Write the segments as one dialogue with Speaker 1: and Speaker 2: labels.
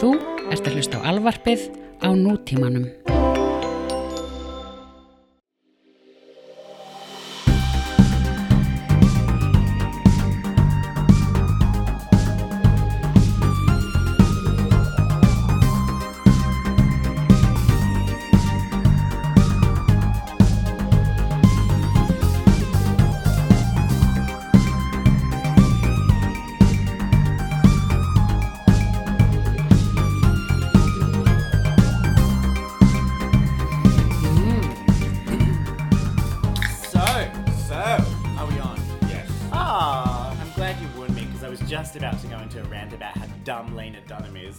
Speaker 1: Þú ert að hlusta á alvarpið á nútímanum.
Speaker 2: So, so, are we on?
Speaker 3: Yes.
Speaker 2: Ah, I'm glad you warned me because I was just about to go into a rant about how dumb Lena Dunham is.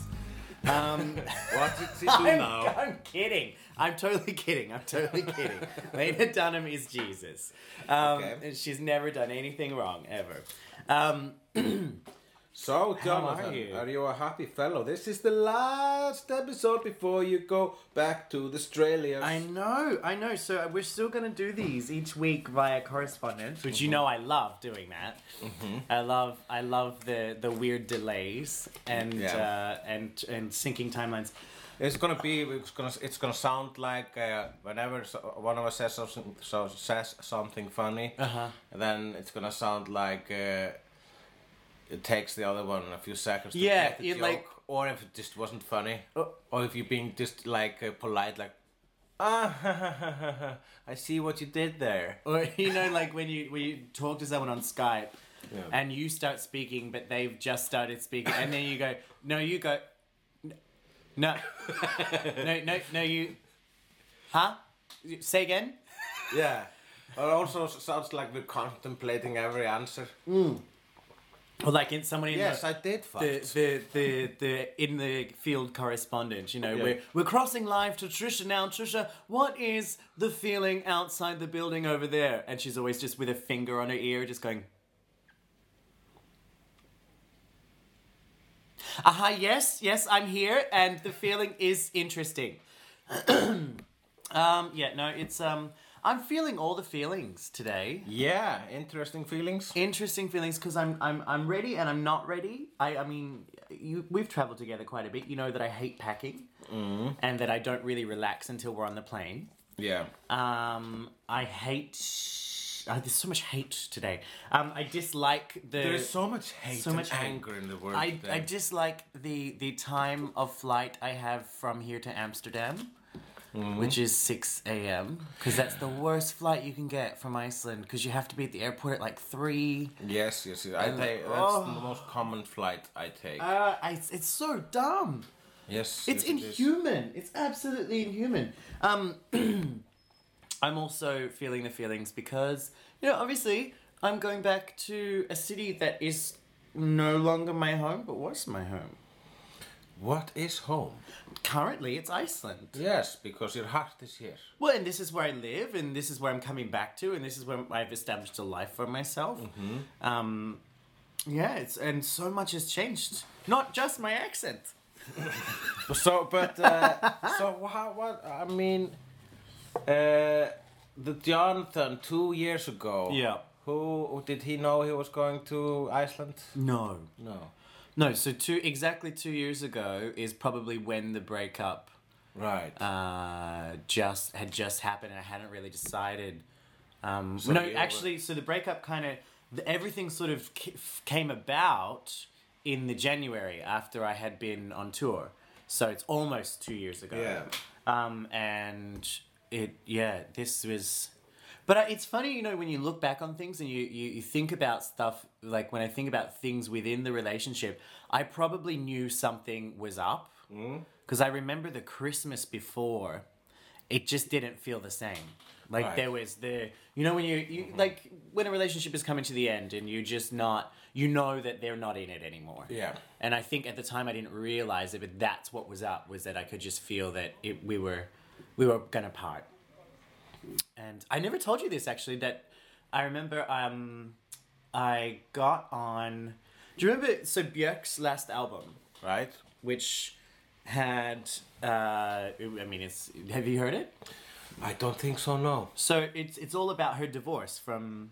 Speaker 2: Um,
Speaker 3: What did she do
Speaker 2: I'm,
Speaker 3: now?
Speaker 2: I'm kidding. I'm totally kidding. I'm totally kidding. Lena Dunham is Jesus. Um,
Speaker 3: Okay.
Speaker 2: and She's never done anything wrong, ever. Um,
Speaker 3: So, Jonathan,
Speaker 2: are you?
Speaker 3: are you a happy fellow? This is the last episode before you go back to the Australia.
Speaker 2: I know, I know. So uh, we're still going to do these each week via correspondence, which you know I love doing that. I love, I love the the weird delays and
Speaker 3: Yeah.
Speaker 2: uh, and and syncing timelines.
Speaker 3: It's gonna be. It's gonna. It's gonna sound like uh, whenever s- one of us says something, so says something funny,
Speaker 2: Uh-huh.
Speaker 3: then it's gonna sound like uh, it takes the other one a few seconds. To
Speaker 2: Yeah,
Speaker 3: get the
Speaker 2: it
Speaker 3: joke,
Speaker 2: like-
Speaker 3: or if it just wasn't funny,
Speaker 2: Oh.
Speaker 3: or if you're being just like uh, polite, like ah, I see what you did there.
Speaker 2: Or oh, you know, like when you when you talk to someone on Skype,
Speaker 3: Yeah.
Speaker 2: and you start speaking, but they've just started speaking, and then you go, no, you go, "N- no, no, no, no, you, huh? Say again.
Speaker 3: Yeah. It also s- sounds like we're contemplating every answer.
Speaker 2: Or like in somebody in the-
Speaker 3: Yes, I did fuck.
Speaker 2: the, the, the, the in the field correspondent, you know,
Speaker 3: Yeah.
Speaker 2: we're, we're crossing live to Trisha now. Trisha, what is the feeling outside the building over there? And she's always just with a finger on her ear, just going, aha, yes, yes, I'm here, and the feeling is interesting. um, yeah, no, it's, um, I'm feeling all the feelings today
Speaker 3: Yeah, interesting feelings.
Speaker 2: interesting feelings because I'm I'm I'm ready and I'm not ready. I I mean, you we've traveled together quite a bit. You know that I hate packing
Speaker 3: Mm.
Speaker 2: and that I don't really relax until we're on the plane.
Speaker 3: Yeah.
Speaker 2: Um, I hate. Oh, there's so much hate today. Um, I dislike the.
Speaker 3: There's so much hate
Speaker 2: so
Speaker 3: and
Speaker 2: much hate.
Speaker 3: anger in the world.
Speaker 2: I,
Speaker 3: today.
Speaker 2: I dislike the the time of flight I have from here to Amsterdam,
Speaker 3: Mm.
Speaker 2: which is six a.m. because that's the worst flight you can get from Iceland because you have to be at the airport at like three.
Speaker 3: Yes, yes, yes. I
Speaker 2: And-
Speaker 3: take, that's
Speaker 2: Oh.
Speaker 3: the most common flight I take.
Speaker 2: Uh, I, it's so dumb. It's
Speaker 3: yes. yes, it is.
Speaker 2: inhuman. It's absolutely inhuman. Um, I'm also feeling the feelings because, you know, obviously I'm going back to a city that is no longer my home, but was my home.
Speaker 3: What is home?
Speaker 2: Currently, it's Iceland.
Speaker 3: Yes, because your heart is here.
Speaker 2: Well, and this is where I live, and this is where I'm coming back to, and this is where I've established a life for myself. Um, yeah, it's and so much has changed. Not just my accent.
Speaker 3: But So, but uh, so what? What I mean, uh, the Jonathan two years ago.
Speaker 2: Yeah.
Speaker 3: Who did he know he was going to Iceland?
Speaker 2: No.
Speaker 3: No.
Speaker 2: No, so two exactly two years ago is probably when the breakup
Speaker 3: Right.
Speaker 2: uh, just had just happened, and I hadn't really decided. Um,
Speaker 3: So
Speaker 2: no,
Speaker 3: you were-
Speaker 2: actually, so the breakup kind of everything sort of ca- f- came about in the January after I had been on tour. So it's almost two years ago.
Speaker 3: Yeah.
Speaker 2: Um, and it yeah, this was. But I, it's funny, you know, when you look back on things and you, you, you think about stuff, like when I think about things within the relationship, I probably knew something was up. Because I remember the Christmas before, it just didn't feel the same. Like
Speaker 3: Right. Mm-hmm.
Speaker 2: there was the you know when you, you like when a relationship is coming to the end and you just not you know that they're not in it anymore.
Speaker 3: Yeah.
Speaker 2: And I think at the time I didn't realize it, but that's what was up was that I could just feel that it, we were we were gonna part. And I never told you this actually that I remember um I got on do you remember so Björk's last album?
Speaker 3: right.
Speaker 2: which had uh, I mean it's have you heard it?
Speaker 3: I don't think so. No.
Speaker 2: So it's it's all about her divorce from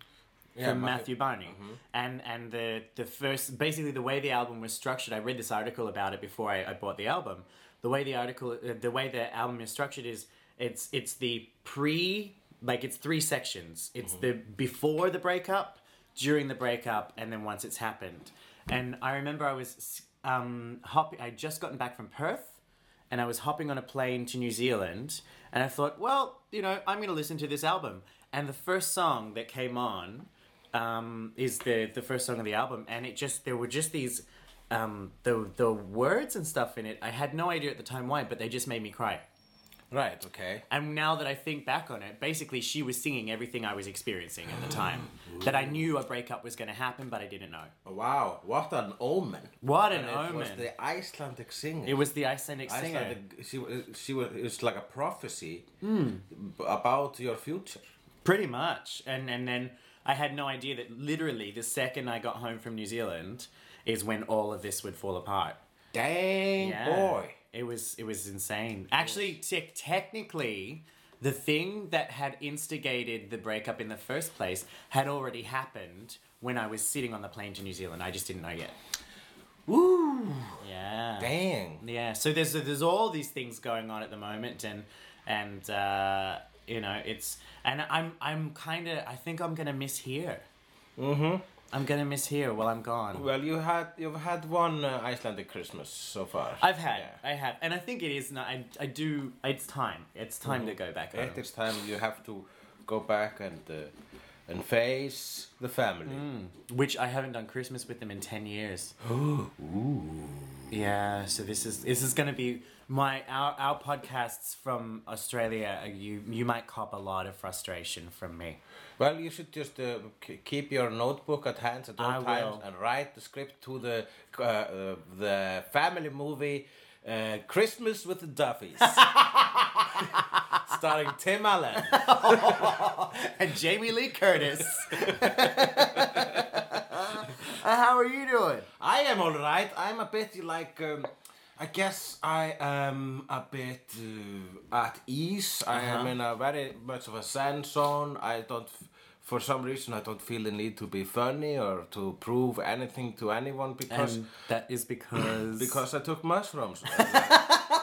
Speaker 2: from
Speaker 3: Ma-
Speaker 2: Matthew Barney. And and the the first basically the way the album was structured, I read this article about it before I, I bought the album. The way the article uh, the way the album is structured is it's it's the pre like it's three sections. It's the before the breakup, during the breakup, and then once it's happened. And I remember I was um hopping I just gotten back from Perth and I was hopping on a plane to New Zealand, and I thought, well, you know, I'm going to listen to this album. And the first song that came on um, is the the first song of the album, and it just there were just these um, the the words and stuff in it. I had no idea at the time why, but they just made me cry.
Speaker 3: Right. Okay.
Speaker 2: And now that I think back on it, basically she was singing everything I was experiencing at the time that I knew a breakup was going to happen, but I didn't know.
Speaker 3: Wow. What an omen.
Speaker 2: What an
Speaker 3: And it was
Speaker 2: omen.
Speaker 3: the Icelandic singer.
Speaker 2: It was the Icelandic singer. Hmm.
Speaker 3: Icelandic. She was. She was. It was like a prophecy b- about your future.
Speaker 2: Pretty much. And and then I had no idea that literally the second I got home from New Zealand is when all of this would fall apart.
Speaker 3: Dang boy.
Speaker 2: It was it was insane. Actually, te- technically, the thing that had instigated the breakup in the first place had already happened when I was sitting on the plane to New Zealand. I just didn't know yet.
Speaker 3: Woo.
Speaker 2: Yeah.
Speaker 3: Dang.
Speaker 2: Yeah, so there's there's all these things going on at the moment, and and uh, you know it's and I'm I'm kind of I think I'm gonna miss here. Mm-hmm. I'm gonna miss here while I'm gone.
Speaker 3: Well, you had you've had one uh, Icelandic Christmas so far.
Speaker 2: I've had
Speaker 3: Yeah.
Speaker 2: I have, and I think it is not. I I do. It's time. It's time to go back home.
Speaker 3: Mm-hmm. It is time you have to go back and uh, and face the family.
Speaker 2: Hmm. which I haven't done Christmas with them in ten years. Yeah, so this is this is gonna be my our our podcasts from Australia. uh, You you might cop a lot of frustration from me.
Speaker 3: Well, you should just uh, k- keep your notebook at hand at all
Speaker 2: I
Speaker 3: times
Speaker 2: will.
Speaker 3: and write the script to the uh, uh, the family movie uh, Christmas with the Duffys, starring Tim Allen.
Speaker 2: and Jamie Lee Curtis. Uh, How are you doing?
Speaker 3: I am all right. I'm a bit like. Um, I guess I am a bit uh, at ease. I
Speaker 2: Uh-huh.
Speaker 3: am in a very much of a sand zone. I don't, f- for some reason, I don't feel the need to be funny or to prove anything to anyone because
Speaker 2: And that is because
Speaker 3: because I took mushrooms uh,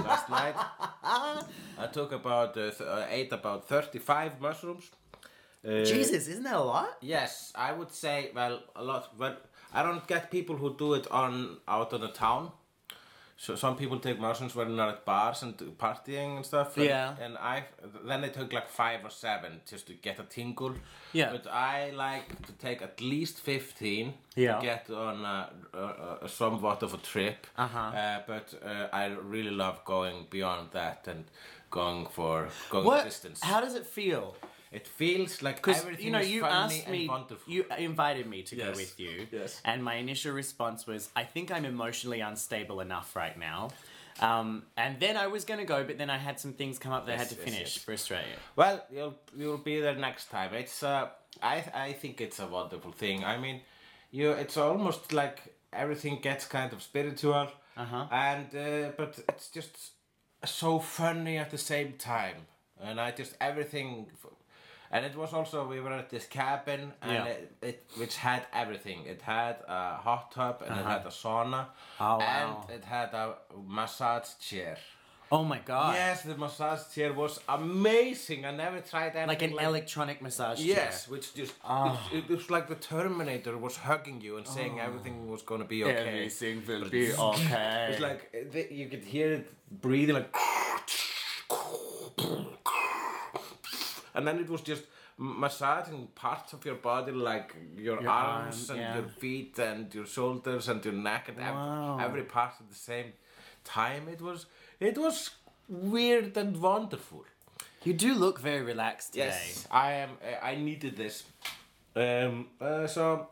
Speaker 3: last night. I took about uh, th- uh, ate about thirty-five mushrooms. Uh,
Speaker 2: Jesus, isn't that a lot?
Speaker 3: Yes, I would say well a lot, but I don't get people who do it on out on the town. So some people take mushrooms when they're at bars and do partying and stuff. And,
Speaker 2: Yeah.
Speaker 3: And I then they took like five or seven just to get a tingle.
Speaker 2: Yeah.
Speaker 3: But I like to take at least fifteen.
Speaker 2: Yeah.
Speaker 3: To get on a, a, a somewhat of a trip.
Speaker 2: Uh-huh.
Speaker 3: Uh, But uh, I really love going beyond that and going for going
Speaker 2: What?
Speaker 3: distance.
Speaker 2: How does it feel?
Speaker 3: It feels like
Speaker 2: Because
Speaker 3: everything
Speaker 2: you know,
Speaker 3: is
Speaker 2: you
Speaker 3: funny
Speaker 2: asked
Speaker 3: and
Speaker 2: me,
Speaker 3: wonderful.
Speaker 2: you invited me to go
Speaker 3: Yes.
Speaker 2: with you,
Speaker 3: Yes.
Speaker 2: and my initial response was, "I think I'm emotionally unstable enough right now." Um, and then I was going to go, but then I had some things come up that I had
Speaker 3: Yes,
Speaker 2: to
Speaker 3: yes,
Speaker 2: finish
Speaker 3: yes.
Speaker 2: for Australia.
Speaker 3: Well, you'll you'll be there next time. It's uh, I I think it's a wonderful thing. I mean, you it's almost like everything gets kind of spiritual,
Speaker 2: Uh-huh.
Speaker 3: and uh, but it's just so funny at the same time. And I just everything, f- and it was also we were at this cabin and
Speaker 2: Yeah.
Speaker 3: it, it which had everything. It had a hot tub and it had a sauna,
Speaker 2: Uh-huh. Oh, wow.
Speaker 3: and it had a massage chair.
Speaker 2: Oh my god!
Speaker 3: Yes, the massage chair was amazing. I never tried anything
Speaker 2: Like an electronic massage chair. Ah.
Speaker 3: Yes, which just it, it was like the Terminator was hugging you and saying everything was gonna be okay.
Speaker 2: Everything will be okay.
Speaker 3: It's like uh, the, you could hear it breathing like, and then it was just massaging parts of your body like your, arms
Speaker 2: arm,
Speaker 3: and
Speaker 2: yeah.
Speaker 3: your feet and your shoulders and your neck and ev-
Speaker 2: Wow.
Speaker 3: every part at the same time. It was it was weird and wonderful.
Speaker 2: You do look very relaxed today.
Speaker 3: Yes, I am. uh, I needed this. Um. Uh, so.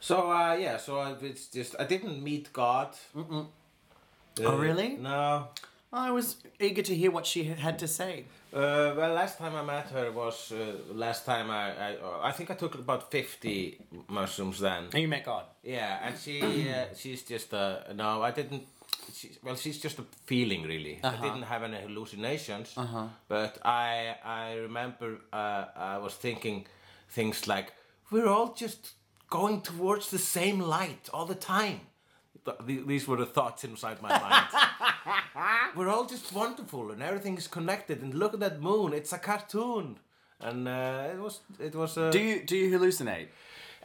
Speaker 3: So uh, yeah. So I, it's just I didn't meet God. Mm-mm.
Speaker 2: Oh, really?
Speaker 3: No.
Speaker 2: I was eager to hear what she had to say.
Speaker 3: Uh, well, last time I met her was uh, last time I, I I think I took about fifty mushrooms then.
Speaker 2: And you met God.
Speaker 3: Yeah, and she uh, she's just uh, no, I didn't. She, well, she's just a feeling really. I didn't have any hallucinations, but I I remember uh, I was thinking things like we're all just going towards the same light all the time. Th- th- These were the thoughts inside my mind. we're all just wonderful and everything is connected. And look at that moon; it's a cartoon. And uh, it was it was. Uh,
Speaker 2: Do you do you hallucinate?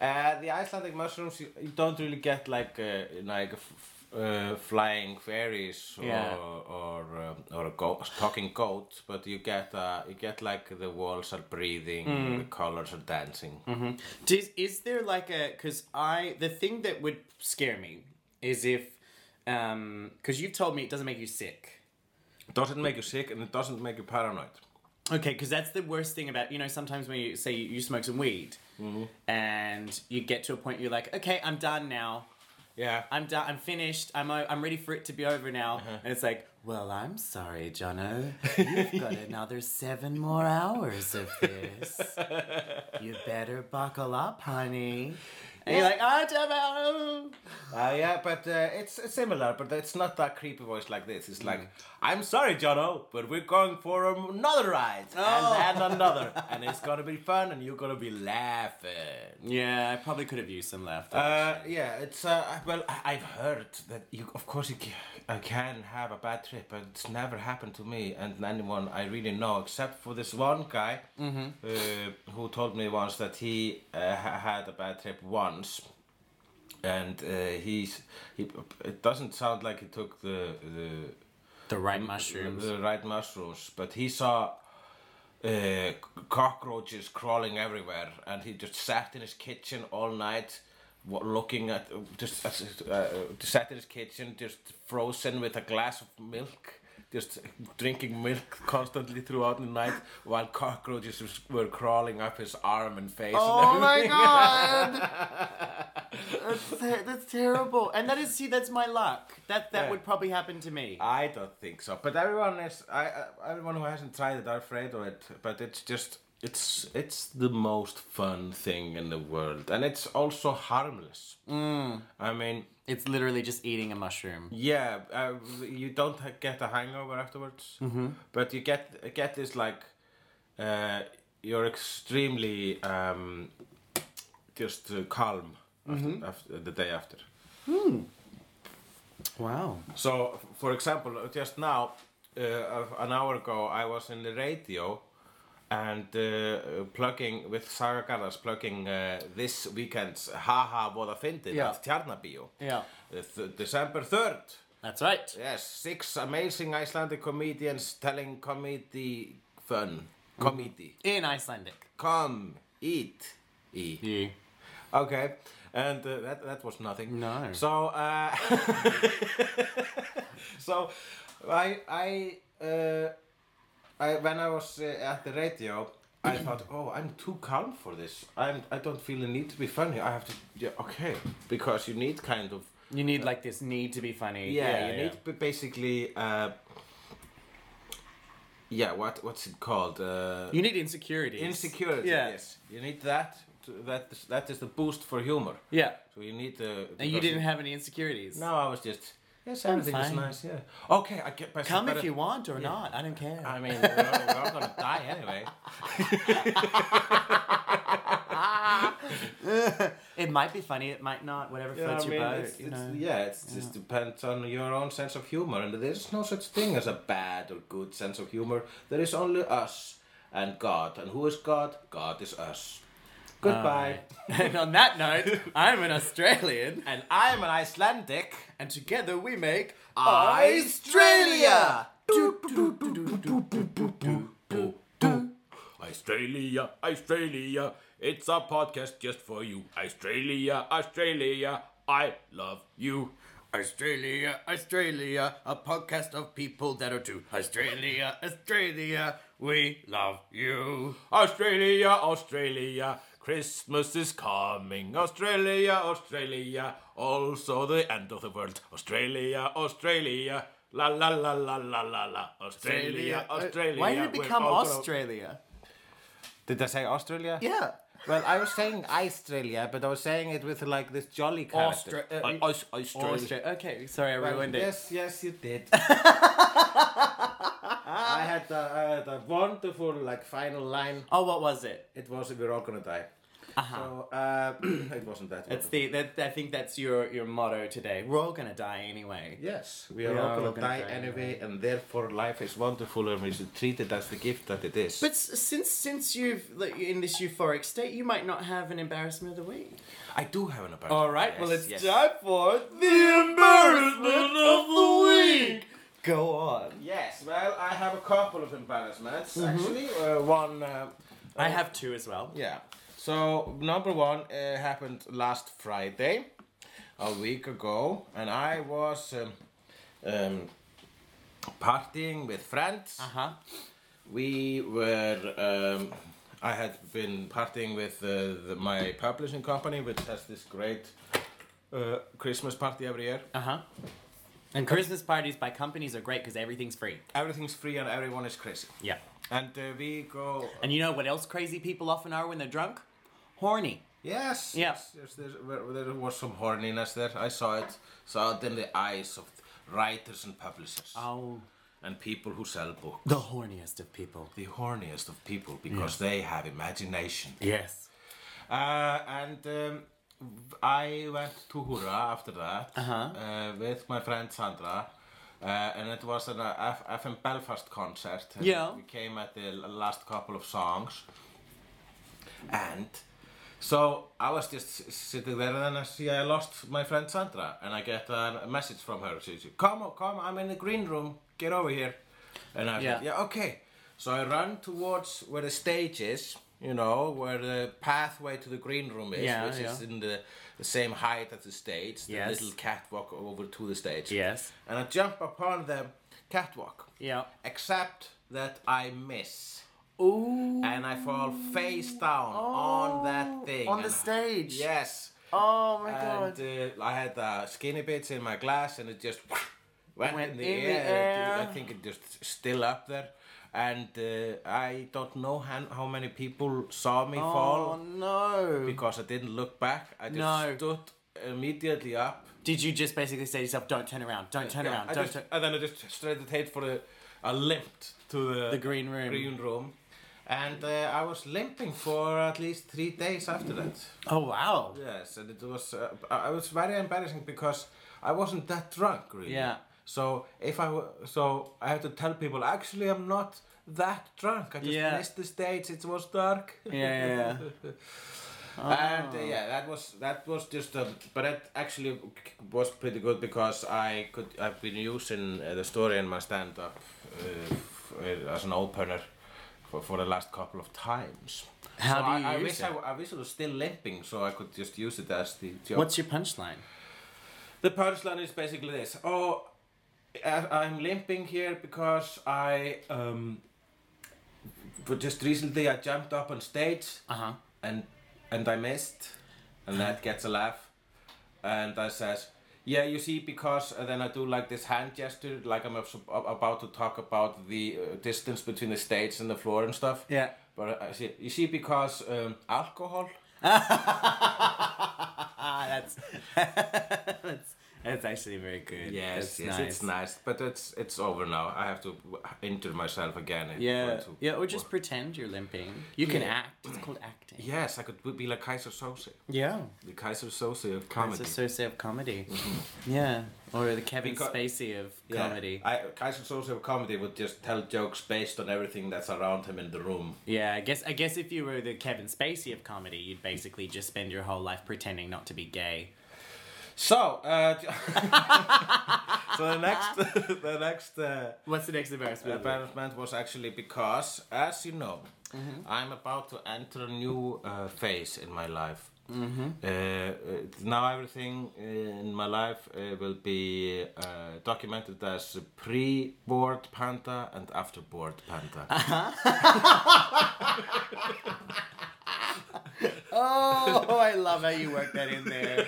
Speaker 3: uh, the Icelandic mushrooms, you, you don't really get like uh, like f- f- uh, flying fairies or
Speaker 2: Yeah.
Speaker 3: or um, or a, go- a talking goat, but you get uh, you get like the walls are breathing,
Speaker 2: Mm.
Speaker 3: the colors are dancing.
Speaker 2: Does, is there like a because I the thing that would scare me is if um because you've told me it doesn't make you sick.
Speaker 3: Doesn't make you sick and it doesn't make you paranoid.
Speaker 2: Okay, because that's the worst thing about you know sometimes when you say you, you smoke some weed and you get to a point you're like okay I'm done now
Speaker 3: Yeah.
Speaker 2: I'm done I'm finished I'm o- I'm ready for it to be over now and it's like well I'm sorry Jono you've got another seven more hours of this you better buckle up honey and you're like ah oh,
Speaker 3: Uh, yeah, but uh, it's, it's similar, but it's not that creepy voice like this.
Speaker 2: Mm.
Speaker 3: It's like, I'm sorry, Jono, but we're going for another ride
Speaker 2: Oh.
Speaker 3: and, and another. and it's going to be fun and you're going to be laughing.
Speaker 2: Yeah, I probably could have used some laughter.
Speaker 3: Uh, yeah, it's uh, well, I- I've heard that you, of course, you can, I can have a bad trip, but it's never happened to me and anyone I really know, except for this one guy uh, who told me once that he uh, ha- had a bad trip once, and uh, he's he. It doesn't sound like he took the the
Speaker 2: the right mushrooms.
Speaker 3: the right mushrooms, but he saw uh, cockroaches crawling everywhere, and he just sat in his kitchen all night, wa- looking at just uh, uh, sat in his kitchen, just frozen with a glass of milk. Just drinking milk constantly throughout the night while cockroaches was- were crawling up his arm and face.
Speaker 2: Oh,
Speaker 3: and everything.
Speaker 2: god! that's, ter- that's terrible. And that is see, that's my luck. That that
Speaker 3: Yeah.
Speaker 2: would probably happen to me.
Speaker 3: I don't think so. But everyone is I, I everyone who hasn't tried it are afraid of it. But it's just it's it's the most fun thing in the world, and it's also harmless. I mean,
Speaker 2: It's literally just eating a mushroom.
Speaker 3: yeah, uh, you don't ha- get a hangover afterwards, but you get get this like uh, you're extremely um, just uh, calm after, after the day after.
Speaker 2: Wow.
Speaker 3: So, f- for example, just now, uh, a- an hour ago, I was in the radio and uh, plugging with Saga Garðars plugging uh, this weekend's Haha Voða Fyndið
Speaker 2: Yeah.
Speaker 3: at Tjarnabíu.
Speaker 2: Yeah.
Speaker 3: Uh, th- December 3rd.
Speaker 2: That's right.
Speaker 3: Yes, six amazing Icelandic comedians telling comedy fun. Comedy.
Speaker 2: In Icelandic.
Speaker 3: Come, eat, eat.
Speaker 2: You.
Speaker 3: Okay, and uh, that that was nothing.
Speaker 2: No.
Speaker 3: So, uh, so I I uh, I when I was uh, at the radio, I thought, oh, I'm too calm for this. I'm I don't feel the need to be funny. I have to yeah okay because you need kind of
Speaker 2: You need like this need to be funny.
Speaker 3: yeah, you need b- basically uh, yeah what what's it called uh,
Speaker 2: You need insecurities.
Speaker 3: insecurity.
Speaker 2: Yeah.
Speaker 3: Yes, you need that. To, that is, that is the boost for humor.
Speaker 2: Yeah.
Speaker 3: So you need the.
Speaker 2: And you didn't have any insecurities.
Speaker 3: No, I was just. Yes, everything is
Speaker 2: fine.
Speaker 3: nice. Yeah. Okay, I get myself.
Speaker 2: Come
Speaker 3: better.
Speaker 2: if you want or not. uh, I don't care.
Speaker 3: I mean, we're, all- we're all gonna die anyway.
Speaker 2: it might be funny. It might not. Whatever floats your boat.
Speaker 3: it's,
Speaker 2: you know.
Speaker 3: yeah, it just depends on your own sense of humor, and there is no such thing as a bad or good sense of humor. There is only us and God, and who is God? God is us. Goodbye.
Speaker 2: and on that note, I'm an Australian.
Speaker 3: And I'm an Icelandic.
Speaker 2: and together we make
Speaker 3: Australia!
Speaker 4: Australia, Australia, it's a podcast just for you. Australia, Australia, I love you.
Speaker 2: Australia, Australia, a podcast of people that are too Australia, Australia, we love you.
Speaker 4: Australia, Australia, Christmas is coming. Australia, Australia, also the end of the world. Australia, Australia, la la la la la la la. Australia, Australia.
Speaker 2: Why did it
Speaker 4: we're
Speaker 2: become
Speaker 4: all gonna-
Speaker 2: Australia?
Speaker 3: Did I say Australia?
Speaker 2: Yeah.
Speaker 3: Well, I was saying Australia, but I was saying it with like this jolly character.
Speaker 2: Austra- uh,
Speaker 3: Aus- Australia.
Speaker 2: Austra- okay, sorry, I
Speaker 3: Well,
Speaker 2: ruined it.
Speaker 3: yes, yes, you did. I had a, I had a wonderful like final line.
Speaker 2: Oh, what was it?
Speaker 3: It was we're all gonna die. So uh, it wasn't that.
Speaker 2: That's
Speaker 3: wonderful.
Speaker 2: Uh-huh. the that, I think that's your your motto today. We're all gonna die anyway.
Speaker 3: Yes, we are all gonna die anyway, and therefore life is wonderful, and we should treat it as the gift that it is.
Speaker 2: But s- since since you've like, in this euphoric state, you might not have an embarrassment of the week.
Speaker 3: I do have an apartment.
Speaker 2: All right, well
Speaker 3: Yes,
Speaker 2: it's
Speaker 3: yes.
Speaker 2: time for the embarrassment of the week. Go on.
Speaker 3: Yes, well, I have a couple of embarrassments actually. Uh, one, uh,
Speaker 2: I have two as well.
Speaker 3: yeah. So number one uh, happened last Friday, a week ago, and I was um, um, partying with friends.
Speaker 2: Uh huh.
Speaker 3: We were. Um, I had been partying with uh, the, my publishing company, which has this great uh, Christmas party every year.
Speaker 2: Uh huh. And Christmas parties by companies are great because everything's free.
Speaker 3: Everything's free and everyone is crazy.
Speaker 2: Yeah.
Speaker 3: And uh, we go.
Speaker 2: And you know what else crazy people often are when they're drunk? Horny.
Speaker 3: Yes.
Speaker 2: Yeah.
Speaker 3: Yes. yes there, were- there was some horniness there. I saw it. Saw it in the eyes of writers and publishers
Speaker 2: Oh,
Speaker 3: and people who sell books.
Speaker 2: the horniest of people.
Speaker 3: The horniest of people because they have imagination.
Speaker 2: Yes.
Speaker 3: Uh, and um, I went to Hura after that
Speaker 2: Uh-huh.
Speaker 3: uh, with my friend Sandra. Uh, and it was an uh, F- FM Belfast concert. and
Speaker 2: Yeah.
Speaker 3: We came at the l- last couple of songs. And so I was just s- sitting there and then I see I lost my friend Sandra. And I get a message from her. She says, Come, come, I'm in the green room. Get over here. And I
Speaker 2: Yeah.
Speaker 3: said, Yeah, okay. So I run towards where the stage is, you know, where the pathway to the green room is,
Speaker 2: Yeah,
Speaker 3: which is
Speaker 2: yeah.
Speaker 3: in the, the same height as the stage, the
Speaker 2: Yes.
Speaker 3: little catwalk over to the stage.
Speaker 2: Yes.
Speaker 3: And I jump upon the catwalk,
Speaker 2: Yeah.
Speaker 3: except that I miss.
Speaker 2: Ooh.
Speaker 3: And I fall face down on that thing.
Speaker 2: Oh. on the
Speaker 3: and-
Speaker 2: stage.
Speaker 3: Yes.
Speaker 2: Oh my god.
Speaker 3: And uh, I had uh, skinny bits in my glass, and it just went,
Speaker 2: Went
Speaker 3: in, the,
Speaker 2: in the
Speaker 3: air.
Speaker 2: air.
Speaker 3: I think it just still up there. And uh, I don't know how, how many people saw me
Speaker 2: Oh
Speaker 3: fall
Speaker 2: no.
Speaker 3: because I didn't look back. I just
Speaker 2: No.
Speaker 3: stood immediately up.
Speaker 2: Did you just basically say to yourself, don't turn around, don't turn
Speaker 3: Yeah,
Speaker 2: around,
Speaker 3: I
Speaker 2: don't
Speaker 3: just-
Speaker 2: turn.
Speaker 3: and then I just straight the head for the. I limped to the,
Speaker 2: The green room.
Speaker 3: green room. And uh, I was limping for at least three days after that.
Speaker 2: Oh wow.
Speaker 3: Yes, and it was. Uh, I I was very embarrassing because I wasn't that drunk, really.
Speaker 2: Yeah.
Speaker 3: So if I wa- so I had to tell people actually I'm not that drunk. I just
Speaker 2: Yeah.
Speaker 3: missed the stage. It was dark.
Speaker 2: Yeah, Oh. yeah,
Speaker 3: And uh, yeah, that was that was just. Um, but it actually was pretty good because I could I've been using uh, the story in my stand up uh, f- uh, as an opener. For, for the last couple of times.
Speaker 2: How
Speaker 3: so
Speaker 2: do
Speaker 3: I,
Speaker 2: you
Speaker 3: I
Speaker 2: use
Speaker 3: wish
Speaker 2: it?
Speaker 3: I, I wish I was still limping so I could just use it as the joke.
Speaker 2: What's your punchline?
Speaker 3: The punchline is basically this: Oh, I- I'm limping here because I um, but just recently I jumped up on stage
Speaker 2: Uh huh.
Speaker 3: and and I missed, and that gets a laugh, and I says, "Yeah, you see," because and then I do like this hand gesture, like I'm abs- ab- about to talk about the uh, distance between the stage and the floor and stuff.
Speaker 2: Yeah.
Speaker 3: But I see, you see, because um, alcohol.
Speaker 2: Ah, that's that's that's actually very good.
Speaker 3: Yes,
Speaker 2: that's
Speaker 3: yes, it's nice, but it's it's over now. I have to w- injure myself again. in
Speaker 2: Yeah,
Speaker 3: order to
Speaker 2: yeah, or just
Speaker 3: work.
Speaker 2: pretend you're limping. You can act. It's called acting.
Speaker 3: Yes, I could w- be like Kaiser Sose,
Speaker 2: Yeah,
Speaker 3: the Kaiser Sose of
Speaker 2: it's
Speaker 3: comedy.
Speaker 2: a Cersei of comedy. yeah, or the Kevin
Speaker 3: Because-
Speaker 2: Spacey of
Speaker 3: Yeah,
Speaker 2: comedy.
Speaker 3: I, Kaiser Sose of comedy would just tell jokes based on everything that's around him in the room.
Speaker 2: Yeah, I guess I guess if you were the Kevin Spacey of comedy, you'd basically just spend your whole life pretending not to be gay.
Speaker 3: So, uh, j- so the next, the next. Uh,
Speaker 2: What's the next embarrassment?
Speaker 3: embarrassment was actually because, as you know, I'm about to enter a new uh, phase in my life. Mm-hmm. Uh, uh, now everything in my life uh, will be uh, documented as pre-board panda and after-board panda.
Speaker 2: oh, I love how you work that in there.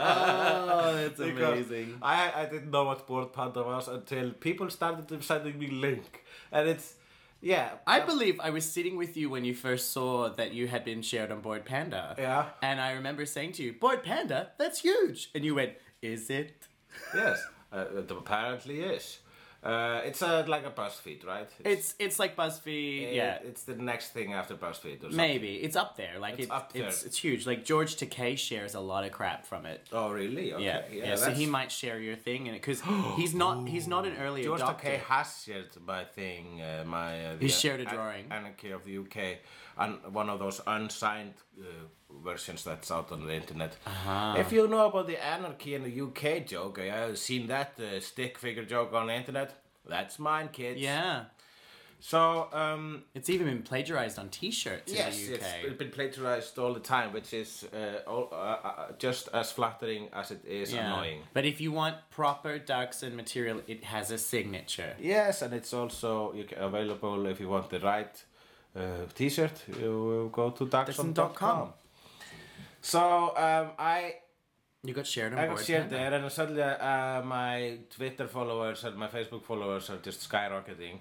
Speaker 2: Oh, that's
Speaker 3: Because I, I didn't know what board panda was until people started sending me link, and it's yeah.
Speaker 2: I believe I was sitting with you when you first saw that you had been shared on Board Panda.
Speaker 3: Yeah.
Speaker 2: And I remember saying to you, Board Panda, that's huge. And you went, Is it?
Speaker 3: Yes, uh, it apparently is. Uh, it's uh like a BuzzFeed, right?
Speaker 2: It's it's like BuzzFeed.
Speaker 3: it-
Speaker 2: yeah,
Speaker 3: It's the next thing after BuzzFeed or something.
Speaker 2: maybe it's up there. Like
Speaker 3: It's
Speaker 2: it's
Speaker 3: up there.
Speaker 2: it's it's huge. Like George Takei shares a lot of crap from it.
Speaker 3: Oh, really? Okay.
Speaker 2: Yeah, yeah. so
Speaker 3: that's-
Speaker 2: he might share your thing, and because he's not he's not an early
Speaker 3: George
Speaker 2: adopter.
Speaker 3: Takei has shared my thing, uh, my. Uh, the
Speaker 2: shared a
Speaker 3: An-
Speaker 2: drawing.
Speaker 3: Anarchy of the UK, and one of those unsigned uh, versions that's out on the internet.
Speaker 2: Uh-huh.
Speaker 3: If you know about the anarchy in the UK joke, I have seen that uh, stick figure joke on the internet. That's mine, kids.
Speaker 2: Yeah,
Speaker 3: So, um,
Speaker 2: it's even been plagiarized on T-shirts
Speaker 3: yes,
Speaker 2: in the UK.
Speaker 3: it's been plagiarized all the time, which is uh, all, uh, uh, just as flattering as it is
Speaker 2: Yeah.
Speaker 3: annoying.
Speaker 2: But if you want proper Dachshund material, it has a signature.
Speaker 3: Yes, and it's also you ca- available if you want the right uh, t-shirt. You uh, go to Daxon.com.
Speaker 2: Daxon.com.
Speaker 3: So um, I
Speaker 2: You got shared on
Speaker 3: I
Speaker 2: board.
Speaker 3: got shared
Speaker 2: didn't
Speaker 3: there, and suddenly uh, my Twitter followers and my Facebook followers are just skyrocketing,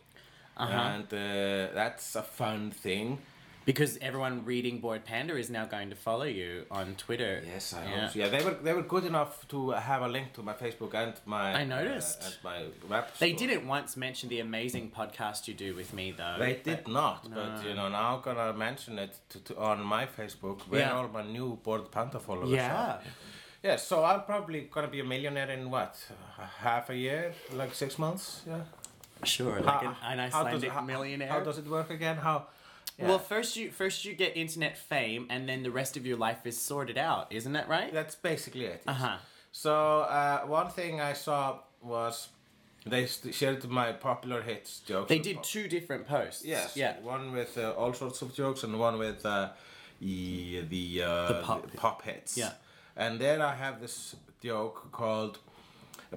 Speaker 2: Uh-huh.
Speaker 3: and uh, that's a fun thing.
Speaker 2: I? Because everyone reading Board Panda is now going to follow you on Twitter.
Speaker 3: Yes, I
Speaker 2: yeah.
Speaker 3: hope. Um, So. Yeah, they were they were good enough to have a link to my Facebook and my
Speaker 2: I noticed.
Speaker 3: uh, and my web.
Speaker 2: They
Speaker 3: store.
Speaker 2: didn't once mention the amazing podcast you do with me, though.
Speaker 3: They did not, but you know now I'm gonna mention it to, to, on my Facebook where
Speaker 2: Yeah.
Speaker 3: all my new board panda followers
Speaker 2: Yeah.
Speaker 3: are. Yeah, so I'm probably gonna be a millionaire in what h- half a year, like six months. Yeah,
Speaker 2: Sure. Like
Speaker 3: How-
Speaker 2: an, an
Speaker 3: how does-
Speaker 2: Icelandic
Speaker 3: how-
Speaker 2: millionaire.
Speaker 3: How does it work again? How? yeah.
Speaker 2: Well, first you first you get internet fame, and then the rest of your life is sorted out. Isn't that right?
Speaker 3: That's basically it. yes.
Speaker 2: Uh-huh.
Speaker 3: So uh, one thing I saw was they st- shared my popular hits jokes.
Speaker 2: They
Speaker 3: and
Speaker 2: did
Speaker 3: pop-
Speaker 2: two different posts.
Speaker 3: Yes.
Speaker 2: Yeah.
Speaker 3: One with uh, all sorts of jokes and one with uh, e- the, uh,
Speaker 2: The pop-
Speaker 3: hits.
Speaker 2: Yeah.
Speaker 3: And then I have this joke called,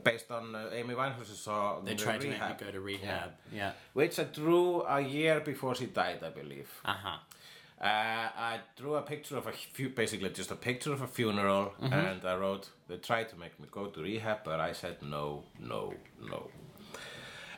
Speaker 3: based on uh, Amy Winehouse's song.
Speaker 2: They
Speaker 3: uh,
Speaker 2: tried to
Speaker 3: Rehab,
Speaker 2: make me go to rehab. Yeah.
Speaker 3: Which I drew a year before she died, I believe.
Speaker 2: Uh huh.
Speaker 3: Uh, I drew a picture of a fu- basically just a picture of a funeral,
Speaker 2: Mm-hmm.
Speaker 3: and I wrote, "They tried to make me go to rehab, but I said no, no, no."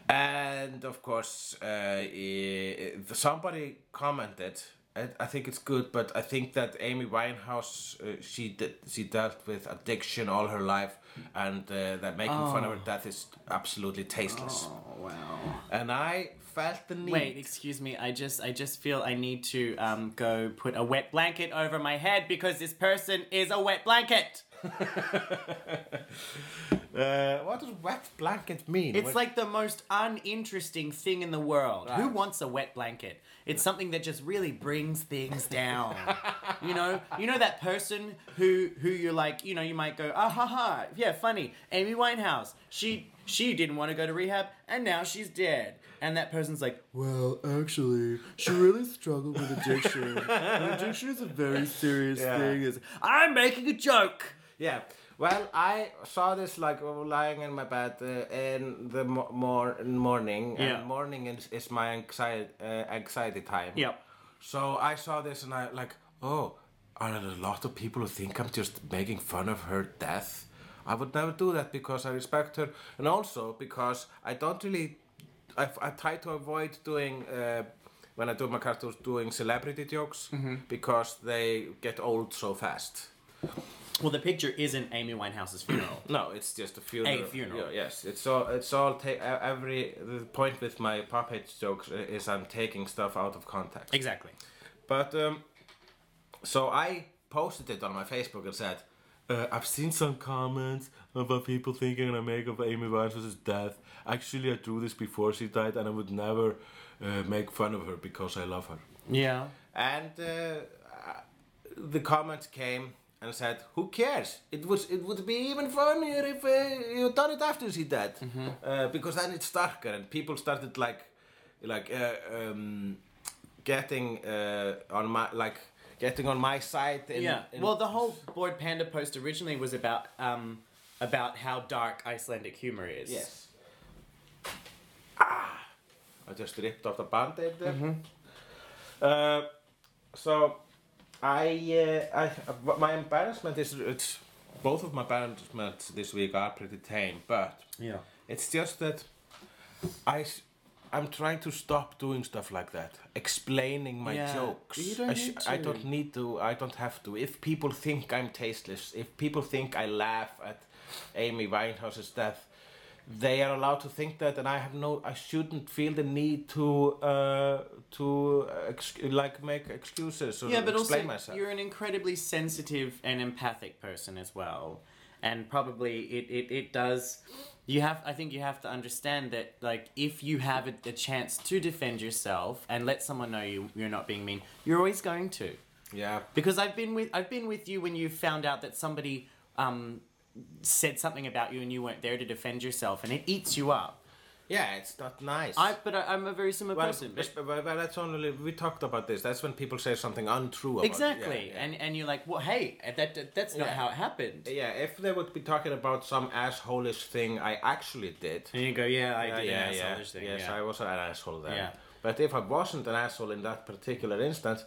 Speaker 3: And of course, uh, i- i- somebody commented. And I think it's good, but I think that Amy Winehouse, uh, she did, she dealt with addiction all her life, and uh, that making fun of her death is absolutely tasteless.
Speaker 2: Oh wow.
Speaker 3: And I felt the need.
Speaker 2: Wait, excuse me. I just, I just feel I need to um, go put a wet blanket over my head because this person is a wet blanket.
Speaker 3: Uh, what does wet blanket mean?
Speaker 2: It's
Speaker 3: What-
Speaker 2: like the most uninteresting thing in the world. Who wants a wet blanket? It's something that just really brings things down. you know, you know that person who who you're like, you know, you might go, ah ha ha, yeah, funny. Amy Winehouse, she she didn't want to go to rehab, and now she's dead. And that person's like,
Speaker 5: Well, actually, she really struggled with addiction. and addiction is a very serious
Speaker 3: Yeah.
Speaker 5: thing. It's
Speaker 2: I'm making a joke.
Speaker 3: Yeah. Well, I saw this like lying in my bed uh, in the mo- mor- morning,
Speaker 2: Yeah.
Speaker 3: and morning is, is my anxiety uh, anxiety time.
Speaker 2: Yep.
Speaker 3: So I saw this and I like, oh, are there a lot of people who think I'm just making fun of her death? I would never do that because I respect her, and also because I don't really. I, I try to avoid doing uh, when I do my cartoons doing celebrity jokes because they get old so fast.
Speaker 2: Well, the picture isn't Amy Winehouse's funeral.
Speaker 3: No, it's just a funeral.
Speaker 2: A funeral.
Speaker 3: Yeah, yes, it's all. It's all. Ta- e- every the point with my puppet jokes i- is I'm taking stuff out of context.
Speaker 2: exactly.
Speaker 3: But um, so I posted it on my Facebook and said,
Speaker 4: Uh, I've seen some comments
Speaker 3: uh,
Speaker 4: about people thinking I make of Amy Winehouse's death. Actually, I drew this before she died, and I would never uh, make fun of her because I love her.
Speaker 2: Yeah.
Speaker 3: and uh, uh, the comments came and said, "Who cares? It was. It would be even funnier if uh, you done it after she died,
Speaker 2: Mm-hmm.
Speaker 3: uh, because then it's darker." And people started like, like uh, um, getting uh, on my like getting on my side. In,
Speaker 2: Yeah.
Speaker 3: in-
Speaker 2: well, the whole Board Panda post originally was about um, about how dark Icelandic humor is.
Speaker 3: yes. Ah, I just ripped off the band aid there. Uh, so I, uh, I but my embarrassment is it's both of my embarrassments this week are pretty tame, but
Speaker 2: Yeah.
Speaker 3: it's just that I s- I'm trying to stop doing stuff like that, explaining my
Speaker 2: Yeah,
Speaker 3: jokes.
Speaker 2: you don't
Speaker 3: I, sh-
Speaker 2: need
Speaker 3: I
Speaker 2: to.
Speaker 3: don't need to. I don't have to. If people think I'm tasteless, if people think I laugh at Amy Winehouse's death, they are allowed to think that, and I have no, I shouldn't feel the need to uh, to uh, ex- like make excuses or
Speaker 2: yeah, but
Speaker 3: explain
Speaker 2: also
Speaker 3: myself.
Speaker 2: you're an incredibly sensitive and empathic person as well, and probably it, it, it does. You have, I think, you have to understand that, like, if you have a, a chance to defend yourself and let someone know you you're not being mean, you're always going to.
Speaker 3: Yeah,
Speaker 2: Because I've been with I've been with you when you found out that somebody um, said something about you and you weren't there to defend yourself, and it eats you up.
Speaker 3: yeah, it's not nice.
Speaker 2: I, but I, I'm a very similar
Speaker 3: well,
Speaker 2: person. but-
Speaker 3: it's- well, well, that's only we talked about this. That's when people say something untrue. About
Speaker 2: exactly,
Speaker 3: It. Yeah, yeah.
Speaker 2: and and you're like, well, hey, that, that that's not
Speaker 3: Yeah.
Speaker 2: how it happened.
Speaker 3: yeah, if they would be talking about some assholish thing I actually did,
Speaker 2: And you go, yeah, I
Speaker 3: Yeah,
Speaker 2: did
Speaker 3: yeah,
Speaker 2: an
Speaker 3: yeah.
Speaker 2: asshole thing.
Speaker 3: Yes,
Speaker 2: yeah.
Speaker 3: I was an asshole then.
Speaker 2: Yeah.
Speaker 3: But if I wasn't an asshole in that particular instance,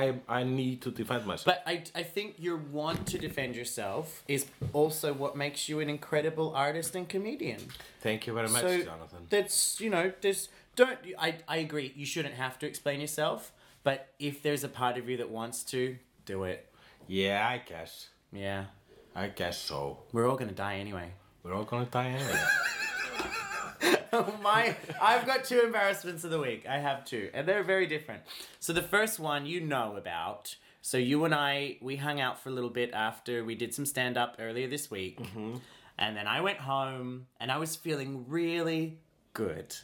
Speaker 3: I I need to defend myself.
Speaker 2: But I, I think your want to defend yourself is also what makes you an incredible artist and comedian.
Speaker 3: Thank you very much,
Speaker 2: so
Speaker 3: Jonathan.
Speaker 2: that's you know there's don't I, I agree you shouldn't have to explain yourself, but if there's a part of you that wants to do it,
Speaker 3: yeah, I guess.
Speaker 2: yeah,
Speaker 3: I guess so.
Speaker 2: we're all gonna die anyway.
Speaker 3: We're all gonna die anyway.
Speaker 2: My, I've got two embarrassments of the week. I have two, and they're very different. So the first one you know about. So you and I, we hung out for a little bit after we did some stand up earlier this week, and then I went home and I was feeling really good.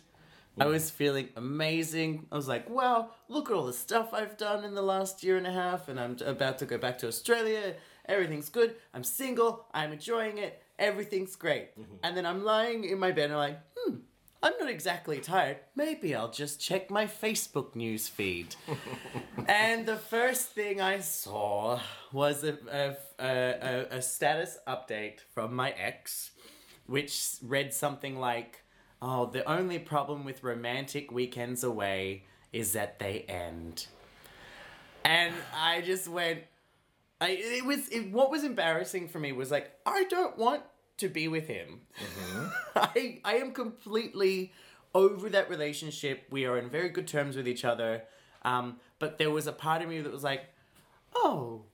Speaker 2: I was feeling amazing. I was like, wow, look at all the stuff I've done in the last year and a half, and I'm about to go back to Australia. Everything's good. I'm single. I'm enjoying it. Everything's great. And then I'm lying in my bed and I'm like, hmm, I'm not exactly tired. Maybe I'll just check my Facebook news feed. and the first thing I saw was a, a, a, a, a status update from my ex, which read something like, Oh, the only problem with romantic weekends away is that they end. And I just went, I, it was it, what was embarrassing for me was like I don't want to be with him. I I am completely over that relationship. We are in very good terms with each other. Um, but there was a part of me that was like, oh,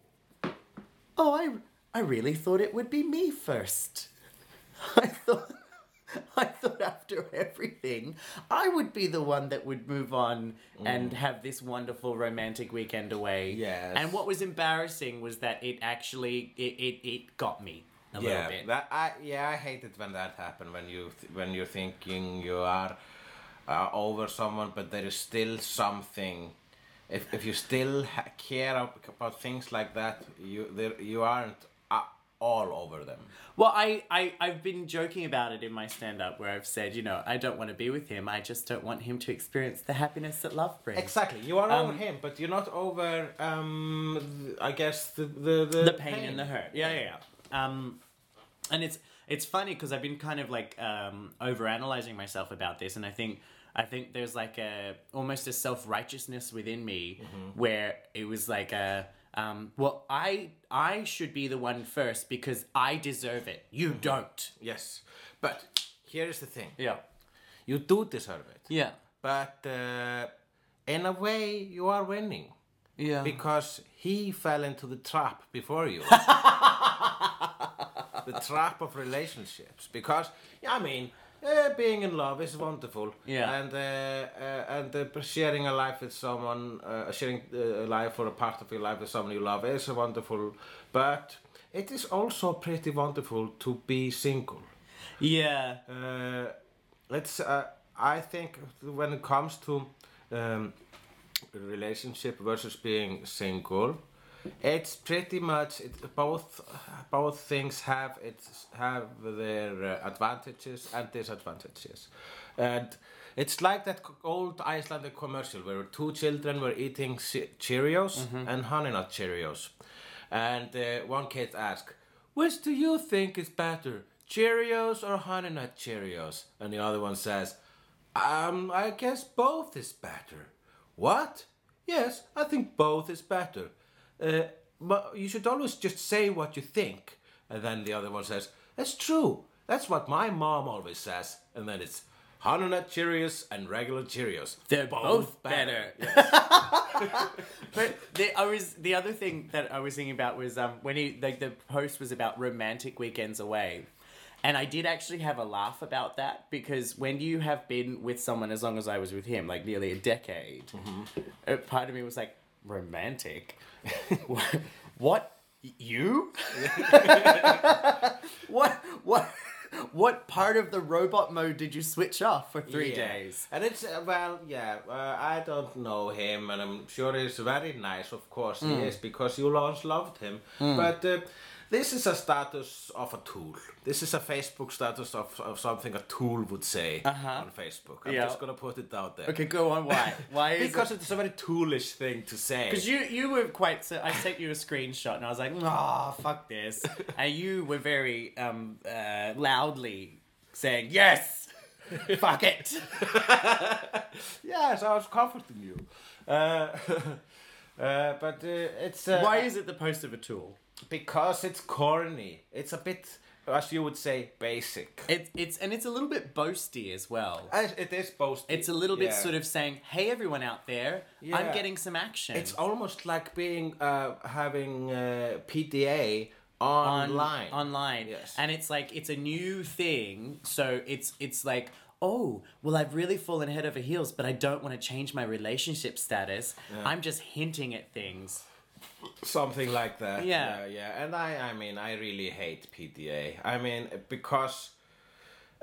Speaker 2: oh, I I really thought it would be me first. I thought I thought after everything, I would be the one that would move on and have this wonderful romantic weekend away.
Speaker 3: Yes.
Speaker 2: And what was embarrassing was that it actually it it, it got me a little
Speaker 3: yeah,
Speaker 2: bit.
Speaker 3: that I yeah I hate it when that happens when you th- when you're thinking you are uh, over someone, but there is still something. If if you still ha- care ab- about things like that, you there you aren't uh, all over them.
Speaker 2: Well, I, I, I've been joking about it in my stand up where I've said, you know, I don't want to be with him. I just don't want him to experience the happiness that love brings.
Speaker 3: Exactly. You are
Speaker 2: Um,
Speaker 3: over him, but you're not over. Um, th- I guess the the the,
Speaker 2: the pain, and the hurt. Yeah, yeah, yeah. Um, and it's it's funny because I've been kind of like um, overanalyzing myself about this, and I think I think there's like a almost a self righteousness within me where it was like a um, well, I I should be the one first because I deserve it. You don't.
Speaker 3: Yes, but here is the thing.
Speaker 2: Mm-hmm. Yeah.
Speaker 3: You do deserve it,
Speaker 2: Yeah.
Speaker 3: but uh, in a way, you are winning
Speaker 2: Yeah.
Speaker 3: because he fell into the trap before you. the trap of relationships, because yeah, I mean. Uh, being in love is wonderful,
Speaker 2: Yeah.
Speaker 3: and uh, uh, and uh, sharing a life with someone, uh, sharing uh, a life or a part of your life with someone you love is wonderful, but it is also pretty wonderful to be single.
Speaker 2: yeah.
Speaker 3: Uh, let's. Uh, I think when it comes to um, relationship versus being single, it's pretty much it, both. Both things have its have their uh, advantages and disadvantages, and it's like that c- old Icelandic commercial where two children were eating Ce- Cheerios and Honey Nut Cheerios, and uh, one kid asked, "Which do you think is better, Cheerios or Honey Nut Cheerios?" And the other one says, um, I guess both is better. What? Yes, I think both is better. Uh, but you should always just say what you think. And then the other one says, That's true. That's what my mom always says. And then it's Honey Nut Cheerios and regular Cheerios.
Speaker 2: They're both better. but the, I was the other thing that I was thinking about was um, when he like the post was about romantic weekends away, And I did actually have a laugh about that because when you have been with someone as long as I was with him, like nearly a decade, uh, part of me was like, romantic? What- what? You? what? What? What part of the robot mode did you switch off for three
Speaker 3: Yeah.
Speaker 2: days?
Speaker 3: And it's uh, well, yeah. Uh, I don't know him, and I'm sure he's very nice. Of course,
Speaker 2: Hmm.
Speaker 3: he is because you once loved him. But uh, this is a status of a tool. This is a Facebook status of, of something a tool would say on Facebook. I'm
Speaker 2: Uh-huh. Yeah.
Speaker 3: just gonna put it out there.
Speaker 2: Okay, go on. Why? Why is
Speaker 3: Because it's a very toolish thing to say.
Speaker 2: Because you you were quite. So I sent you a screenshot, and I was like, "Ah, fuck this," and you were very um uh, loudly saying, "Yes, fuck it."
Speaker 3: Yes, I was comforting you. Uh, uh, but uh, it's uh,
Speaker 2: Why is it the post of a tool?
Speaker 3: because it's corny. It's a bit, as you would say, basic.
Speaker 2: It's it's and it's a little bit boasty as well.
Speaker 3: It, it is boasty.
Speaker 2: It's a little bit
Speaker 3: yeah.
Speaker 2: sort of saying, "Hey, everyone out there, I'm
Speaker 3: Yeah.
Speaker 2: getting some action."
Speaker 3: It's almost like being uh, having uh, PDA online.
Speaker 2: online
Speaker 3: Yes.
Speaker 2: and it's like it's a new thing so it's it's like oh well i've really fallen head over heels but i don't want to change my relationship status i'm just hinting at things
Speaker 3: Something like that.
Speaker 2: Yeah.
Speaker 3: yeah, yeah. And I, I mean, I really hate PDA. I mean, because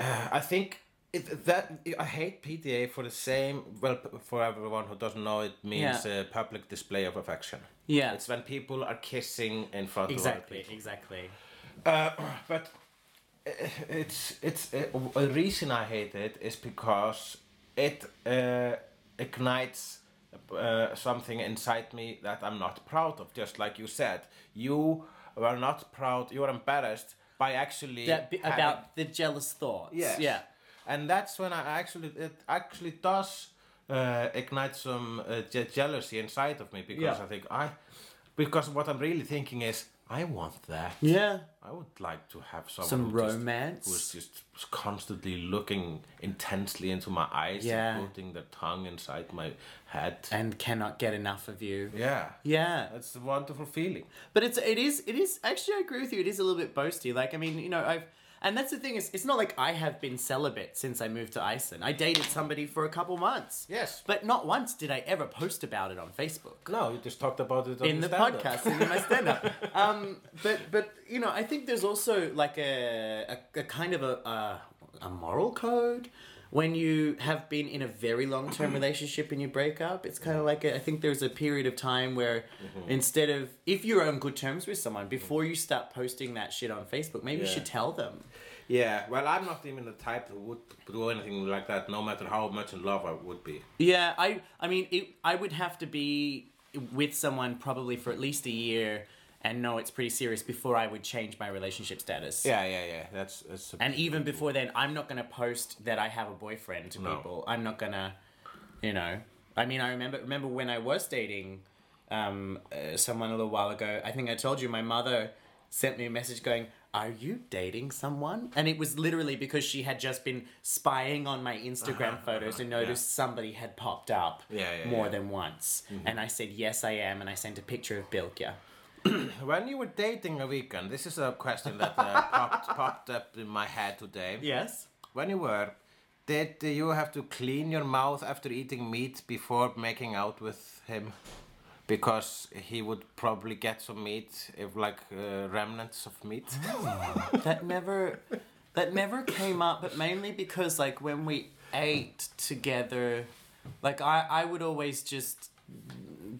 Speaker 3: uh, I think. It, that I hate PDA for the same. Well, for everyone who doesn't know, it means
Speaker 2: Yeah.
Speaker 3: uh, public display of affection.
Speaker 2: yeah
Speaker 3: It's when people are kissing in front
Speaker 2: exactly exactly
Speaker 3: of other people. Uh, But uh, it's it's uh, a reason I hate it is because it uh, ignites uh, something inside me that I'm not proud of. Just like you said, you were not proud. You were embarrassed by actually
Speaker 2: that, bi-
Speaker 3: having-
Speaker 2: about the jealous thoughts
Speaker 3: Yes.
Speaker 2: yeah
Speaker 3: And that's when I actually it actually does uh, ignite some uh, je- jealousy inside of me because
Speaker 2: Yeah.
Speaker 3: I think I because what I'm really thinking is I want that.
Speaker 2: yeah
Speaker 3: I would like to have someone
Speaker 2: Some
Speaker 3: who just-
Speaker 2: romance.
Speaker 3: who's just constantly looking intensely into my eyes
Speaker 2: Yeah.
Speaker 3: and putting their tongue inside my head.
Speaker 2: and cannot get enough of you
Speaker 3: yeah.
Speaker 2: yeah
Speaker 3: That's a wonderful feeling.
Speaker 2: But it's it is it is actually I agree with you. It is a little bit boasty. Like I mean, you know, I've and that's the thing is it's not like I have been celibate since I moved to Iceland. I dated somebody for a couple months.
Speaker 3: Yes.
Speaker 2: But not once did I ever post about it on Facebook.
Speaker 3: No, you just talked about it on
Speaker 2: In the
Speaker 3: your stand-up.
Speaker 2: podcast, and in my stand up. Um, but, but, you know, I think there's also like a, a, a kind of a, a, a moral code when you have been in a very long term relationship and you break up. It's kind of like, a, I think there's a period of time where instead of, if you're on good terms with someone, before you start posting that shit on Facebook, maybe you
Speaker 3: Yeah.
Speaker 2: should tell them.
Speaker 3: Yeah, well, I'm not even the type who would do anything like that, no matter how much in love I would be.
Speaker 2: Yeah, I I mean, it, I would have to be with someone probably for at least a year and know it's pretty serious before I would change my relationship status.
Speaker 3: Yeah, yeah, yeah. That's that's.
Speaker 2: And even before then, I'm not going to post that I have a boyfriend to
Speaker 3: No.
Speaker 2: people. I'm not going to, you know. I mean, I remember remember when I was dating um, uh, someone a little while ago. I think I told you my mother sent me a message going, "Are you dating someone?" And it was literally because she had just been spying on my Instagram photos and noticed somebody had popped up
Speaker 3: Uh-huh, Yeah, yeah,
Speaker 2: more
Speaker 3: yeah. Mm-hmm.
Speaker 2: than once. And I said, "Yes, I am," and I sent a picture of Bilkia.
Speaker 3: when you were dating a weekend, this is a question that uh, popped popped up in my head today.
Speaker 2: Yes.
Speaker 3: When you were, did you have to clean your mouth after eating meat before making out with him? Because he would probably get some meat, if like uh, remnants of meat.
Speaker 2: that never that never came up but mainly because like when we ate together like i i would always just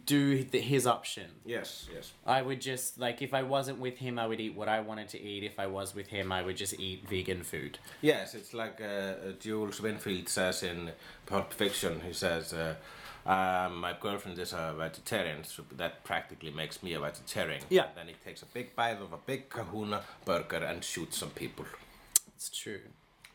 Speaker 2: do the, his option
Speaker 3: yes, yes.
Speaker 2: i would just like if i wasn't with him i would eat what i wanted to eat if i was with him i would just eat vegan food
Speaker 3: Yes, it's like uh, Jules Winfield says in Pulp Fiction. He says, uh, uh, "My girlfriend is a vegetarian, so that practically makes me a vegetarian."
Speaker 2: Yeah.
Speaker 3: Then he takes a big bite of a big Kahuna burger and shoots some people
Speaker 2: it's true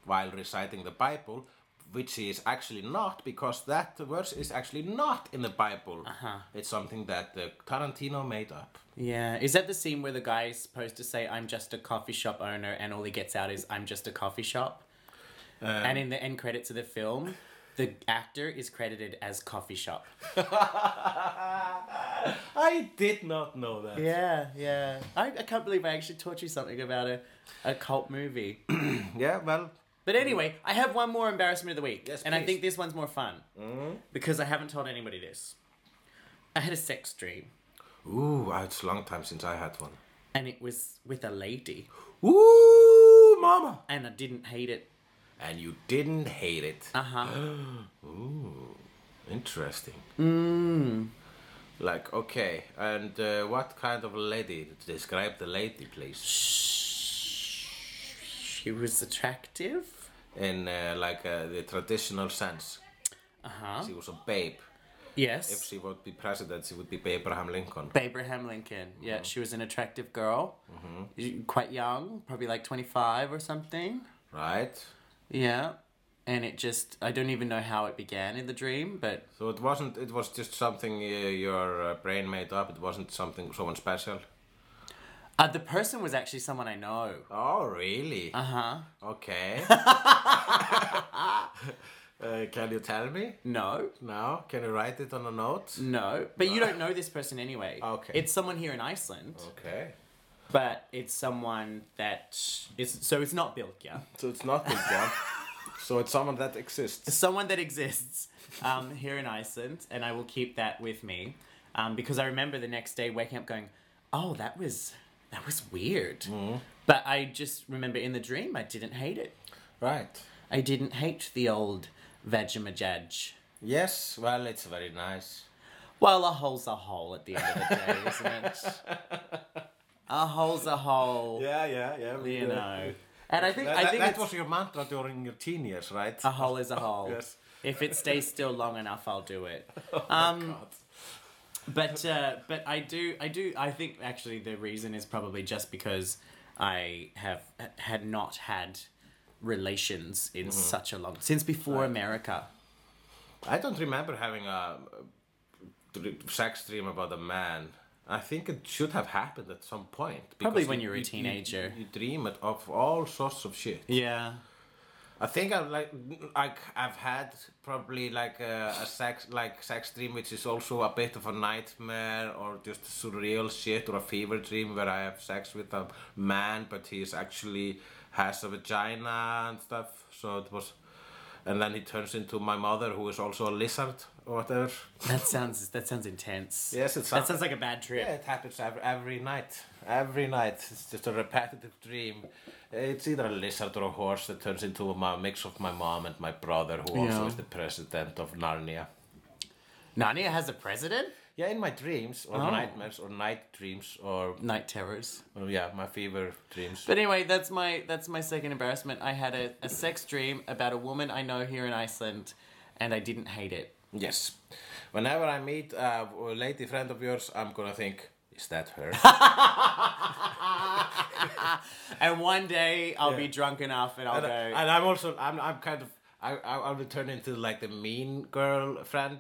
Speaker 3: while reciting the Bible, which he is actually not, because that verse is actually not in the Bible. Uh-huh. It's something that uh, Tarantino made up.
Speaker 2: yeah is that the scene where the guy is supposed to say i'm just a coffee shop Um, owner and all he gets out is i'm just a coffee shop and in the end credits of the film The actor is credited as coffee shop.
Speaker 3: I did not know that.
Speaker 2: Yeah, yeah. I, I can't believe I actually taught you something about a, a cult movie.
Speaker 3: Yeah, well,
Speaker 2: But anyway, I have one more embarrassment of the week.
Speaker 3: Yes,
Speaker 2: and I
Speaker 3: please. Mm-hmm.
Speaker 2: think this one's more fun. Because I haven't told anybody this. I had a sex dream,
Speaker 3: ooh, ah, it's a long time since I had one.
Speaker 2: and it was with a lady,
Speaker 3: Ooh, mama.
Speaker 2: and I didn't hate it.
Speaker 3: And you didn't hate it.
Speaker 2: Uh huh.
Speaker 3: Interesting. Mm. Like, okay, and uh, what kind of lady? Describe the lady, please.
Speaker 2: She was attractive.
Speaker 3: In uh, like uh, the traditional sense.
Speaker 2: Uh huh.
Speaker 3: She was a babe. If
Speaker 2: Yes.
Speaker 3: she would be president, she would be Abraham Lincoln.
Speaker 2: Abraham Lincoln. Yeah,
Speaker 3: Mm-hmm.
Speaker 2: she was an attractive girl. Mm-hmm. Quite young, probably like 25 or something.
Speaker 3: Right?
Speaker 2: Yeah. And it just, I don't even know how it began in the dream, but
Speaker 3: So it wasn't, it was just something uh, your uh, brain made up. It wasn't something, someone special.
Speaker 2: uh, the person was actually someone I know.
Speaker 3: Oh, really? Uh huh. Okay. uh, can you tell me?
Speaker 2: No,
Speaker 3: No? Can you write it on a note?
Speaker 2: no. But you don't know this person anyway.
Speaker 3: Okay.
Speaker 2: It's someone here in Iceland,
Speaker 3: Okay.
Speaker 2: but it's someone that is, so it's not Bilkja.
Speaker 3: So it's not Big John. so it's someone that exists.
Speaker 2: someone that exists um, here in Iceland, and I will keep that with me um, because I remember the next day waking up going, "Oh, that was that was weird," but I just remember in the dream I didn't hate it.
Speaker 3: Right.
Speaker 2: I didn't hate the old vajimajaj.
Speaker 3: Yes, well, it's very nice.
Speaker 2: Well, a hole's a hole at the end of the day, isn't it? A hole's a hole,
Speaker 3: Yeah, yeah, yeah. we
Speaker 2: you
Speaker 3: do.
Speaker 2: know. And I think
Speaker 3: That,
Speaker 2: I think
Speaker 3: that
Speaker 2: it's, Uh-huh.
Speaker 3: was your mantra during your teen years, right?
Speaker 2: a hole is a hole.
Speaker 3: Yes.
Speaker 2: If it stays still long enough, I'll do it. Um, but uh, but I do I do I think actually the reason is probably just because I have had not had relations in
Speaker 3: Mm-hmm.
Speaker 2: such a long since before America.
Speaker 3: I don't remember having a uh, dr- sex dream about a man. I think it should have happened at some point.
Speaker 2: Probably
Speaker 3: because
Speaker 2: when you were a teenager.
Speaker 3: You, you dream it of all sorts of shit.
Speaker 2: Yeah.
Speaker 3: I think I've like like I've had probably like a, a sex like sex dream which is also a bit of a nightmare or just surreal shit or a fever dream where I have sex with a man but he is actually has a vagina and stuff. So it was, and then he turns into my mother who is also a lizard or whatever.
Speaker 2: That sounds that sounds intense.
Speaker 3: Yes, it
Speaker 2: That
Speaker 3: sounds.
Speaker 2: sounds like a bad trip.
Speaker 3: Yeah, it happens every, every night. Every night. It's just a repetitive dream. It's either a lizard or a horse that turns into a ma- mix of my mom and my brother, who also
Speaker 2: Yeah.
Speaker 3: is the president of Narnia.
Speaker 2: Narnia has a president?
Speaker 3: Yeah, in my dreams, or
Speaker 2: Oh.
Speaker 3: nightmares, or night dreams, or
Speaker 2: Night terrors.
Speaker 3: or, yeah, my fever dreams.
Speaker 2: But anyway, that's my that's my second embarrassment. I had a, a sex dream about a woman I know here in Iceland and I didn't hate it.
Speaker 3: yes. Whenever I meet a lady friend of yours, I'm gonna think, is that her?
Speaker 2: And one day I'll be drunk enough and I'll
Speaker 3: and,
Speaker 2: go
Speaker 3: I, and I'm also I'm I'm kind of I I I will turn into like the mean girl friend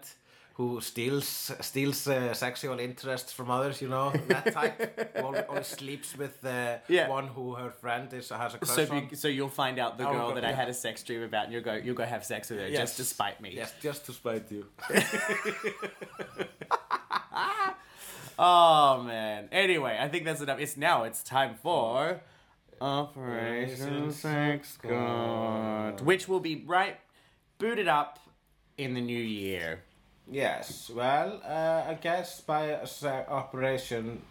Speaker 3: who steals steals uh, sexual interests from others. You know that type who always, always sleeps with the
Speaker 2: Yeah.
Speaker 3: one who her friend is has a crush
Speaker 2: So, if
Speaker 3: on.
Speaker 2: you, so you'll find out the
Speaker 3: Oh,
Speaker 2: girl
Speaker 3: God,
Speaker 2: that I
Speaker 3: yeah.
Speaker 2: had a sex dream about, and you'll go, you'll go have sex with her just
Speaker 3: Yes.
Speaker 2: to spite me.
Speaker 3: Yes, just to spite you.
Speaker 2: Oh man. Anyway, I think that's enough. It's now. It's time for Operation Sex God, which will be right booted up in the new year.
Speaker 3: Yes, well, uh, I guess by se- Operation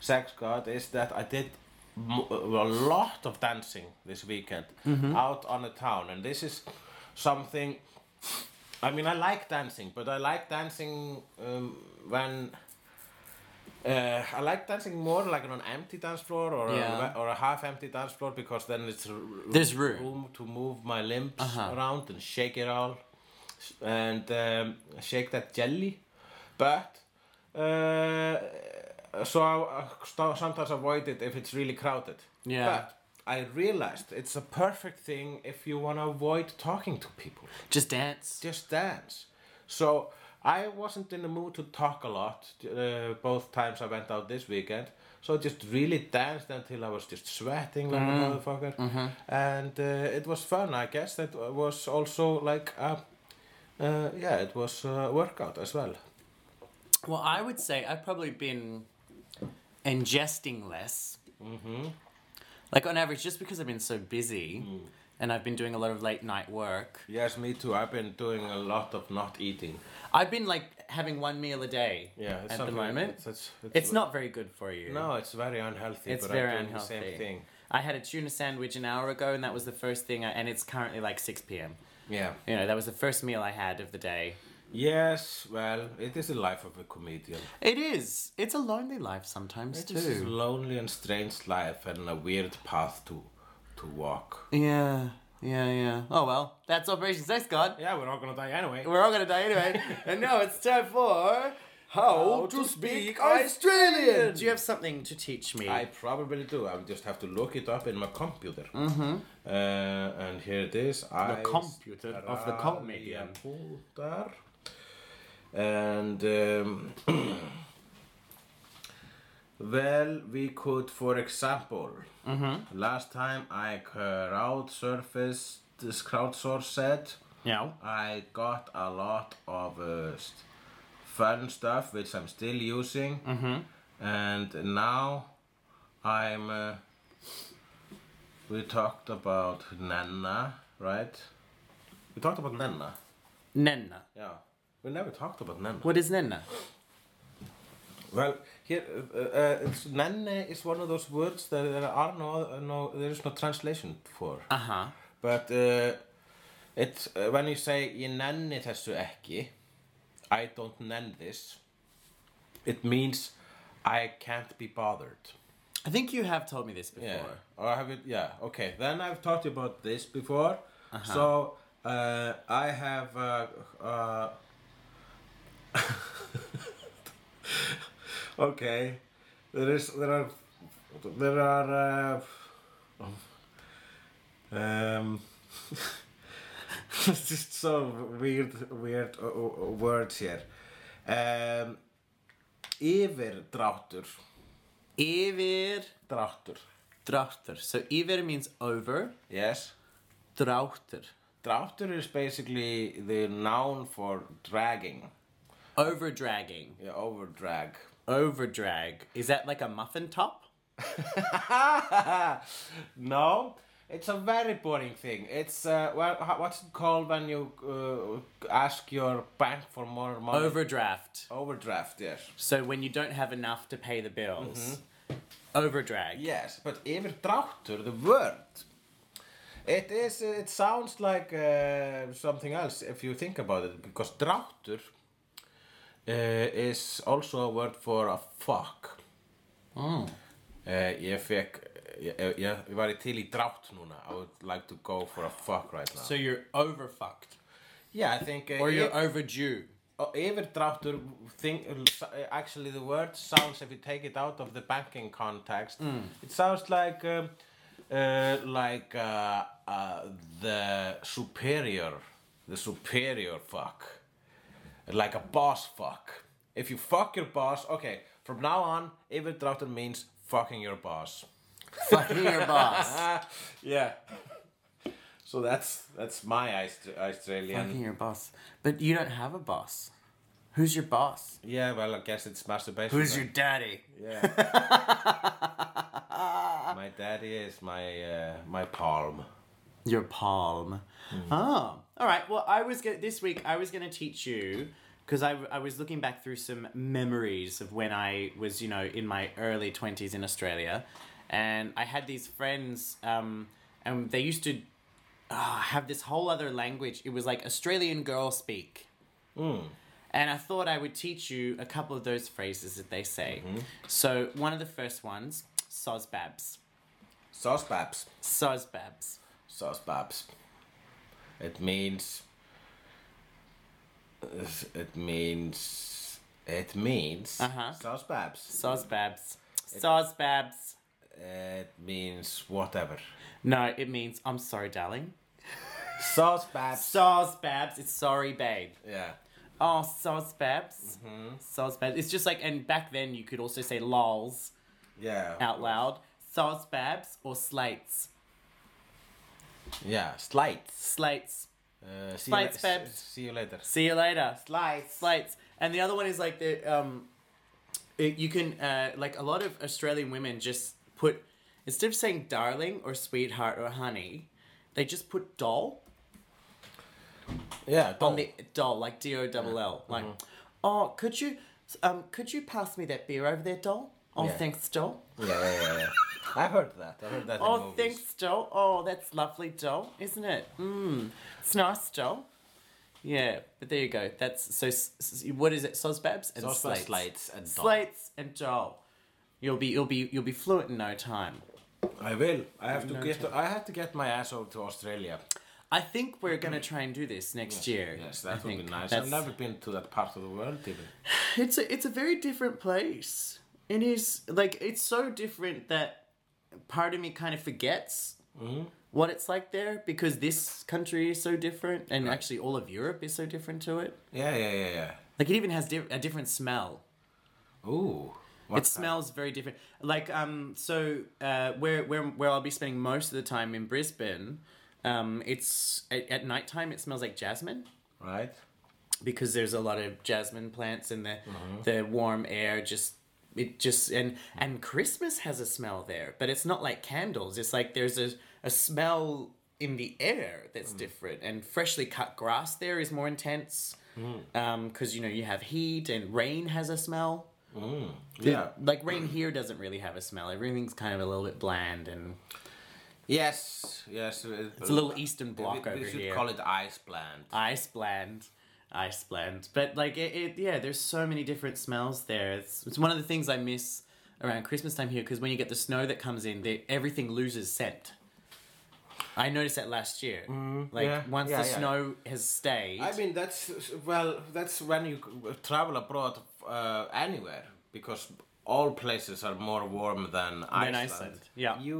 Speaker 3: Sex God is that I did m- uh, a lot of dancing this weekend
Speaker 2: Mm-hmm.
Speaker 3: out on the town, and this is something. I mean, I like dancing, but I like dancing um, when. Uh, I like dancing more like on an empty dance floor or
Speaker 2: Yeah.
Speaker 3: a, or a half empty dance floor because then it's r-
Speaker 2: There's room.
Speaker 3: to move my limbs around and shake it all and um, shake that jelly. But uh, so I, I st- sometimes avoid it if it's really crowded.
Speaker 2: Yeah.
Speaker 3: But I realized it's a perfect thing if you want to avoid talking to people.
Speaker 2: Just dance.
Speaker 3: Just dance. So I wasn't in the mood to talk a lot uh, both times I went out this weekend. So I just really danced until I was just sweating like
Speaker 2: Mm-hmm.
Speaker 3: a motherfucker. And uh, it was fun, I guess. That was also like a, uh, yeah, it was a workout as well.
Speaker 2: Well, I would say I've probably been ingesting less. Mm-hmm. Like on average, just because I've been so busy
Speaker 3: Mm.
Speaker 2: and I've been doing a lot of late night work,
Speaker 3: Yes, me too. I've been doing a lot of not eating.
Speaker 2: I've been like having one meal a day
Speaker 3: Yeah, it's
Speaker 2: at the
Speaker 3: something-
Speaker 2: moment.
Speaker 3: it's, it's, it's,
Speaker 2: It's not very good for you.
Speaker 3: No, it's very unhealthy.
Speaker 2: It's
Speaker 3: but
Speaker 2: very
Speaker 3: I'm doing
Speaker 2: unhealthy.
Speaker 3: The same thing.
Speaker 2: I had a tuna sandwich an hour ago, and that was the first thing, I, and it's currently like 6 p.m.
Speaker 3: Yeah.
Speaker 2: You know, that was the first meal I had of the day.
Speaker 3: Yes. Well, it is the life of a comedian.
Speaker 2: It is. It's a lonely life sometimes,
Speaker 3: This is a
Speaker 2: too.
Speaker 3: lonely and strange life and a weird path to to walk.
Speaker 2: Yeah, yeah, yeah. Oh well, that's Operation Sex God.
Speaker 3: Yeah, we're all gonna die anyway.
Speaker 2: We're all gonna die anyway. and now it's time for
Speaker 3: How to speak Australian.
Speaker 2: Do you have something to teach me?
Speaker 3: I probably do. I will just have to look it up in my computer. Mm-hmm. Uh, and here it is. I
Speaker 2: computer of the comedian.
Speaker 3: computer. And um, well, we could, for example, last time I crowd surfaced, this crowdsourced.
Speaker 2: Yeah.
Speaker 3: I got a lot of uh, st- fun stuff which I'm still using, Mm-hmm. and now I'm. Uh, we talked about Nana, right? We talked about Nana.
Speaker 2: Nenna.
Speaker 3: Yeah, we never talked about Nana.
Speaker 2: What is Nenna?
Speaker 3: Well, here uh, uh, it's, Nana is one of those words that there are no, no there is no translation for.
Speaker 2: Uh huh.
Speaker 3: But uh, it's uh, when you say ég nenni þessu ekki I don't nenn this it means I can't be bothered
Speaker 2: I think you have told me this before.
Speaker 3: yeah. Or have it yeah, okay. Then I've talked about this before. So uh, I have uh, uh, Okay. There is there are there are uh, um it's just so weird weird uh, uh, words here. Um yfirdráttur
Speaker 2: Yfir
Speaker 3: dráttur.
Speaker 2: dráttur. So yfir means over.
Speaker 3: Yes.
Speaker 2: Dráttur.
Speaker 3: Dráttur is basically the noun for dragging,
Speaker 2: Over dragging.
Speaker 3: yeah, over drag.
Speaker 2: Over drag. Is that like a muffin top?
Speaker 3: no, it's a very boring thing. It's uh, well, ho- what's it called when you uh, ask your bank for more money?
Speaker 2: Overdraft.
Speaker 3: Overdraft, yes.
Speaker 2: So when you don't have enough to pay the bills. Over drag.
Speaker 3: Yes, but yfirdráttur, the word, it is. It sounds like uh, something else if you think about it, because dráttur uh, is also a word for a fuck.
Speaker 2: Hmm.
Speaker 3: Uh, ég fekk, ég, ég, ég væri til í drátt núna. I would like to go for a fuck right now.
Speaker 2: So you're overfucked.
Speaker 3: yeah, I think... Uh,
Speaker 2: Or
Speaker 3: yf-
Speaker 2: you're overdue.
Speaker 3: Oh, yfirdráttur thing, actually the word sounds if you take it out of the banking context it sounds like um, uh, like uh, uh, the superior the superior fuck like a boss fuck if you fuck your boss okay from now on yfirdráttur means fucking your boss
Speaker 2: Fucking your boss.
Speaker 3: yeah so that's that's my Aust- Australian
Speaker 2: Fucking your boss. But you don't have a boss. Who's your boss?
Speaker 3: yeah well I guess it's masturbation
Speaker 2: Who's
Speaker 3: then.
Speaker 2: your daddy?
Speaker 3: Yeah. my daddy is my uh, my palm.
Speaker 2: Your palm. Oh, all right. Well, I was going this week. I was going to teach you because I, I was looking back through some memories of when I was, you know, in my early twenties in Australia, and I had these friends, um, and they used to uh, have this whole other language. It was like Australian girl speak. And I thought I would teach you a couple of those phrases that they say. So one of the first ones, sozbabs,
Speaker 3: Sauce babs.
Speaker 2: sozbabs.
Speaker 3: Sauce babs. It means. It means. It means.
Speaker 2: Uh-huh.
Speaker 3: Sauce babs.
Speaker 2: Soz babs. Soz babs.
Speaker 3: It means whatever.
Speaker 2: No, it means I'm sorry, darling.
Speaker 3: Sauce babs.
Speaker 2: Soz babs. It's sorry, babe.
Speaker 3: Yeah.
Speaker 2: Oh, soz babs. Soz babs. It's just like, and back then you could also say lols
Speaker 3: Yeah.
Speaker 2: out loud. Soz babs or slates.
Speaker 3: Yeah. Slight.
Speaker 2: Slates.
Speaker 3: Uh, see,
Speaker 2: Slides,
Speaker 3: you la-
Speaker 2: babes.
Speaker 3: see you later.
Speaker 2: See you later. Slides. Slides. And the other one is like the um, it, you can uh, like a lot of Australian women just put instead of saying darling or sweetheart or honey, they just put doll
Speaker 3: Yeah,
Speaker 2: on the doll like D O double L. Like,
Speaker 3: Mm-hmm.
Speaker 2: oh, could you um, could you pass me that beer over there, doll? Oh,
Speaker 3: Yeah.
Speaker 2: thanks, doll.
Speaker 3: Yeah, yeah, yeah. yeah. I heard that. I heard that. in
Speaker 2: Oh,
Speaker 3: movies.
Speaker 2: thanks, doll. Oh, that's lovely, doll, isn't it? Mmm, it's nice, doll. Yeah, but there you go. That's so. s- s- What is it? Sosbabs and
Speaker 3: Sauce by
Speaker 2: slates.
Speaker 3: Slates and Dom.
Speaker 2: Slates and doll. You'll be you'll be you'll be fluent in no time.
Speaker 3: I will. I have to get. I have to get my ass over to Australia.
Speaker 2: I think we're gonna try and do this next year.
Speaker 3: Yes,
Speaker 2: I
Speaker 3: that would be
Speaker 2: think.
Speaker 3: nice.
Speaker 2: That's-
Speaker 3: I've never been to that part of the world even.
Speaker 2: It's a it's a very different place. It is like it's so different that part of me kind of forgets what it's like there because this country is so different, and actually all of Europe is so different to it.
Speaker 3: Yeah, yeah, yeah, yeah.
Speaker 2: Like it even has diff- a different smell.
Speaker 3: Ooh. What
Speaker 2: it smells very different. Like um, so uh, where where where I'll be spending most of the time in Brisbane, um, it's at, at nighttime. It smells like jasmine
Speaker 3: Right.
Speaker 2: because there's a lot of jasmine plants in the
Speaker 3: Mm-hmm.
Speaker 2: the warm air just it just and and christmas has a smell there but it's not like candles it's like there's a, a smell in the air
Speaker 3: Mm.
Speaker 2: that's different and freshly cut grass there is more intense because
Speaker 3: Mm.
Speaker 2: you know you have heat and rain has a smell
Speaker 3: Yeah.
Speaker 2: like rain here doesn't really have a smell everything's kind of a little bit bland and
Speaker 3: Yes. Yes. It's
Speaker 2: it's a little eastern block
Speaker 3: we,
Speaker 2: over
Speaker 3: we should
Speaker 2: here
Speaker 3: call it ice plant.
Speaker 2: ice blend ice blend but like it, it yeah there's so many different smells there it's, it's one of the things i miss around christmas time here because when you get the snow that comes in they, everything loses scent i noticed that last year like
Speaker 3: Mm, yeah,
Speaker 2: once
Speaker 3: yeah,
Speaker 2: the
Speaker 3: yeah.
Speaker 2: snow has stayed
Speaker 3: I mean, that's well, that's when you travel abroad uh, anywhere because all places are more warm than Iceland.
Speaker 2: Iceland, yeah.
Speaker 3: You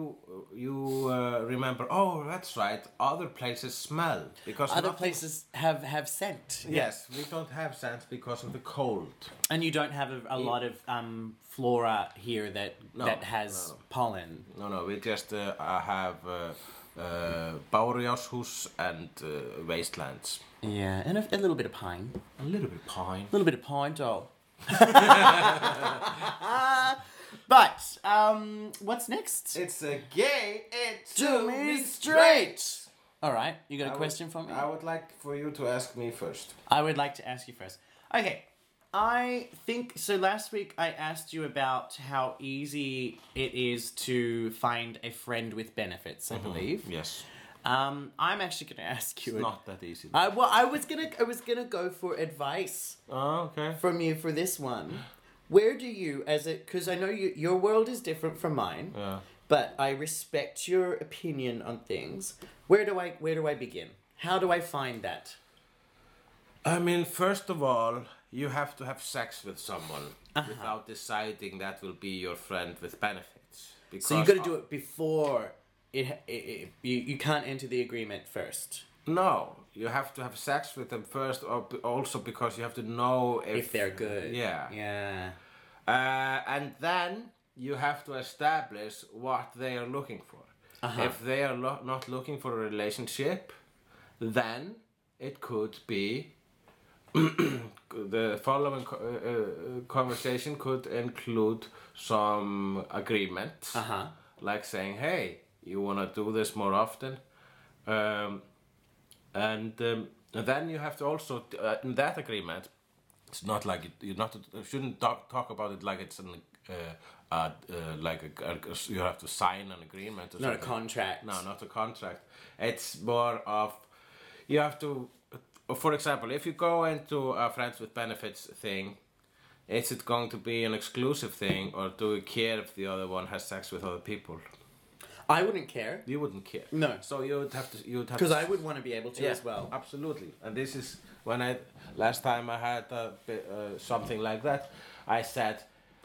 Speaker 3: you uh, remember? Oh, that's right. Other places smell because
Speaker 2: other
Speaker 3: nothing-
Speaker 2: places have have scent
Speaker 3: Yes, we don't have scents because of the cold.
Speaker 2: and you don't have a, a lot of um flora here that
Speaker 3: No,
Speaker 2: that has
Speaker 3: no.
Speaker 2: pollen
Speaker 3: No, no, we just uh, uh, have uh, uh, Bárujárnshús and uh, wastelands.
Speaker 2: yeah and a, a little bit of pine
Speaker 3: A little bit pine.
Speaker 2: little bit of pine doll. but um, what's next?
Speaker 3: It's a gay. It's
Speaker 2: Do me straight. All right, you got a question for me?
Speaker 3: I would like for you to ask me first.
Speaker 2: I would like to ask you first. Okay, I think so. Last week I asked you about how easy it is to find a friend with benefits. I
Speaker 3: Mm-hmm.
Speaker 2: believe.
Speaker 3: Yes.
Speaker 2: Um, I'm actually going to ask you. a-
Speaker 3: Not that easy.
Speaker 2: I well, I was gonna, I was gonna go for advice.
Speaker 3: oh, okay.
Speaker 2: from you for this one. Where do you, as a, because I know you, your world is different from mine,
Speaker 3: Yeah.
Speaker 2: but I respect your opinion on things. Where do I, where do I begin? How do I find that?
Speaker 3: I mean, first of all, you have to have sex with someone
Speaker 2: Uh-huh.
Speaker 3: without deciding that will be your friend with benefits. Because
Speaker 2: So you got to do it before it, it, it you, you can't enter the agreement first.
Speaker 3: No, you have to have sex with them first, or b- also because you have to know if,
Speaker 2: If they're good.
Speaker 3: Yeah.
Speaker 2: Yeah.
Speaker 3: Uh, and then you have to establish what they are looking for. If they are lo- not looking for a relationship, then it could be the following co- uh, uh, conversation could include some agreement,
Speaker 2: Uh-huh.
Speaker 3: like saying, "Hey, you want to do this more often," um, and um, then you have to also uh, in that agreement it's not like it, you're not you shouldn't talk talk about it like it's an uh, uh, uh like a, a- you have to sign an agreement or
Speaker 2: Not a
Speaker 3: something.
Speaker 2: contract.
Speaker 3: no not a contract it's more of you have to for example if you go into a friends with benefits thing is it going to be an exclusive thing or do you care if the other one has sex with other people
Speaker 2: I wouldn't care
Speaker 3: you wouldn't care
Speaker 2: No.
Speaker 3: so you would have to you would have
Speaker 2: because
Speaker 3: to
Speaker 2: I would want to be able to as well.
Speaker 3: Absolutely. And this is when I last time I had a, bi- uh, something like that. I said,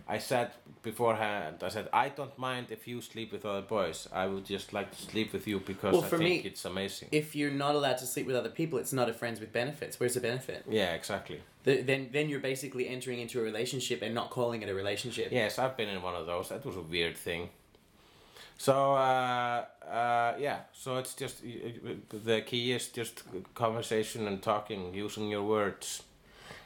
Speaker 3: I said beforehand. I said I don't mind if you sleep with other boys. I would just like to sleep with you because
Speaker 2: Well,
Speaker 3: I
Speaker 2: for
Speaker 3: think
Speaker 2: me-
Speaker 3: it's amazing.
Speaker 2: If you're not allowed to sleep with other people, it's not a friends with benefits. Where's the benefit?
Speaker 3: yeah, exactly.
Speaker 2: The, then, then you're basically entering into a relationship and not calling it a relationship.
Speaker 3: Yes, I've been in one of those. That was a weird thing. So uh, uh, yeah, so it's just the key is just conversation and talking, using your words.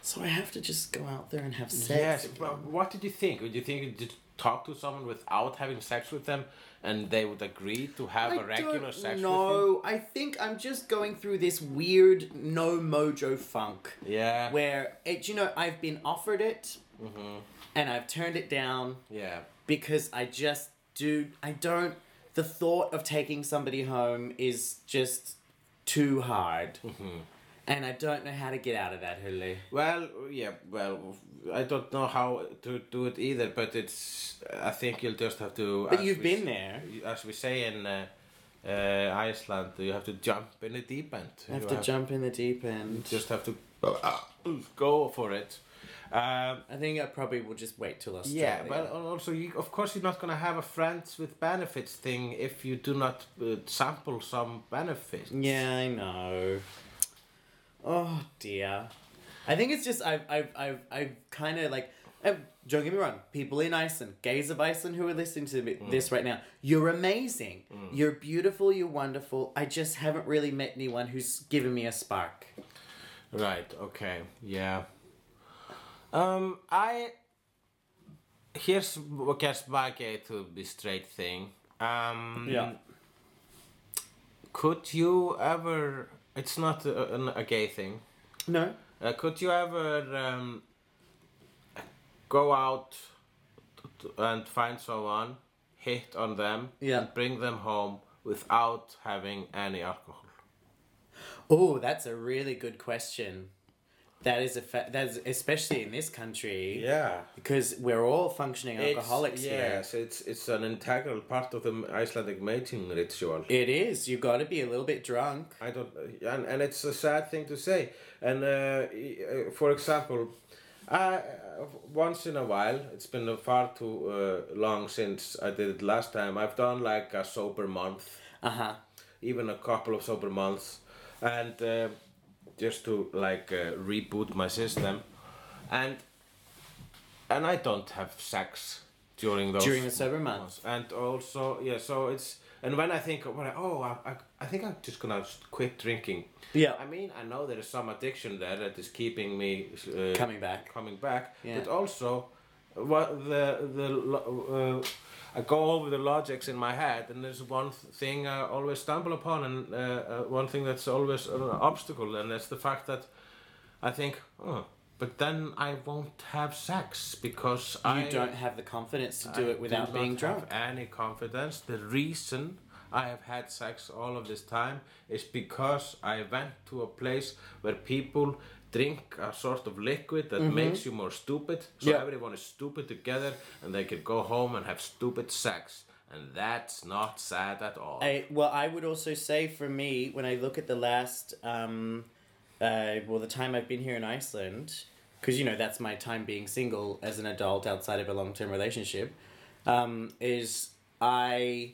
Speaker 2: So I have to just go out there and have sex.
Speaker 3: Yes,
Speaker 2: again.
Speaker 3: but what did you think? Would you think you did talk to someone without having sex with them, and they would agree to have a regular sex with you?
Speaker 2: No, I think I'm just going through this weird no mojo funk.
Speaker 3: Yeah. Mm-hmm.
Speaker 2: Where it, you know, I've been offered it, and I've turned it down
Speaker 3: Yeah.
Speaker 2: because I just do. I don't. The thought of taking somebody home is just too hard,
Speaker 3: Mm-hmm.
Speaker 2: and I don't know how to get out of that, Hulu.
Speaker 3: Well, yeah, well, I don't know how to do it either, but it's. I think you'll just have to.
Speaker 2: But
Speaker 3: as
Speaker 2: you've
Speaker 3: we
Speaker 2: been
Speaker 3: s-
Speaker 2: there.
Speaker 3: As we say in uh, uh, Iceland, you have to jump in the deep end.
Speaker 2: I have
Speaker 3: You
Speaker 2: to jump in the deep end.
Speaker 3: Just have to uh, go for it. Um,
Speaker 2: I think I probably will just wait till Australia.
Speaker 3: yeah, well, al- also, you, of course, you're not going to have a friends with benefits thing if you do not uh, sample some benefits.
Speaker 2: Yeah, I know. Oh dear. I think it's just I've I've I've I've kind of like. uh, Don't get me wrong. People in Iceland, gays of Iceland who are listening to me-
Speaker 3: Mm.
Speaker 2: this right now, you're amazing. You're beautiful. You're wonderful. I just haven't really met anyone who's given me a spark.
Speaker 3: Right. Okay. Yeah. Um. I. Here's I guess my gate to the straight thing. Um.
Speaker 2: Mm.
Speaker 3: Could you ever? It's not a, an- a gay thing.
Speaker 2: No.
Speaker 3: Uh, could you ever um, go out t- t- and find someone, hit on them,
Speaker 2: Yeah.
Speaker 3: and bring them home without having any alcohol?
Speaker 2: Oh, that's a really good question. That is a fa- that's especially in this country.
Speaker 3: Yeah.
Speaker 2: Because we're all functioning
Speaker 3: It's-
Speaker 2: alcoholics here.
Speaker 3: Yes, it's it's an integral part of the Icelandic mating ritual.
Speaker 2: It is. You got to be a little bit drunk.
Speaker 3: I don't, and, and it's a sad thing to say. And uh, e- uh, for example, I, once in a while, it's been a far too uh, long since I did it last time. I've done like a sober month,
Speaker 2: Uh
Speaker 3: Uh-huh.
Speaker 2: huh.
Speaker 3: even a couple of sober months, and uh, just to like uh, reboot my system, and and I don't have sex during those
Speaker 2: During the sober month.
Speaker 3: Yes, And also, yeah, so it's and when I think, when I, oh, I, I, I think I'm just gonna s- quit drinking.
Speaker 2: Yeah.
Speaker 3: I mean, I know there is some addiction there that is keeping me uh,
Speaker 2: Coming back.
Speaker 3: coming back.
Speaker 2: Yeah.
Speaker 3: But also, what the the lo- uh, I go over the logics in my head, and there's one th- thing I always stumble upon, and uh, uh, one thing that's always an obstacle, and that's the fact that I think, oh, but then I won't have sex because
Speaker 2: You
Speaker 3: I
Speaker 2: don't have the confidence to do
Speaker 3: I
Speaker 2: it without
Speaker 3: do not
Speaker 2: being drunk.
Speaker 3: Have any confidence? The reason I have had sex all of this time is because I went to a place where people drink a sort of liquid that makes you more stupid. So
Speaker 2: Mm-hmm. Yeah.
Speaker 3: everyone is stupid together, and they can go home and have stupid sex, and that's not sad at all.
Speaker 2: I, well, I would also say for me, when I look at the last, um, uh, well, the time I've been here in Iceland, because you know that's my time being single as an adult outside of a long term relationship, um, is I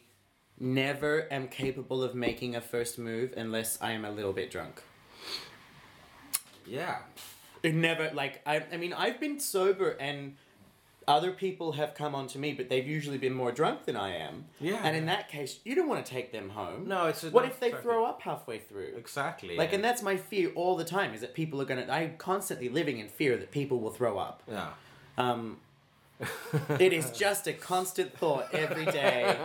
Speaker 2: never am capable of making a first move unless I am a little bit drunk.
Speaker 3: yeah.
Speaker 2: It never like I I mean I've been sober and other people have come on to me, but they've usually been more drunk than I am.
Speaker 3: Yeah.
Speaker 2: And in that case, you don't want to take them home.
Speaker 3: No, it's a
Speaker 2: what if they
Speaker 3: non-factor.
Speaker 2: throw up halfway through?
Speaker 3: Exactly.
Speaker 2: Like,
Speaker 3: yeah.
Speaker 2: and that's my fear all the time is that people are gonna. I'm constantly living in fear that people will throw up.
Speaker 3: Yeah.
Speaker 2: Um, it is just a constant thought every day,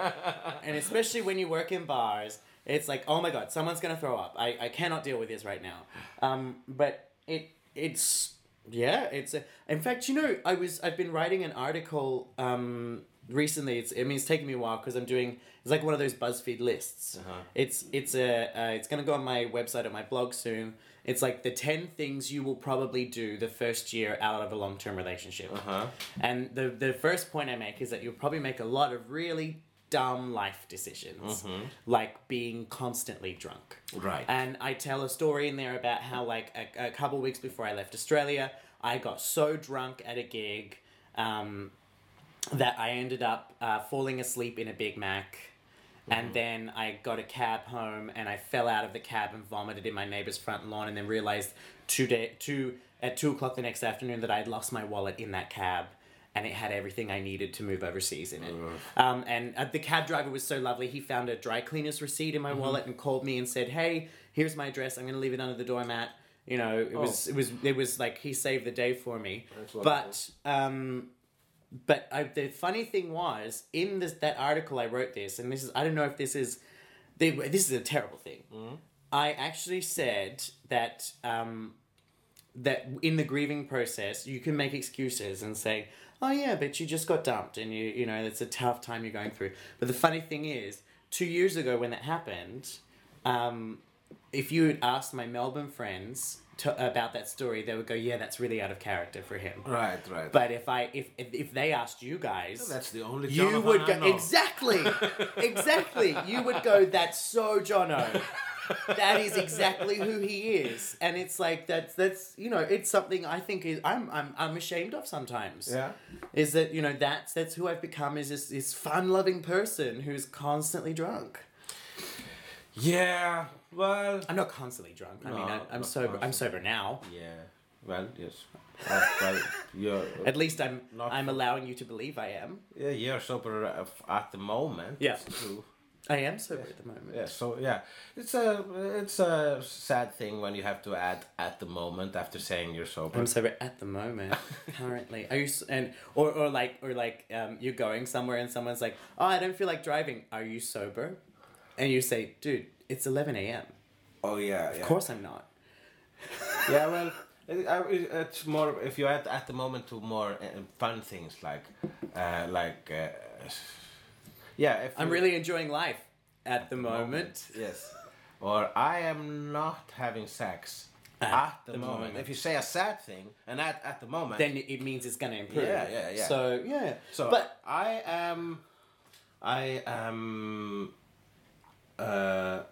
Speaker 2: and especially when you work in bars, it's like, oh my god, someone's gonna throw up. I, I cannot deal with this right now. Um, but it it's yeah, it's a, in fact, you know, I was I've been writing an article um, recently. It's I mean, it's taking me a while because I'm doing it's like one of those BuzzFeed lists. It's it's a uh, it's gonna go on my website at my blog soon. It's like the ten things you will probably do the first year out of a long term relationship.
Speaker 3: Uh-huh.
Speaker 2: And the the first point I make is that you'll probably make a lot of really dumb life decisions, like being constantly drunk.
Speaker 3: Right.
Speaker 2: And I tell a story in there about how, like, a, a couple weeks before I left Australia, I got so drunk at a gig um, that I ended up uh, falling asleep in a Big Mac. And then I got a cab home and I fell out of the cab and vomited in my neighbor's front lawn and then realized two day, two, at two o'clock the next afternoon that I had lost my wallet in that cab. and it had everything I needed to move overseas in it. Um, and uh, the cab driver was so lovely. He found a dry cleaner's receipt in my wallet and called me and said, "Hey, here's my address. I'm going to leave it under the doormat." You know, it was it was it was like he saved the day for me. But um, but I, the funny thing was in this that article I wrote this, and this is I don't know if this is they, this is a terrible thing. I actually said that um, that in the grieving process you can make excuses and say, "Oh yeah, but you just got dumped, and you you know it's a tough time you're going through." But the funny thing is, two years ago when that happened, um, if you had asked my Melbourne friends to, about that story, they would go, "Yeah, that's really out of character for him."
Speaker 3: Right, right.
Speaker 2: But if I if if, if they asked you guys,
Speaker 3: That's the only
Speaker 2: you
Speaker 3: Jonathan
Speaker 2: would
Speaker 3: I
Speaker 2: go
Speaker 3: know.
Speaker 2: exactly, exactly. You would go. That's so Jono. that is exactly who he is, and it's like that's that's you know it's something I think is, I'm I'm I'm ashamed of sometimes.
Speaker 3: Yeah.
Speaker 2: is that you know that's that's who I've become is this this fun loving person who's constantly drunk.
Speaker 3: Yeah. Well.
Speaker 2: I'm not constantly drunk. I mean I,
Speaker 3: No,
Speaker 2: I'm
Speaker 3: not
Speaker 2: sober. I'm sober now.
Speaker 3: Yeah. Well, yes. Uh, well, you're,
Speaker 2: At least I'm
Speaker 3: Not-
Speaker 2: I'm allowing you to believe I am.
Speaker 3: yeah, you're sober uh, at the moment.
Speaker 2: Yeah.
Speaker 3: It's true.
Speaker 2: I am sober at the moment.
Speaker 3: Yeah, so yeah, it's a it's a sad thing when you have to add at the moment after saying you're sober.
Speaker 2: I'm sober at the moment. Currently, are you s- and or or like or like um, you're going somewhere and someone's like, "Oh, I don't feel like driving. Are you sober?" And you say, "Dude, it's eleven a.m.
Speaker 3: oh yeah, yeah.
Speaker 2: Of course I'm not."
Speaker 3: yeah, well, it, I, it- it's more if you add at the moment to more uh, fun things like, uh, like, uh, yeah. If
Speaker 2: I'm
Speaker 3: you-
Speaker 2: really enjoying life at the moment.
Speaker 3: yes, or I am not having sex at, the,
Speaker 2: the
Speaker 3: moment.
Speaker 2: moment.
Speaker 3: If you say a sad thing and add at the moment,
Speaker 2: Then it it means it's gonna improve.
Speaker 3: Yeah, yeah, yeah.
Speaker 2: So yeah.
Speaker 3: So
Speaker 2: but
Speaker 3: I am, I am. Uh,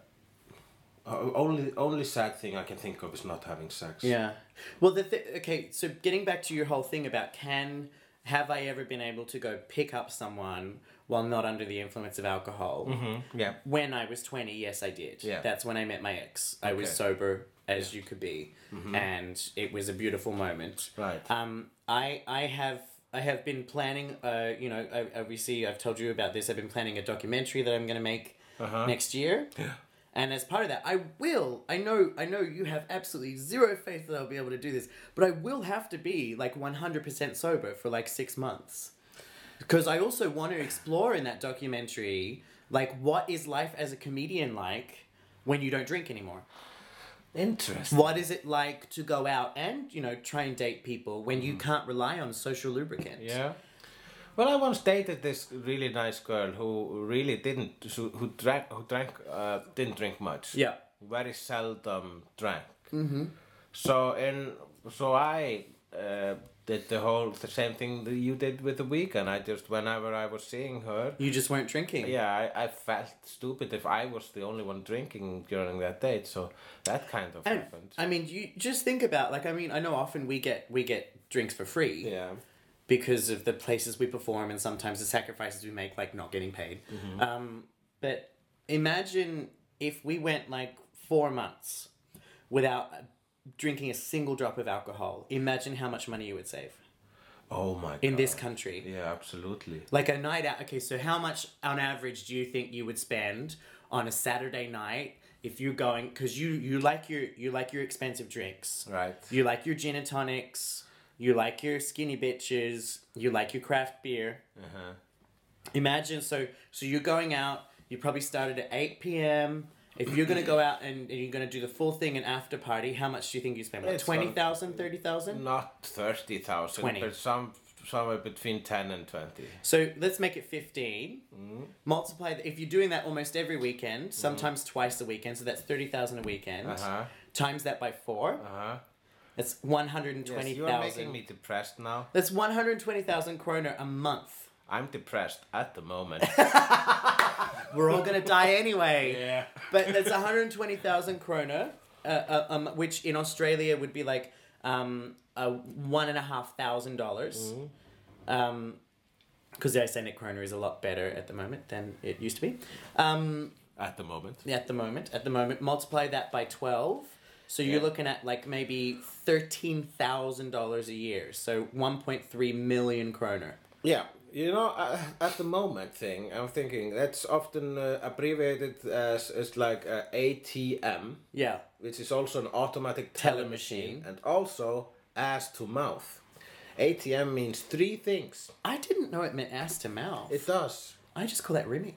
Speaker 3: o- only only sad thing I can think of is not having sex.
Speaker 2: Yeah. Well, the th- okay. So getting back to your whole thing about can have I ever been able to go pick up someone while not under the influence of alcohol?
Speaker 3: yeah.
Speaker 2: When I was twenty, yes, I did.
Speaker 3: Yeah.
Speaker 2: That's when I met my ex. I was
Speaker 3: Okay. Mm-hmm.
Speaker 2: sober as you could be, and it was a beautiful moment.
Speaker 3: Right.
Speaker 2: Um, I I have. I have been planning, uh, you know, I, obviously I've told you about this. I've been planning a documentary that I'm going to make
Speaker 3: Uh-huh.
Speaker 2: next year. And as part of that, I will. I know. I know you have absolutely zero faith that I'll be able to do this, but I will have to be like one hundred percent sober for like six months, because I also want to explore in that documentary like what is life as a comedian like when you don't drink anymore.
Speaker 3: Interesting.
Speaker 2: What is it like to go out and you know try and date people when you can't rely on social lubricant?
Speaker 3: Mm. Yeah. Well, I once dated this really nice girl who really didn't who who drank who drank uh, didn't drink much.
Speaker 2: Yeah.
Speaker 3: Very seldom drank. Mm-hmm. So and so I uh, did the whole the same thing that you did with the weekend. I just whenever I was seeing her,
Speaker 2: You just weren't drinking.
Speaker 3: Yeah, I, I felt stupid if I was the only one drinking during that date. So that kind of
Speaker 2: And,
Speaker 3: happened.
Speaker 2: I mean, you just think about like I mean, I know often we get we get drinks for free.
Speaker 3: yeah.
Speaker 2: because of the places we perform and sometimes the sacrifices we make, like not getting paid.
Speaker 3: Mm-hmm.
Speaker 2: Um, but imagine if we went like four months without drinking a single drop of alcohol. Imagine how much money you would save
Speaker 3: Oh my god.
Speaker 2: in this country.
Speaker 3: Yeah, absolutely.
Speaker 2: Like a night out. Okay, so how much on average do you think you would spend on a Saturday night if you're going? Because you you like your you like your expensive drinks.
Speaker 3: Right.
Speaker 2: You like your gin and tonics. You like your skinny bitches. You like your craft beer.
Speaker 3: Uh-huh.
Speaker 2: Imagine so so you're going out. You probably started at eight p.m. If you're gonna go out and, and you're gonna do the full thing and after party, how much do you think you spend? Like
Speaker 3: It's Mm. not-
Speaker 2: twenty thousand, thirty thousand?
Speaker 3: Not thirty thousand,
Speaker 2: 20.
Speaker 3: but some somewhere between ten and twenty.
Speaker 2: So let's make it 15.
Speaker 3: Mm.
Speaker 2: Multiply, th- if you're doing that almost every weekend, sometimes twice a weekend, so that's 30,000 a weekend.
Speaker 3: Uh-huh.
Speaker 2: Times that by 4
Speaker 3: Uh-huh.
Speaker 2: that's
Speaker 3: Yes, you are making
Speaker 2: 120,000.
Speaker 3: me depressed now.
Speaker 2: that's 120,000 kroner a month.
Speaker 3: I'm depressed at the moment.
Speaker 2: We're all gonna die anyway.
Speaker 6: Yeah.
Speaker 2: But that's 120,000 kroner, uh, uh, um, which in Australia would be like um, uh, one and a half thousand dollars. Um, because the Icelandic kroner is a lot better at the moment than it used to be. Um,
Speaker 3: at the moment.
Speaker 2: at the moment at the moment multiply that by 12 So you're looking at like maybe thirteen thousand dollars a year. So one point three million kroner.
Speaker 3: Yeah, you know, uh, at the moment thing, I'm thinking that's often uh, abbreviated as, as like uh, ATM,
Speaker 2: Yeah.
Speaker 3: which is also an automatic teller machine,
Speaker 2: Telemachine.
Speaker 3: and also ass to mouth. ATM means three things.
Speaker 2: I didn't know it meant ass to mouth.
Speaker 3: It does.
Speaker 2: I just call that rimming.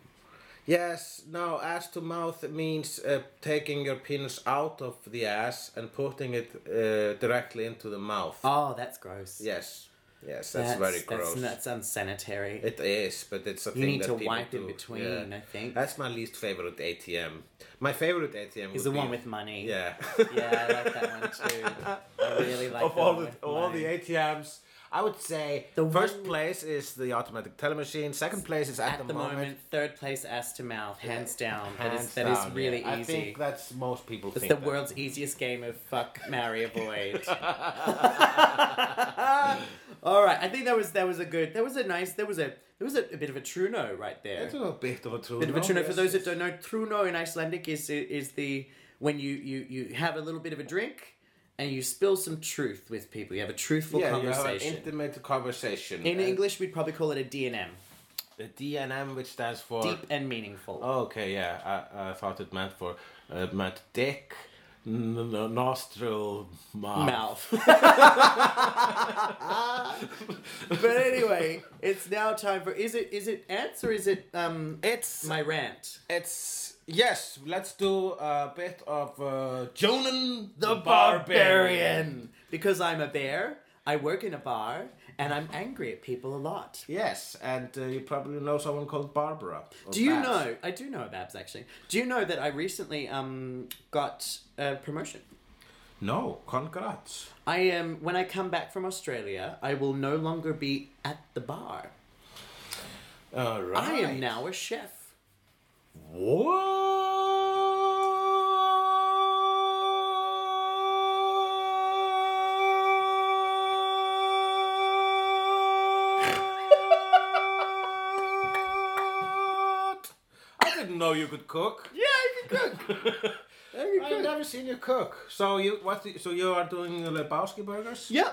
Speaker 3: Yes, no, ass to mouth means uh, taking your penis out of the ass and putting it uh, directly into the mouth.
Speaker 2: Oh, that's gross.
Speaker 3: Yes, yes, that's, very gross.
Speaker 2: That's, unsanitary.
Speaker 3: It is, but it's a
Speaker 2: you
Speaker 3: thing
Speaker 2: need
Speaker 3: that
Speaker 2: to
Speaker 3: people
Speaker 2: wipe in
Speaker 3: do.
Speaker 2: between.
Speaker 3: Yeah.
Speaker 2: I think
Speaker 3: That's my least favorite ATM. My favorite ATM
Speaker 2: is
Speaker 3: would
Speaker 2: the one
Speaker 3: be-
Speaker 2: with money.
Speaker 3: Yeah.
Speaker 2: Yeah, I like that one too. I really like
Speaker 3: of
Speaker 2: that
Speaker 3: all
Speaker 2: one
Speaker 3: the
Speaker 2: with
Speaker 3: of all
Speaker 2: money.
Speaker 3: the ATMs, I would say
Speaker 2: The
Speaker 3: first
Speaker 2: one-
Speaker 3: place is the automatic teller machine. Second place is at,
Speaker 2: At the moment, third place ass to mouth, hands down. That is
Speaker 3: Hands
Speaker 2: that is
Speaker 3: down,
Speaker 2: really
Speaker 3: yeah. I
Speaker 2: easy.
Speaker 3: think that's most people
Speaker 2: it's
Speaker 3: think.
Speaker 2: the world's easiest game of fuck, marry, avoid. All right, I think that was that was a good, that was a nice, that was a that was a, a bit of a truno right there.
Speaker 3: That's a little bit of a true.
Speaker 2: Bit of a truno. For those that don't know, truno in Icelandic is is the when you you you have a little bit of a drink and you spill some truth with people. You have a truthful
Speaker 3: yeah, you have an
Speaker 2: conversation.
Speaker 3: intimate conversation.
Speaker 2: in
Speaker 3: And
Speaker 2: English, we'd probably call it a DNM,
Speaker 3: the DNM, which stands for
Speaker 2: deep and meaningful.
Speaker 3: Okay, yeah, I, I thought it meant for uh, it meant dick, n- n- nostril, mouth.
Speaker 2: mouth. but anyway, it's now time for is it is it ants or is it um
Speaker 3: It's
Speaker 2: my rant?
Speaker 3: it's yes. Let's do a bit of uh, Jonan the,
Speaker 2: Because I'm a bear, I work in a bar, and I'm angry at people a lot.
Speaker 3: Yes, and uh, you probably know someone called Barbara. or
Speaker 2: Do you
Speaker 3: Babs.
Speaker 2: know? I do know Babs actually. Do you know that I recently um got a promotion?
Speaker 3: No, congrats.
Speaker 2: I am when I come back from Australia, I will no longer be at the bar.
Speaker 3: All right.
Speaker 2: I am now a chef.
Speaker 3: What? I didn't know you could cook.
Speaker 2: Yeah, I can cook. I
Speaker 3: I've
Speaker 2: can cook.
Speaker 3: never seen you cook. So you what? do- So you are doing the Lebowski burgers?
Speaker 2: Yeah.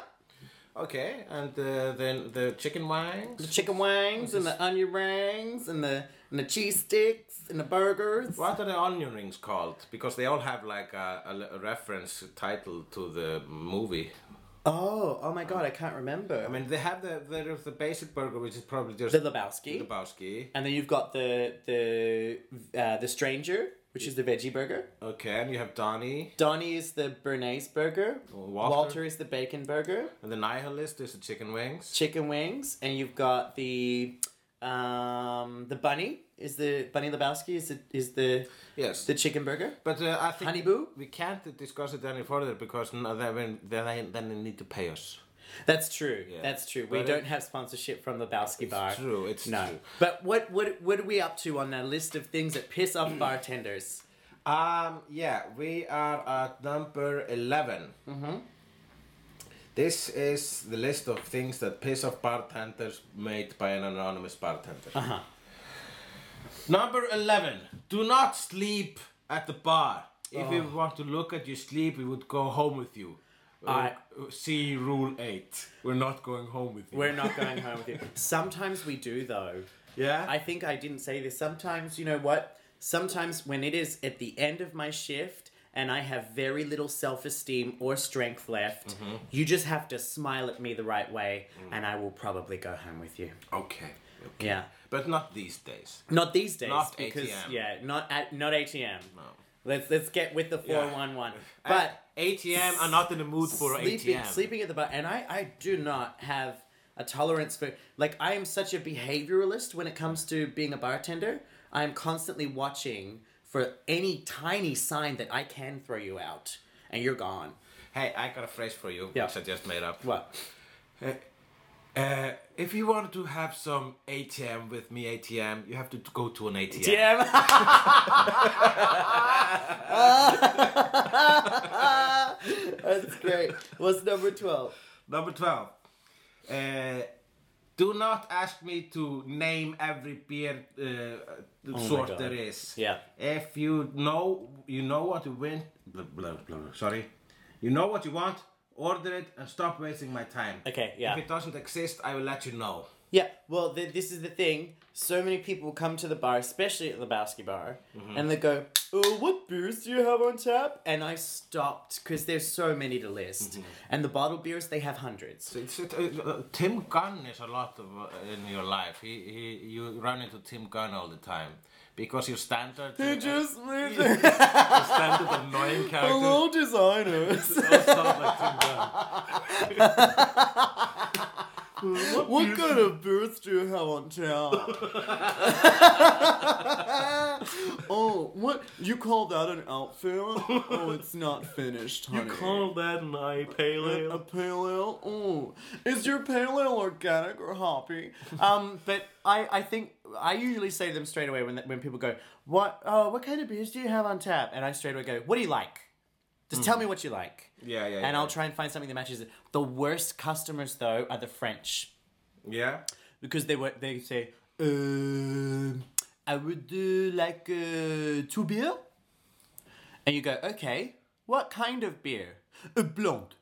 Speaker 3: Okay, and uh, then the chicken
Speaker 2: The
Speaker 3: wings.
Speaker 2: chicken wings and the onion rings and the and the cheese sticks and the burgers.
Speaker 3: What are the onion rings called? Because they all have like a, a l- a reference title to the movie.
Speaker 2: Oh, oh my god, I can't remember.
Speaker 3: I mean, they have the there is the basic burger, which is probably just
Speaker 2: the Lebowski,
Speaker 3: Lebowski.
Speaker 2: and then you've got the the uh, the stranger, which is the veggie burger.
Speaker 3: Okay, and you have Donnie,
Speaker 2: Donnie is the Bernays burger.
Speaker 3: Walter.
Speaker 2: is the bacon burger.
Speaker 3: and the nihilist is the chicken wings.
Speaker 2: Chicken wings, and you've got the um the bunny is the bunny Lebowski is the is the
Speaker 3: Yes,
Speaker 2: the chicken burger.
Speaker 3: but uh, I think
Speaker 2: Honey Boo?
Speaker 3: we can't discuss it any further because no, then then then they need to pay us.
Speaker 2: That's true.
Speaker 3: Yeah.
Speaker 2: That's true. We
Speaker 3: But
Speaker 2: don't
Speaker 3: it-
Speaker 2: have sponsorship from the Bowski Bar.
Speaker 3: true, it's
Speaker 2: no.
Speaker 3: true.
Speaker 2: But what what what are we up to on that list of things that piss off bartenders?
Speaker 3: Um, yeah, we are at number 11. Mm-hmm. This is the list of things that piss off bartenders made by an anonymous bartender. Uh-huh. Number 11. Do not sleep at the bar. If
Speaker 2: Oh.
Speaker 3: you want to look at your sleep, we would go home with you.
Speaker 2: I-
Speaker 3: Uh, see rule 8. We're not going home with you.
Speaker 2: We're not going home with you. Sometimes we do though.
Speaker 3: Yeah?
Speaker 2: I think I didn't say this. Sometimes, you know what? Sometimes when it is at the end of my shift and I have very little self esteem or strength left,
Speaker 3: Mm-hmm.
Speaker 2: you just have to smile at me the right way and I will probably go home with you.
Speaker 3: Okay. Mm. okay.
Speaker 2: Yeah.
Speaker 3: But not these days.
Speaker 2: Not these days.
Speaker 3: Not
Speaker 2: because,
Speaker 3: ATM.
Speaker 2: Yeah, not at not ATM.
Speaker 3: No.
Speaker 2: Let's let's get with the
Speaker 3: Yeah.
Speaker 2: four one one. But
Speaker 3: ATM, I'm not in the mood for
Speaker 2: sleeping
Speaker 3: ATM.
Speaker 2: sleeping at the bar, and I I do not have a tolerance for like I am such a behavioralist when it comes to being a bartender. I am constantly watching for any tiny sign that I can throw you out and you're gone.
Speaker 3: Hey, I got a phrase for you,
Speaker 2: Yeah.
Speaker 3: which I just made up.
Speaker 2: What?
Speaker 3: Uh, if you want to have some ATM with me, ATM, you have to t- go to an ATM.
Speaker 2: Yeah. That's great. What's number twelve?
Speaker 3: Number 12. Uh, Do not ask me to name every beer uh, sort
Speaker 2: Oh God.
Speaker 3: there is.
Speaker 2: Yeah.
Speaker 3: If you know, you know what you win. Blah, blah, blah, blah, sorry. You know what you want. Order it and stop wasting my time.
Speaker 2: Okay, yeah.
Speaker 3: If it doesn't exist, I will let you know.
Speaker 2: Yeah, well, th- this is the thing. So many people come to the bar, especially at the Basky Bar, and they go, "Oh, what beers do you have on tap?" And I stopped because there's so many to list, and the bottled beers they have hundreds.
Speaker 3: It's, it, uh, uh, Tim Gunn is a lot of, uh, in your life. He, he, you run into Tim Gunn all the time because your standard, uh, your standard annoying character.
Speaker 2: designers.
Speaker 3: all sound like Tim Gunn.
Speaker 2: what kind of beers do you have on tap? oh, what you call that an outfit? Oh, it's not finished, honey.
Speaker 3: that my pale
Speaker 2: A pale ale? Ooh. Is your pale ale organic or hoppy? um, but I, I think I usually say to them straight away when th- when people go, What oh, what kind of beers do you have on tap? And I straight away go, What do you like? Just tell me what you like.
Speaker 3: Hmm. Yeah, yeah.
Speaker 2: And
Speaker 3: yeah.
Speaker 2: I'll try and find something that matches it. The worst customers though are the French.
Speaker 3: Yeah.
Speaker 2: Because they were they say, um, I would do like uh, two beer. And you go, okay, what kind of beer? A blonde.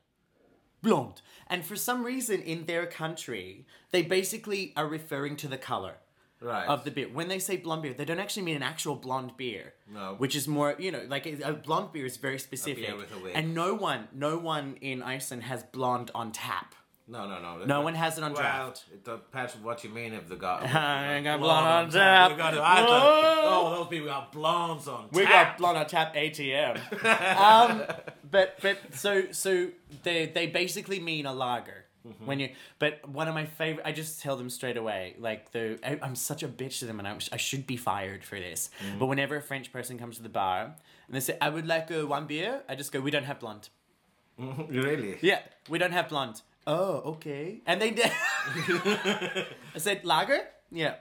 Speaker 2: Blonde. And for some reason in their country, they basically are referring to the color
Speaker 3: Right.
Speaker 2: of the beer. When they say blonde beer, they don't actually mean an actual blonde beer.
Speaker 3: No.
Speaker 2: Which is more, you know, like a a blonde beer is very specific.
Speaker 3: with a wig.
Speaker 2: and no one, no one in Iceland has blonde on tap.
Speaker 3: no, no, no.
Speaker 2: No one has it on
Speaker 3: Well,
Speaker 2: draft.
Speaker 3: it depends what you mean if the guy.
Speaker 2: I got
Speaker 7: Blonde on tap. We got to add that. Oh, those people got blondes on
Speaker 2: We
Speaker 7: tap.
Speaker 2: got blonde on tap ATM. um, but but so so they they basically mean a lager when you. But one of my favorite, I just tell them straight away. Like the I, I'm such a bitch to them, and I'm, I should be fired for this. But whenever a French person comes to the bar and they say, "I would like uh, one beer," I just go, "We don't have blonde."
Speaker 3: really?
Speaker 2: Yeah, we don't have blonde. Oh, okay. And they did. I said lager. Yeah.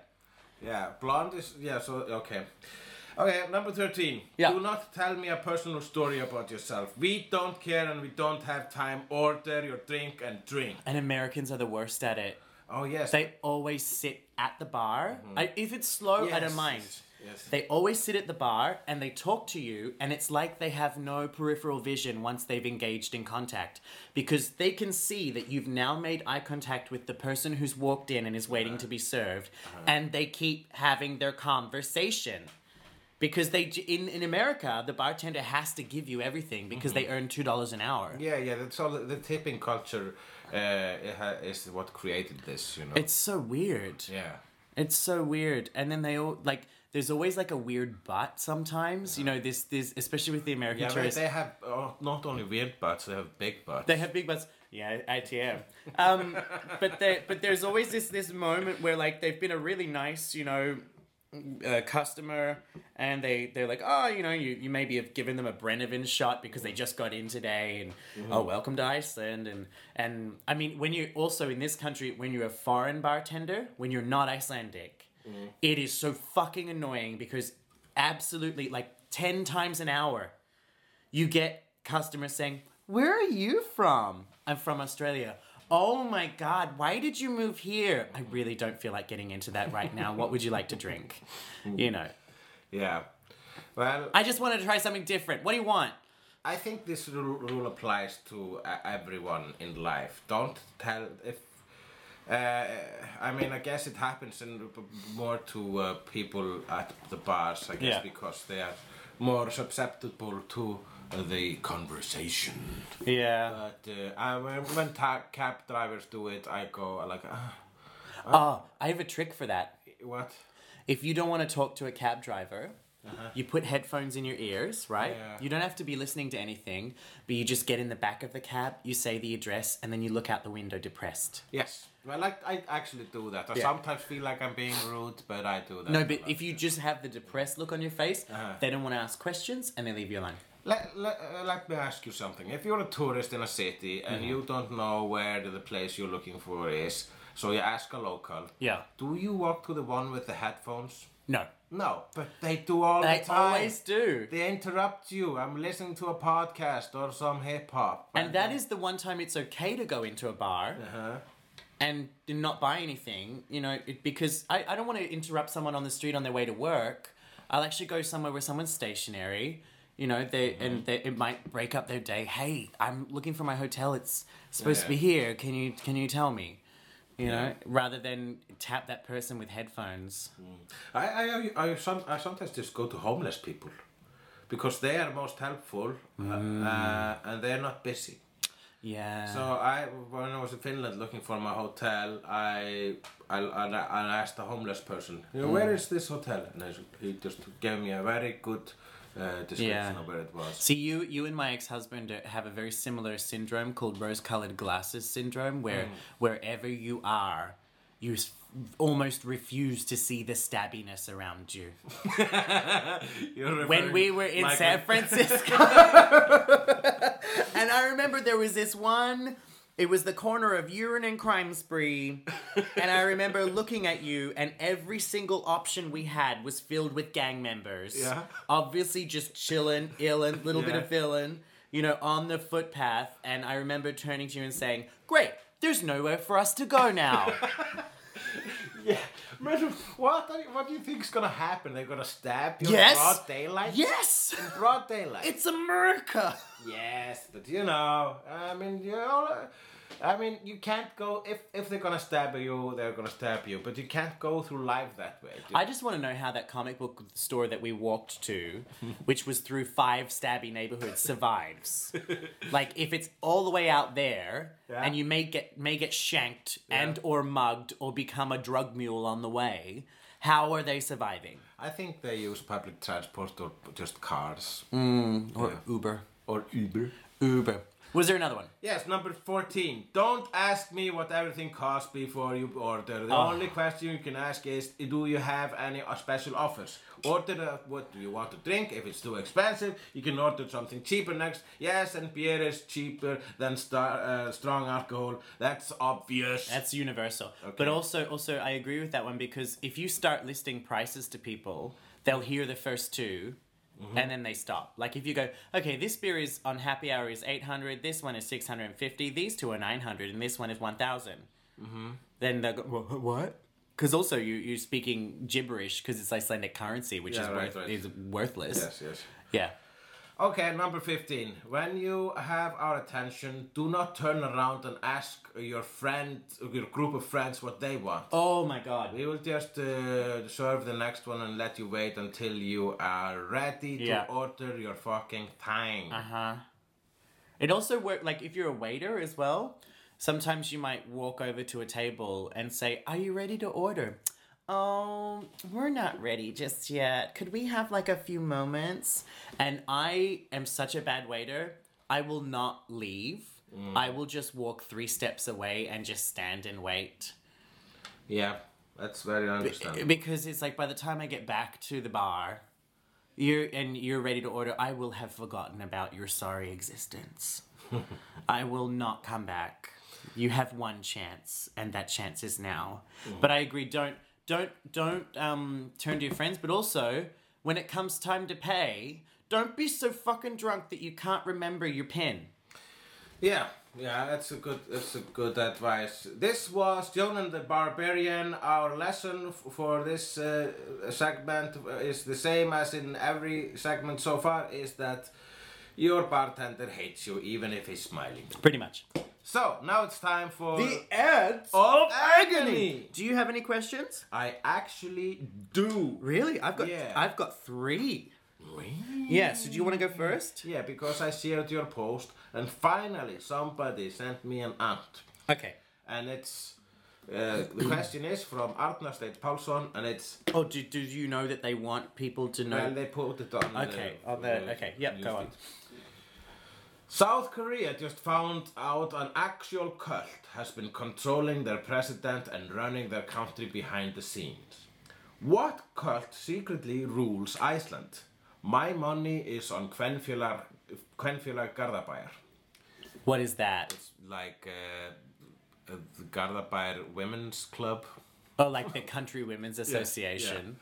Speaker 3: Yeah. Blonde is yeah. So okay. Okay, number 13.
Speaker 2: Yeah.
Speaker 3: Do not tell me a personal story about yourself. We don't care and we don't have time. Order your drink and drink.
Speaker 2: And Americans are the worst at it.
Speaker 3: Oh, yes.
Speaker 2: They always sit at the bar. I, if it's slow, I
Speaker 3: Yes,
Speaker 2: don't mind.
Speaker 3: yes.
Speaker 2: They always sit at the bar and they talk to you, and it's like they have no peripheral vision once they've engaged in contact because they can see that you've now made eye contact with the person who's walked in and is waiting to be served, and they keep having their conversation. Because they j- in, in America, the bartender has to give you everything because they earn two dollars an hour.
Speaker 3: Yeah, yeah. That's all. The, the tipping culture uh, it ha- is what created this, you know.
Speaker 2: It's so weird.
Speaker 3: yeah.
Speaker 2: It's so weird. And then they all like there's always like a weird butt sometimes. You know, this this especially with the American
Speaker 3: Yeah, but
Speaker 2: tourists.
Speaker 3: they have oh, not only weird butts, they have big butts.
Speaker 2: They have big butts. Yeah, ATM. Um, but there, but there's always this this moment where like they've been a really nice, you know, uh, customer, and they they're like, oh, you know, you, you maybe have given them a Brenovan shot because they just got in today, and oh, welcome to Iceland, and and I mean, when you also in this country, when you're a foreign bartender, when you're not Icelandic, it is so fucking annoying because absolutely like ten times an hour you get customers saying, Where are you from? I'm from Australia. Oh my God, why did you move here? I really don't feel like getting into that right now. What would you like to drink? You know,
Speaker 3: Yeah. Well,
Speaker 2: I just wanted to try something different. What do you want?
Speaker 3: I think this rule, rule applies to uh, everyone in life. Don't tell if. Uh, I mean, I guess it happens in, b- more to uh, people at the bars, I guess,
Speaker 2: Yeah.
Speaker 3: because they are more susceptible to uh, the conversation.
Speaker 2: Yeah.
Speaker 3: But uh, I, when, when ta- cab drivers do it, I go like, ah,
Speaker 2: Oh, I have a trick for that.
Speaker 3: what?
Speaker 2: If you don't want to talk to a cab driver, you put headphones in your ears, right?
Speaker 3: Yeah.
Speaker 2: You don't have to be listening to anything, but you just get in the back of the cab, you say the address, and then you look out the window depressed.
Speaker 3: Yes. Well, like I actually do that. I sometimes feel like I'm being rude, but I do that.
Speaker 2: No, but if you just have the depressed look on your face,
Speaker 3: Uh-huh.
Speaker 2: they don't want to ask questions and they leave you alone.
Speaker 3: Let, let, uh, let me ask you something. If you're a tourist in a city and
Speaker 2: Mm-hmm.
Speaker 3: you don't know where the place you're looking for is, so you ask a local.
Speaker 2: Yeah.
Speaker 3: Do you walk to the one with the headphones?
Speaker 2: No.
Speaker 3: No, but they do all
Speaker 2: They
Speaker 3: the time.
Speaker 2: always do.
Speaker 3: They interrupt you. I'm listening to a podcast or some hip hop. Uh-huh.
Speaker 2: And that is the one time it's okay to go into a bar and not buy anything, you know, it, because I, I don't want to interrupt someone on the street on their way to work. I'll actually go somewhere where someone's stationary, you know, they
Speaker 3: Mm-hmm.
Speaker 2: and they, it might break up their day. Hey, I'm looking for my hotel. It's supposed to be here. Can you can you tell me? You know, rather than tap that person with headphones.
Speaker 3: I, I, I, I, some, I sometimes just go to homeless people because they are most helpful uh,
Speaker 2: Mm.
Speaker 3: uh, and they're not busy.
Speaker 2: Yeah.
Speaker 3: So I, when I was in Finland looking for my hotel, I, I, and I, and I asked a homeless person, you know,
Speaker 2: Mm.
Speaker 3: where is this hotel? And I, he just gave me a very good uh, description
Speaker 2: Yeah.
Speaker 3: of where it was.
Speaker 2: See, you, you and my ex-husband uh, have a very similar syndrome called rose-colored glasses syndrome, where wherever you are, you s- almost refuse to see the stabbiness around you. When we were in
Speaker 3: like
Speaker 2: San
Speaker 3: when-
Speaker 2: Francisco, and I remember there was this one. It was the corner of urine and crime spree, and I remember looking at you, and every single option we had was filled with gang members.
Speaker 4: Yeah.
Speaker 2: Obviously, just chilling, illin, little bit
Speaker 4: Yeah.
Speaker 2: of villain, you know, on the footpath. And I remember turning to you and saying, Great, there's nowhere for us to go now.
Speaker 3: Yeah. Imagine, what, are you, what do you think is going to happen? They're going to stab you
Speaker 2: Yes.
Speaker 3: in broad daylight?
Speaker 2: yes!
Speaker 3: In broad daylight.
Speaker 2: It's America!
Speaker 3: Yes, but you know, I mean, you know, I mean, you can't go if if they're gonna stab you, they're gonna stab you. But you can't go through life that way.
Speaker 2: I just want to know how that comic book store that we walked to, which was through five stabby neighborhoods, survives. like if it's all the way out there,
Speaker 3: Yeah.
Speaker 2: and you may get may get shanked and or mugged or become a drug mule on the way, how are they surviving?
Speaker 3: I think they use public transport or just cars
Speaker 2: Or Uber.
Speaker 3: Mm. or Uber.
Speaker 2: Uber. Was there another one?
Speaker 3: Yes, number fourteen. Don't ask me what everything costs before you order. The only question you can ask is, do you have any uh, special offers? Order uh, what do you want to drink? If it's too expensive, you can order something cheaper next. Yes, and beer is cheaper than star, uh, strong alcohol. That's obvious.
Speaker 2: That's universal. But also, also, I agree with that one because if you start listing prices to people, they'll hear the first two,
Speaker 3: Mm-hmm.
Speaker 2: and then they stop. Like if you go, okay, this beer is on happy hour is eight hundred, this one is six hundred and fifty, these two are nine hundred, and this one is one
Speaker 3: Mm-hmm.
Speaker 2: Then they'll go, "Wha- what? Because also you you're speaking gibberish because it's Icelandic currency, which
Speaker 3: Yeah,
Speaker 2: is
Speaker 3: right,
Speaker 2: worth,
Speaker 3: right.
Speaker 2: is worthless.
Speaker 3: yes, yes.
Speaker 2: Yeah.
Speaker 3: Okay, number 15. When you have our attention, do not turn around and ask your friend, your group of friends, what they want.
Speaker 2: Oh my god.
Speaker 3: We will just uh, serve the next one and let you wait until you are ready
Speaker 2: Yeah.
Speaker 3: to order your fucking time.
Speaker 2: Uh huh. It also work like if you're a waiter as well. Sometimes you might walk over to a table and say, "Are you ready to order?" Oh, we're not ready just yet. Could we have like a few moments? And I am such a bad waiter. I will not leave. I will just walk three steps away and just stand and wait.
Speaker 3: Yeah, that's very understandable.
Speaker 2: Um, Because it's like by the time I get back to the bar, you're and you're ready to order, I will have forgotten about your sorry existence. I will not come back. You have one chance, and that chance is now.
Speaker 3: Mm.
Speaker 2: But I agree. Don't don't don't um, turn to your friends. But also, when it comes time to pay, don't be so fucking drunk that you can't remember your pin.
Speaker 3: Yeah, yeah, that's a good, that's a good advice. This was Jonan the Barbarian. Our lesson f- for this uh, segment is the same as in every segment so far: is that your bartender hates you even if he's smiling.
Speaker 2: Pretty much.
Speaker 3: So now it's time for
Speaker 4: The ads.
Speaker 2: Oh,
Speaker 3: of agony.
Speaker 2: Do you have any questions?
Speaker 3: I actually do.
Speaker 2: Really? I've got
Speaker 3: Yeah.
Speaker 2: I've got three. Yeah, so do you want to go first?
Speaker 3: Yeah, because I shared your post, and finally somebody sent me an ant.
Speaker 2: Okay.
Speaker 3: And it's uh, the question is from Arnar State Paulsson, and it's
Speaker 2: Oh, do, do you know that they want people to know?
Speaker 3: well, they put it on.
Speaker 2: Okay,
Speaker 3: the,
Speaker 2: on the- okay, yep, go on.
Speaker 3: newsfeed. South Korea just found out an actual cult has been controlling their president and running their country behind the scenes. What cult secretly rules Iceland? My money is on Kvenfjölar Kvenfjölar Garðabæjar.
Speaker 2: What is that?
Speaker 3: like uh, uh, the Garðabær Women's Club.
Speaker 2: Oh, like the Country Women's Association.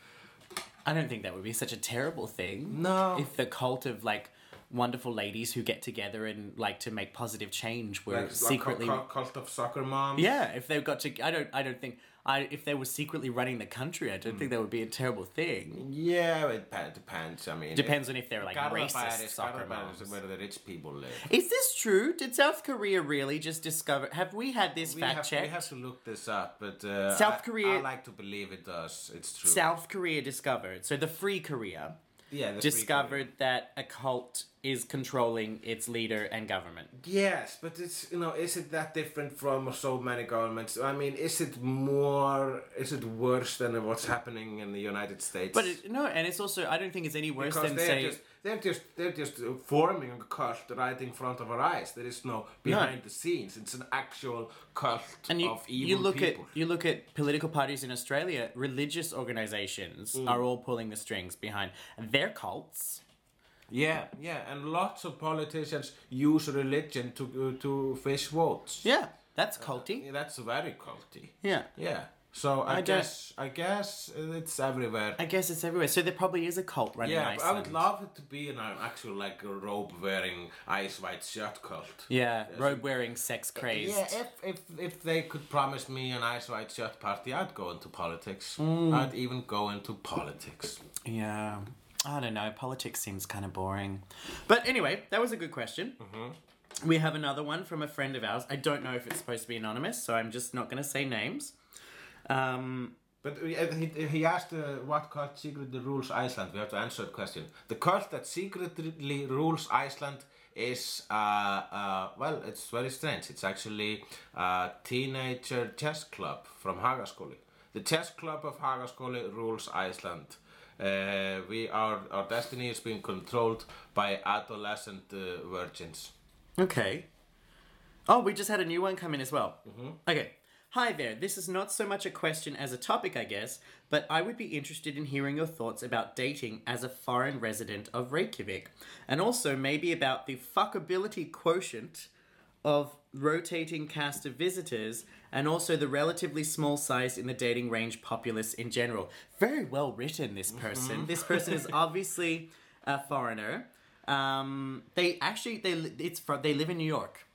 Speaker 2: I don't think that would be such a terrible thing.
Speaker 3: No.
Speaker 2: If the cult of like wonderful ladies who get together and like to make positive change were
Speaker 3: Like,
Speaker 2: secretly
Speaker 3: like, cult of soccer moms.
Speaker 2: yeah, if they've got to, I don't, I don't think, I if they were secretly running the country, I don't think that would be a terrible thing.
Speaker 3: Yeah, it depends. depends. I mean,
Speaker 2: Depends on if they're like
Speaker 3: If
Speaker 2: racist soccer moms.
Speaker 3: is where the rich people live.
Speaker 2: Is this true? Did South Korea really just discover? Have we had this
Speaker 3: We
Speaker 2: fact
Speaker 3: have, we
Speaker 2: check?
Speaker 3: have to look this up, but uh,
Speaker 2: South
Speaker 3: I- I,
Speaker 2: Korea-
Speaker 3: like to believe it does. It's true.
Speaker 2: South Korea discovered. So the Free Korea
Speaker 3: yeah, the free
Speaker 2: discovered that a cult is controlling its leader and government.
Speaker 3: Yes, but it's you know, is it that different from so many governments? I mean, is it more? Is it worse than what's happening in the United States?
Speaker 2: But it, no, and it's also I don't think it's any worse
Speaker 3: because
Speaker 2: than
Speaker 3: they're
Speaker 2: say
Speaker 3: just they're just they're just uh, forming a cult right in front of our eyes. There is no behind the scenes. It's an actual cult
Speaker 2: and you,
Speaker 3: of evil
Speaker 2: you look
Speaker 3: people.
Speaker 2: at you look at political parties in Australia, religious organizations are all pulling the strings behind their cults.
Speaker 3: Yeah, yeah, and lots of politicians use religion to uh, to fish votes.
Speaker 2: Yeah, that's culty.
Speaker 3: Uh, Yeah, that's very culty.
Speaker 2: Yeah.
Speaker 3: Yeah. So I,
Speaker 2: I don't-
Speaker 3: guess I guess it's everywhere.
Speaker 2: I guess it's everywhere. So there probably is a cult running
Speaker 3: yeah, but I
Speaker 2: Iceland.
Speaker 3: would love it to be an actual like a robe wearing ice white shirt cult.
Speaker 2: Yeah, robe wearing sex crazed.
Speaker 3: Yeah, if, if if they could promise me an ice white shirt party, I'd go into politics. I'd even go into politics.
Speaker 2: Yeah. I don't know. Politics seems kind of boring. But anyway, that was a good question. We have another one from a friend of ours. I don't know if it's supposed to be anonymous, so I'm just not going to say names. Um,
Speaker 3: But uh, he, he asked uh, what cult secretly rules Iceland. We have to answer the question. The cult that secretly rules Iceland is, uh, uh, well, it's very strange. It's actually a teenager chess club from Hagaskóli. The chess club of Hagaskóli rules Iceland. Uh, we are, our destiny is being controlled by adolescent uh, virgins.
Speaker 2: okay. Oh, we just had a new one come in as well. Okay. Hi there. This is not so much a question as a topic, I guess, but I would be interested in hearing your thoughts about dating as a foreign resident of Reykjavik, and also maybe about the fuckability quotient of rotating cast of visitors and also the relatively small size in the dating range populace in general. Very well written, this person. This person is obviously a foreigner. Um, they actually they li- it's from, they live in New York.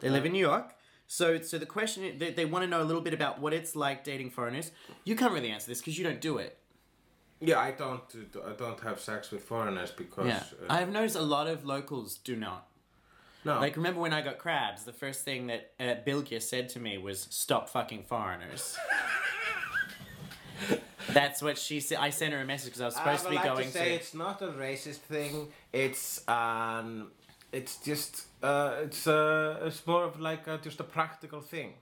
Speaker 2: They live in New York. So, so the question is, they, they want to know a little bit about what it's like dating foreigners. You can't really answer this because you don't do it.
Speaker 3: Yeah, I don't, uh, I don't have sex with foreigners because
Speaker 2: Yeah,
Speaker 3: uh,
Speaker 2: I've noticed a lot of locals do not.
Speaker 3: no,
Speaker 2: Like, remember when I got crabs? The first thing that uh, Bilgia said to me was, "Stop fucking foreigners." That's what she said. I sent her a message because I was supposed to
Speaker 3: I
Speaker 2: be
Speaker 3: would like
Speaker 2: going
Speaker 3: to
Speaker 2: to.
Speaker 3: say it's not a racist thing. It's um, it's just uh, it's uh, it's more of like a, just a practical thing.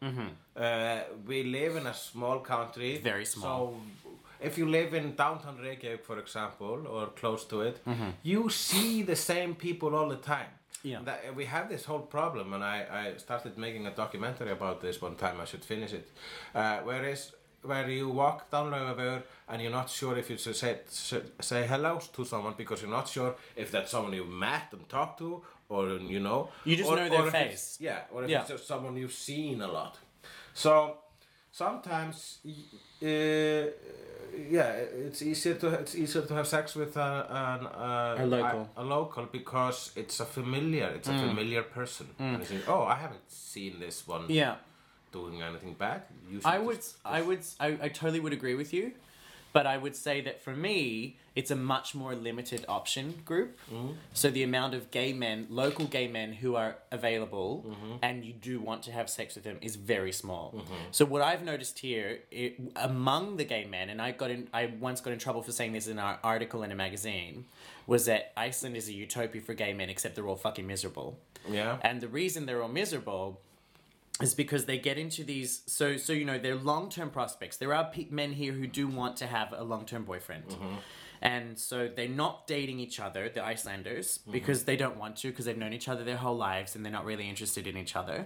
Speaker 3: Uh, we live in a small country,
Speaker 2: Mm-hmm. Very small.
Speaker 3: So if you live in downtown Reykjavik, for example, or close to it, you see the same people all the time.
Speaker 2: Mm-hmm. Yeah.
Speaker 3: That, we have this whole problem, and I, I started making a documentary about this one time. I should finish it. Uh, whereas where you walk down Laugavegur and you're not sure if you should say, should say hello to someone because you're not sure if that's someone you've met and talked to or you know.
Speaker 2: You just
Speaker 3: or-
Speaker 2: know their
Speaker 3: or if it's-
Speaker 2: face.
Speaker 3: Yeah, or if
Speaker 2: Yeah.
Speaker 3: it's just someone you've seen a lot. So sometimes, y- uh, yeah, it's easier to it's easier to have sex with a an, uh,
Speaker 2: A local. Mm.
Speaker 3: a, local because it's a familiar it's a familiar person. And you think, oh, I haven't seen this one
Speaker 2: yeah,
Speaker 3: doing anything bad. You
Speaker 2: I
Speaker 3: should
Speaker 2: would,
Speaker 3: just-
Speaker 2: I would, I, I totally would agree with you, but I would say that for me, it's a much more limited option group. So the amount of gay men, local gay men who are available and you do want to have sex with them is very small. So what I've noticed here i among the gay men, and I got in, I once got in trouble for saying this in our article in a magazine, was that Iceland is a utopia for gay men, except they're all fucking miserable.
Speaker 3: yeah.
Speaker 2: And the reason they're all miserable is because they get into these so so you know they're long-term prospects. There are pe- men here who do want to have a long-term boyfriend. And so they're not dating each other, the Icelanders, because they don't want to because they've known each other their whole lives and they're not really interested in each other.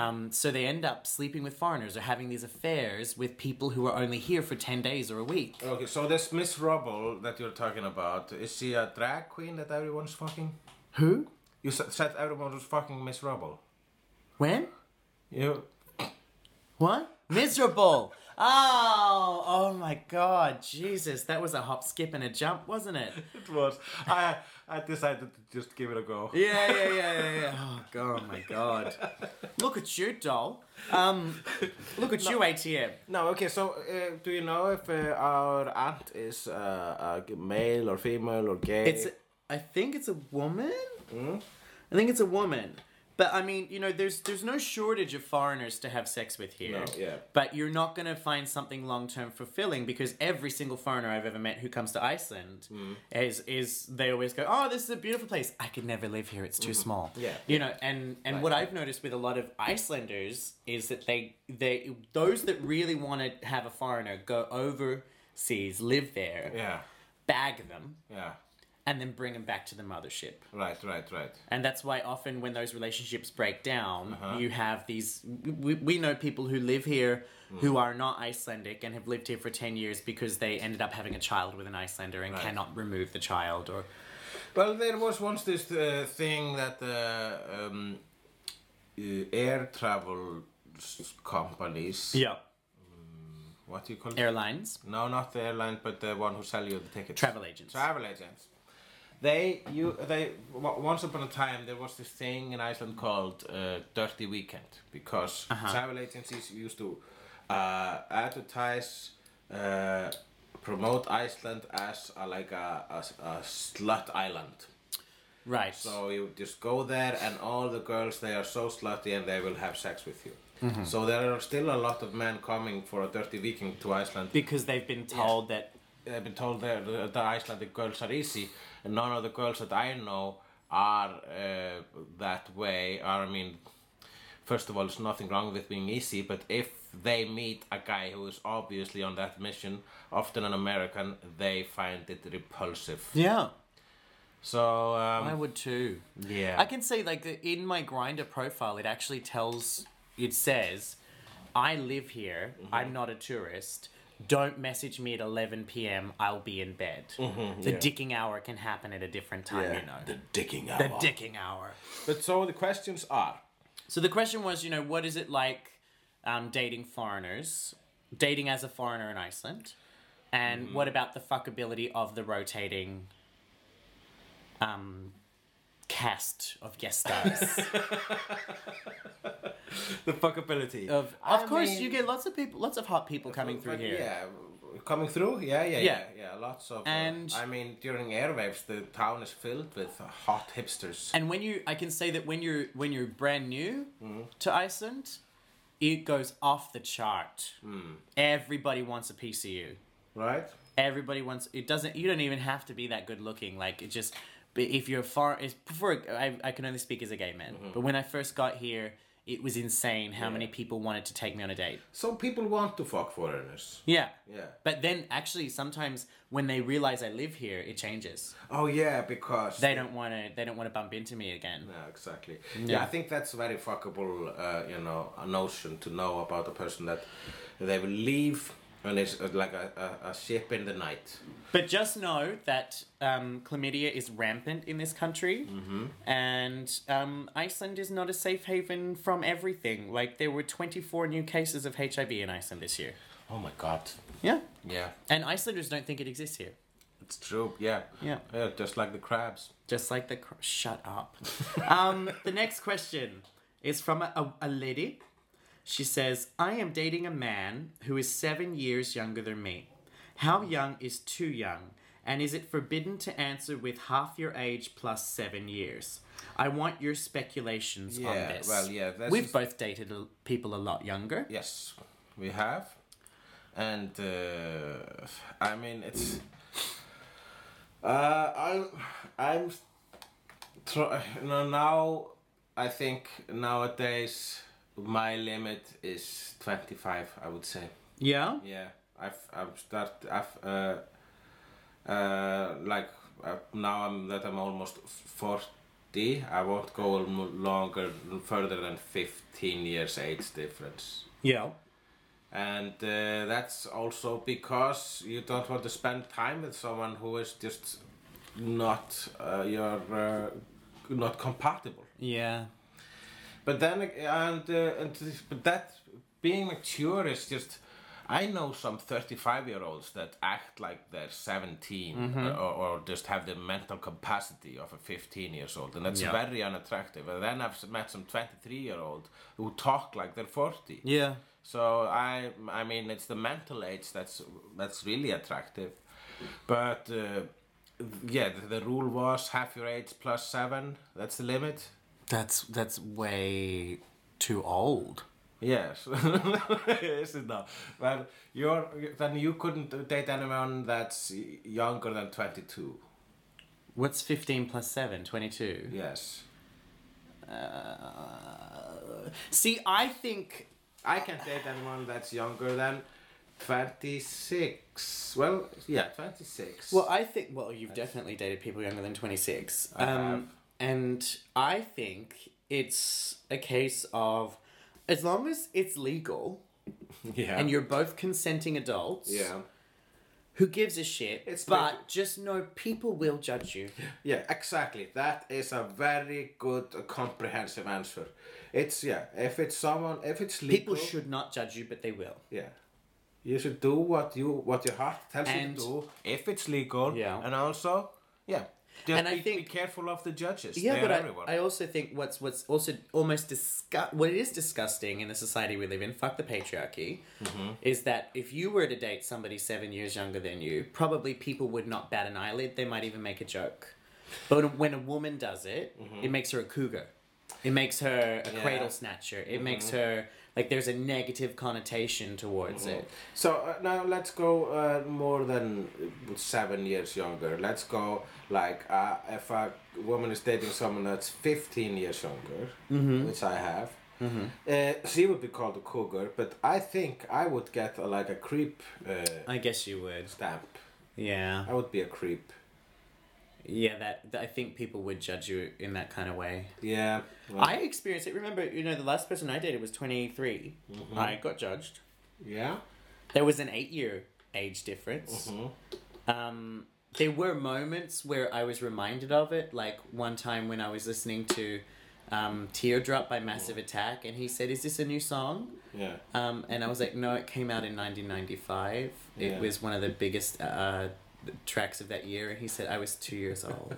Speaker 2: Um, so they end up sleeping with foreigners or having these affairs with people who are only here for 10 days or a week.
Speaker 3: Okay, so this Miss Rubble that you're talking about is she a drag queen that everyone's fucking?
Speaker 2: Who?
Speaker 3: You sa- said everyone was fucking Miss Rubble.
Speaker 2: When?
Speaker 3: You
Speaker 2: What? Miserable. Oh, oh my God, Jesus! That was a hop, skip, and a jump, wasn't it?
Speaker 3: It was. I I decided to just give it a go.
Speaker 2: Yeah, yeah, yeah, yeah, yeah. Oh God, my God! Look at you, doll. Um, look at you, ATM.
Speaker 3: No, okay. So, uh, do you know if uh, our aunt is uh, uh, male or female or gay?
Speaker 2: It's, I think it's a woman. I think it's a woman. But I mean, you know, there's there's no shortage of foreigners to have sex with here.
Speaker 3: No, yeah.
Speaker 2: But you're not gonna find something long term fulfilling because every single foreigner I've ever met who comes to Iceland
Speaker 3: Mm.
Speaker 2: is is they always go, oh, this is a beautiful place. I could never live here. It's too small.
Speaker 3: Mm-hmm. Yeah.
Speaker 2: You know, and and what I've noticed with a lot of Icelanders is that they they those that really want to have a foreigner go overseas, live there,
Speaker 3: yeah,
Speaker 2: bag them,
Speaker 3: yeah.
Speaker 2: and then bring them back to the mothership.
Speaker 3: Right, right, right.
Speaker 2: And that's why often when those relationships break down, you have these. We, we know people who live here who are not Icelandic and have lived here for 10 years because they ended up having a child with an Icelander and
Speaker 3: Right.
Speaker 2: cannot remove the child. Or
Speaker 3: Well, there was once this uh, thing that uh, um, uh, air travel s- companies.
Speaker 2: Yeah.
Speaker 3: What do you call it?
Speaker 2: Airlines,
Speaker 3: No, not the airline, but the one who sell you the tickets.
Speaker 2: travel agents.
Speaker 3: Travel agents. They you they w- once upon a time there was this thing in Iceland called uh, Dirty Weekend because travel agencies used to uh, advertise. Uh, promote Iceland as a, like a, a, a slut island.
Speaker 2: right.
Speaker 3: So you just go there, and all the girls they are so slutty, and they will have sex with you. So there are still a lot of men coming for a dirty weekend to Iceland.
Speaker 2: because they've been told that.
Speaker 3: I've been told that the the Icelandic girls are easy, and none of the girls that I know are uh, that way. Are, I mean, first of all, there's nothing wrong with being easy, but if they meet a guy who is obviously on that mission, often an American, they find it repulsive.
Speaker 2: Yeah.
Speaker 3: So
Speaker 2: I
Speaker 3: um,
Speaker 2: would too.
Speaker 3: yeah,
Speaker 2: I can say like the- in my grinder profile, it actually tells it says, "I live here. I'm not a tourist. Don't message me at 11 p.m. I'll be in bed. the dicking hour can happen at a different time, you know. The,
Speaker 3: dicking out.
Speaker 2: dicking hour.
Speaker 3: But so the questions are.
Speaker 2: So the question was, you know, what is it like um, dating foreigners, dating as a foreigner in Iceland, and what about the fuckability of the rotating um, cast of guest stars?
Speaker 3: The fuckability.
Speaker 2: Of,
Speaker 3: I
Speaker 2: of course,
Speaker 3: mean-
Speaker 2: you get lots of people, lots of hot people coming through here.
Speaker 3: Yeah, coming through. Yeah, yeah, yeah,
Speaker 2: Yeah.
Speaker 3: yeah. Lots of. uh,
Speaker 2: And-
Speaker 3: I mean, during airwaves, the town is filled with hot hipsters.
Speaker 2: And when you, I can say that when you're when you're brand new
Speaker 3: Mm-hmm.
Speaker 2: to Iceland, it goes off the chart.
Speaker 3: Mm.
Speaker 2: Everybody wants a piece of you.
Speaker 3: right.
Speaker 2: Everybody wants. It doesn't. You don't even have to be that good looking. Like it just. But if you're far, it's before I, I can only speak as a gay man.
Speaker 3: Mm-hmm.
Speaker 2: But when I first got here, it was insane how many people wanted to take me on a date.
Speaker 3: So people want to fuck foreigners.
Speaker 2: Yeah.
Speaker 3: Yeah.
Speaker 2: But then actually, sometimes when they realize I live here, it changes.
Speaker 3: Oh yeah, because
Speaker 2: they don't want to they don't want to bump into me again
Speaker 3: Yeah, exactly. Yeah. I think that's very fuckable, uh, you know, a notion to know about a person that they will leave and it's uh, like a, a, a ship in the night.
Speaker 2: but just know that um, chlamydia is rampant in this country and um, iceland is not a safe haven from everything like there were 24 new cases of hiv in iceland this year
Speaker 3: Oh my god.
Speaker 2: yeah
Speaker 3: Yeah,
Speaker 2: and icelanders don't think it exists here
Speaker 3: it's true. Yeah.
Speaker 2: Yeah.
Speaker 3: Yeah, just like the crabs.
Speaker 2: just like the cr- shut up um, the next question is from a, a, a lady she says i am dating a man who is seven years younger than me how young is too young and is it forbidden to answer with half your age plus seven years i want your speculations on
Speaker 3: Yeah,
Speaker 2: this
Speaker 3: well, yeah, that's
Speaker 2: we've
Speaker 3: just-
Speaker 2: both dated a- people a lot younger
Speaker 3: Yes, we have. And uh, I mean, it's. Uh, I'm. I'm. Try, you know, now, I think nowadays my limit is 25, I would say.
Speaker 2: yeah
Speaker 3: Yeah, I've. I've start. I've. Uh, uh, like, uh, now I'm that I'm almost 40, I won't go longer, further than 15 years age difference
Speaker 2: yeah
Speaker 3: and uh, that's also because you don't want to spend time with someone who is just not uh, your uh, not compatible
Speaker 2: yeah
Speaker 3: but then ag- and, uh, and th- but that being mature is just I know some 35 year olds that act like they're 17 or, or just have the mental capacity of a 15 years old, and that's
Speaker 8: Yeah.
Speaker 3: very unattractive. And then I've met some 23 year old who talk like they're 40.
Speaker 8: Yeah.
Speaker 3: So I, I mean, it's the mental age that's that's really attractive, but uh, yeah, the, the rule was half your age plus seven. That's the limit.
Speaker 8: That's that's way too old.
Speaker 3: Yes, yes, it now. Well, you're then you couldn't date anyone that's younger than twenty two.
Speaker 2: What's 15 plus 7? 22.
Speaker 3: Yes.
Speaker 2: See, I think.
Speaker 3: I can date anyone that's younger than 26. Well, yeah, 26.
Speaker 2: Well, I think. Well, you've definitely dated people younger than 26. um,
Speaker 3: have.
Speaker 2: And I think it's a case of as long as it's legal
Speaker 3: yeah.
Speaker 2: and you're both consenting adults,
Speaker 3: yeah.
Speaker 2: who gives a shit?
Speaker 3: It's
Speaker 2: but
Speaker 3: legal.
Speaker 2: just know people will judge you.
Speaker 3: Yeah, exactly. That is a very good, uh, comprehensive answer. It's, yeah, if it's someone, if it's legal.
Speaker 2: People should not judge you, but they will.
Speaker 3: Yeah. You should do what you what your heart tells
Speaker 2: And-
Speaker 3: you to do if it's legal.
Speaker 2: Yeah.
Speaker 3: And also, yeah. Just
Speaker 2: And I
Speaker 3: be,
Speaker 2: think-
Speaker 3: be careful of the judges.
Speaker 2: Yeah,
Speaker 3: They're
Speaker 2: but
Speaker 3: everyone.
Speaker 2: I, I also think what's what's also almost disgust what it is disgusting in the society we live in. Fuck the patriarchy. Is that if you were to date somebody seven years younger than you, probably people would not bat an eyelid. They might even make a joke. But when a woman does it, it makes her a cougar. It makes her a cradle snatcher. It makes her like there's a negative connotation towards it.
Speaker 3: So uh, now let's go uh, more than uh, seven years younger. Let's go like uh, if a woman is dating someone that's 15 years younger, which I have, uh, she would be called a cougar, but I think I would get a, like a creep uh,
Speaker 2: I guess you would.
Speaker 3: stamp.
Speaker 2: Yeah.
Speaker 3: I would be a creep.
Speaker 2: Yeah, that, that I think people would judge you in that kind of way.
Speaker 3: Yeah. well,
Speaker 2: I experienced it. Remember, you know, the last person I dated was 23. I got judged.
Speaker 3: yeah.
Speaker 2: There was an eight year age difference. Um, there were moments where I was reminded of it, like one time when I was listening to um, Teardrop by Massive Attack, and he said, Is this a new song?
Speaker 3: Yeah.
Speaker 2: Um, and I was like, No, it came out in 1995.
Speaker 3: Yeah.
Speaker 2: It was one of the biggest uh, tracks of that year. And he said, I was two years old.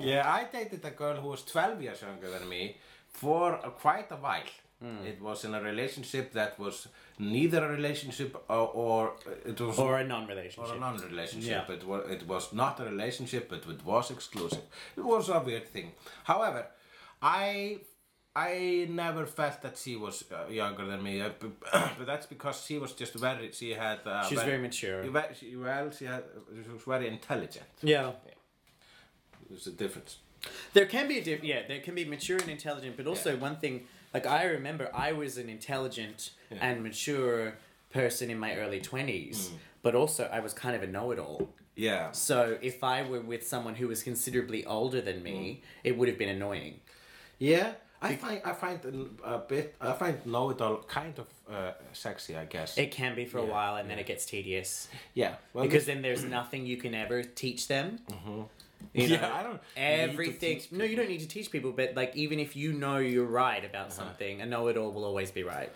Speaker 3: Yeah, I dated a girl who was 12 years younger than me for a- quite a while.
Speaker 2: Hmm.
Speaker 3: It was in a relationship that was neither a relationship or, or uh, it was
Speaker 2: or a non
Speaker 3: or a
Speaker 2: relationship.
Speaker 3: non-relationship.
Speaker 2: Yeah.
Speaker 3: It was it was not a relationship, but it was exclusive. It was a weird thing. However, I I never felt that she was uh, younger than me, uh, b- but that's because she was just very. She had. Uh,
Speaker 2: She's very mature.
Speaker 3: ve- she- Well, she, had, she was very intelligent.
Speaker 2: Yeah.
Speaker 3: There's a difference.
Speaker 2: There can be a diff- yeah, there can be mature and intelligent, but also one thing like I remember I was an intelligent and mature person in my early 20s,
Speaker 3: Hmm.
Speaker 2: but also I was kind of a know-it-all.
Speaker 3: Yeah.
Speaker 2: So if I were with someone who was considerably older than me,
Speaker 3: Hmm.
Speaker 2: it would have been annoying.
Speaker 3: Yeah, I find I find a bit I find know it all kind of uh, sexy, I guess.
Speaker 2: It can be for a while and then it gets tedious
Speaker 3: yeah, well,
Speaker 2: because then there's nothing you can ever teach them. You know,
Speaker 3: yeah, I don't
Speaker 2: Everything.
Speaker 3: need to teach
Speaker 2: No, you don't need to teach people, but like even if you know you're right about
Speaker 3: Uh-huh.
Speaker 2: something, a know-it-all will always be right.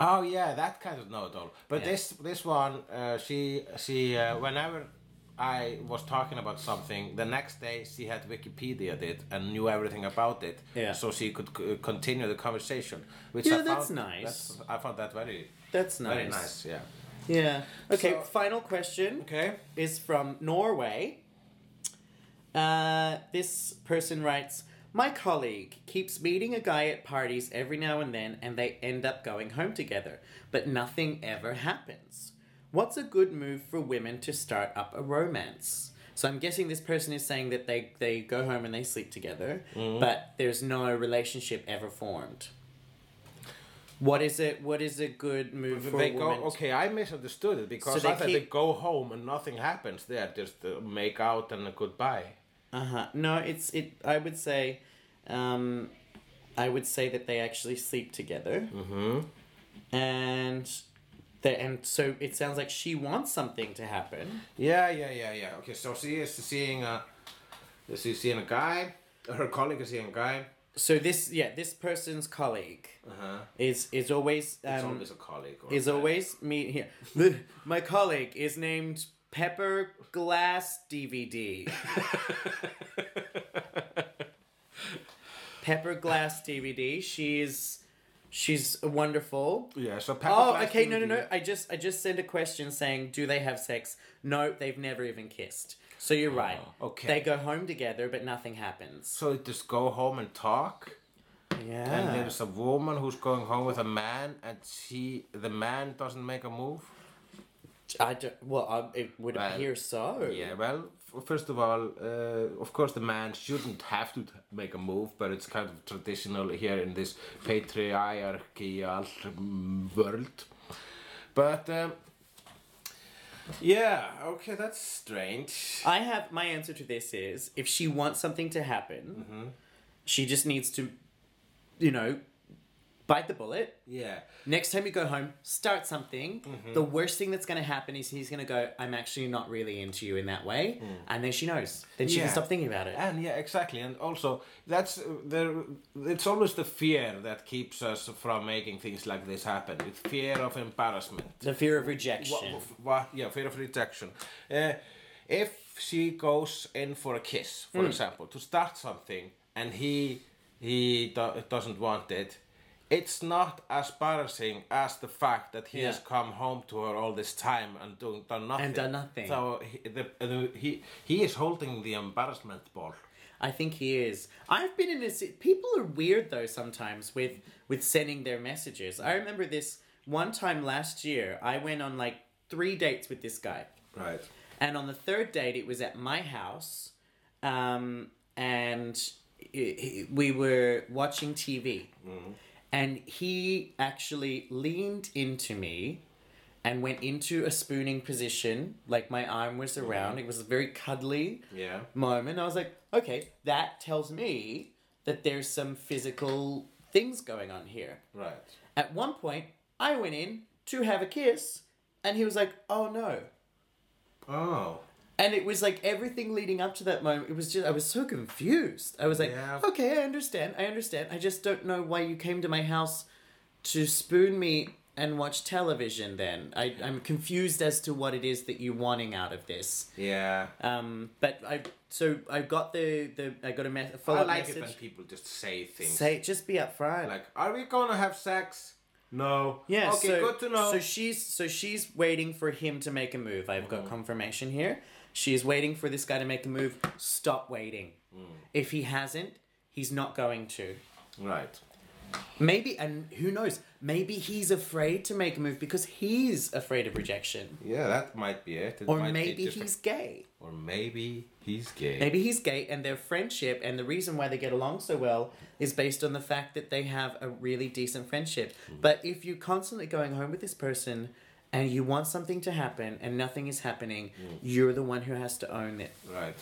Speaker 3: Oh yeah, that kind of know it all. But
Speaker 2: Yeah.
Speaker 3: this this one, uh, she she uh, whenever I was talking about something, the next day she had Wikipedia it and knew everything about it.
Speaker 2: Yeah.
Speaker 3: So she could c- continue the conversation. Which
Speaker 2: Yeah,
Speaker 3: I
Speaker 2: that's
Speaker 3: found,
Speaker 2: nice.
Speaker 3: that's- I found that very
Speaker 2: That's nice.
Speaker 3: very nice. Yeah.
Speaker 2: Yeah. Okay,
Speaker 3: So-
Speaker 2: final question
Speaker 3: Okay.
Speaker 2: is from Norway. Uh, this person writes My colleague keeps meeting a guy at parties every now and then, and they end up going home together, but nothing ever happens. What's a good move for women to start up a romance? So I'm guessing this person is saying that they, they go home and they sleep together,
Speaker 3: Mm-hmm.
Speaker 2: but there's no relationship ever formed. What is it? What is a good move for
Speaker 3: they
Speaker 2: a woman?
Speaker 3: go okay i misunderstood it because
Speaker 2: So they
Speaker 3: i thought they
Speaker 2: keep-
Speaker 3: go home and nothing happens there just uh, make out and a goodbye
Speaker 2: Uh huh. No, it's it. I would say, um, I would say that they actually sleep together. Mm-hmm. And, they, and so it sounds like she wants something to happen.
Speaker 3: yeah yeah yeah yeah okay so she is seeing a she's seeing a guy her colleague is seeing a guy
Speaker 2: so this yeah this person's colleague is is always um,
Speaker 3: It's always a colleague. Or
Speaker 2: is always me here. My colleague is named Pepper Glass DVD. Pepper Glass DVD. She's she's wonderful.
Speaker 3: Yeah, so Pepper
Speaker 2: Oh,
Speaker 3: Glass
Speaker 2: okay, no, no,
Speaker 3: DVD.
Speaker 2: no. I just I just sent a question saying, do they have sex? No, they've never even kissed. So you're right.
Speaker 3: Oh, okay.
Speaker 2: They go home together, but nothing happens.
Speaker 3: So they just go home and talk.
Speaker 2: Yeah.
Speaker 3: And there's a woman who's going home with a man, and she, the man doesn't make a move.
Speaker 2: I don't, well, I, it would
Speaker 3: Well,
Speaker 2: appear so.
Speaker 3: Yeah, well, f- first of all, uh, of course, the man shouldn't have to t- make a move, but it's kind of traditional here in this patriarchal mm, world. But um, yeah, okay, that's strange.
Speaker 2: I have my answer to this is if she wants something to happen,
Speaker 3: Mm-hmm.
Speaker 2: she just needs to, you know, bite the bullet.
Speaker 3: Yeah,
Speaker 2: Next time you go home, start something.
Speaker 3: Mm-hmm.
Speaker 2: The worst thing that's going to happen is he's going to go, I'm actually not really into you in that way. And then she knows. Then she can
Speaker 3: Mm. Yeah.
Speaker 2: stop thinking about it.
Speaker 3: and yeah, exactly, and also that's uh, there. It's always the fear that keeps us from making things like this happen. It's fear of embarrassment.
Speaker 2: The fear of rejection.
Speaker 3: Wha- wha- yeah, fear of rejection. Uh, if she goes in for a kiss,
Speaker 2: Hmm.
Speaker 3: for example, to start something, and he he do- doesn't want it, it's not as embarrassing as the fact that he has
Speaker 2: Yeah.
Speaker 3: come home to her all this time and doing done nothing.
Speaker 2: done nothing.
Speaker 3: So he, the, the, he he is holding the embarrassment ball.
Speaker 2: I think he is. I've been in a. si- People are weird though sometimes with with sending their messages. I remember this one time last year. I went on like three dates with this guy,
Speaker 3: Right.
Speaker 2: and on the third date it was at my house, um, and i i we were watching TV, and he actually leaned into me. And went into a spooning position, like my arm was around. It was very cuddly
Speaker 3: Yeah.
Speaker 2: moment. I was like, okay, that tells me that there's some physical things going on here.
Speaker 3: Right.
Speaker 2: At one point, I went in to have a kiss, and he was like, oh no.
Speaker 3: Oh.
Speaker 2: And it was like everything leading up to that moment. It was just, I was so confused. I was like,
Speaker 3: Yeah.
Speaker 2: okay, I understand. I understand. I just don't know why you came to my house to spoon me and watch television then. I, I'm confused as to what it is that you're wanting out of this.
Speaker 3: Yeah.
Speaker 2: Um, but I so I got the the I got a, me- a follow
Speaker 3: I
Speaker 2: up
Speaker 3: like it when
Speaker 2: message.
Speaker 3: people just say things.
Speaker 2: Say just be upfront.
Speaker 3: like, are we gonna have sex? No.
Speaker 2: yeah.
Speaker 3: Okay,
Speaker 2: so,
Speaker 3: good to know.
Speaker 2: So she's so she's waiting for him to make a move. I've
Speaker 3: Mm.
Speaker 2: got confirmation here. She's waiting for this guy to make a move. Stop waiting.
Speaker 3: Mm.
Speaker 2: If he hasn't, he's not going to.
Speaker 3: Right.
Speaker 2: Maybe and who knows? Maybe he's afraid to make a move because he's afraid of rejection,
Speaker 3: Yeah, that might be it. It
Speaker 2: or
Speaker 3: might be
Speaker 2: maybe
Speaker 3: just a-
Speaker 2: he's gay.
Speaker 3: Or maybe he's gay.
Speaker 2: Maybe he's gay, and their friendship and the reason why they get along so well is based on the fact that they have a really decent friendship.
Speaker 3: Hmm.
Speaker 2: But if you're constantly going home with this person and you want something to happen and nothing is happening,
Speaker 3: Hmm.
Speaker 2: you're the one who has to own it.
Speaker 3: Right.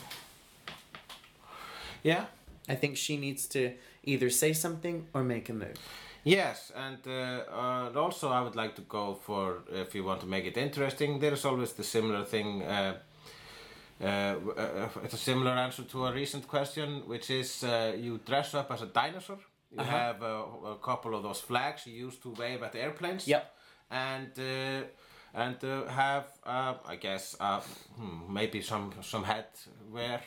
Speaker 3: Yeah.
Speaker 2: I think she needs to either say something or make a move.
Speaker 3: Yes, and uh, uh, and also I would like to go for if you want to make it interesting. There is always the similar thing. Uh, uh, w- uh, uh, it's a similar answer to a recent question, which is uh, you dress up as a dinosaur. You
Speaker 2: Uh-huh.
Speaker 3: have a, a couple of those flags you used to wave at airplanes.
Speaker 2: Yep.
Speaker 3: And uh, and uh, have uh, I guess uh, hmm, maybe some some headwear,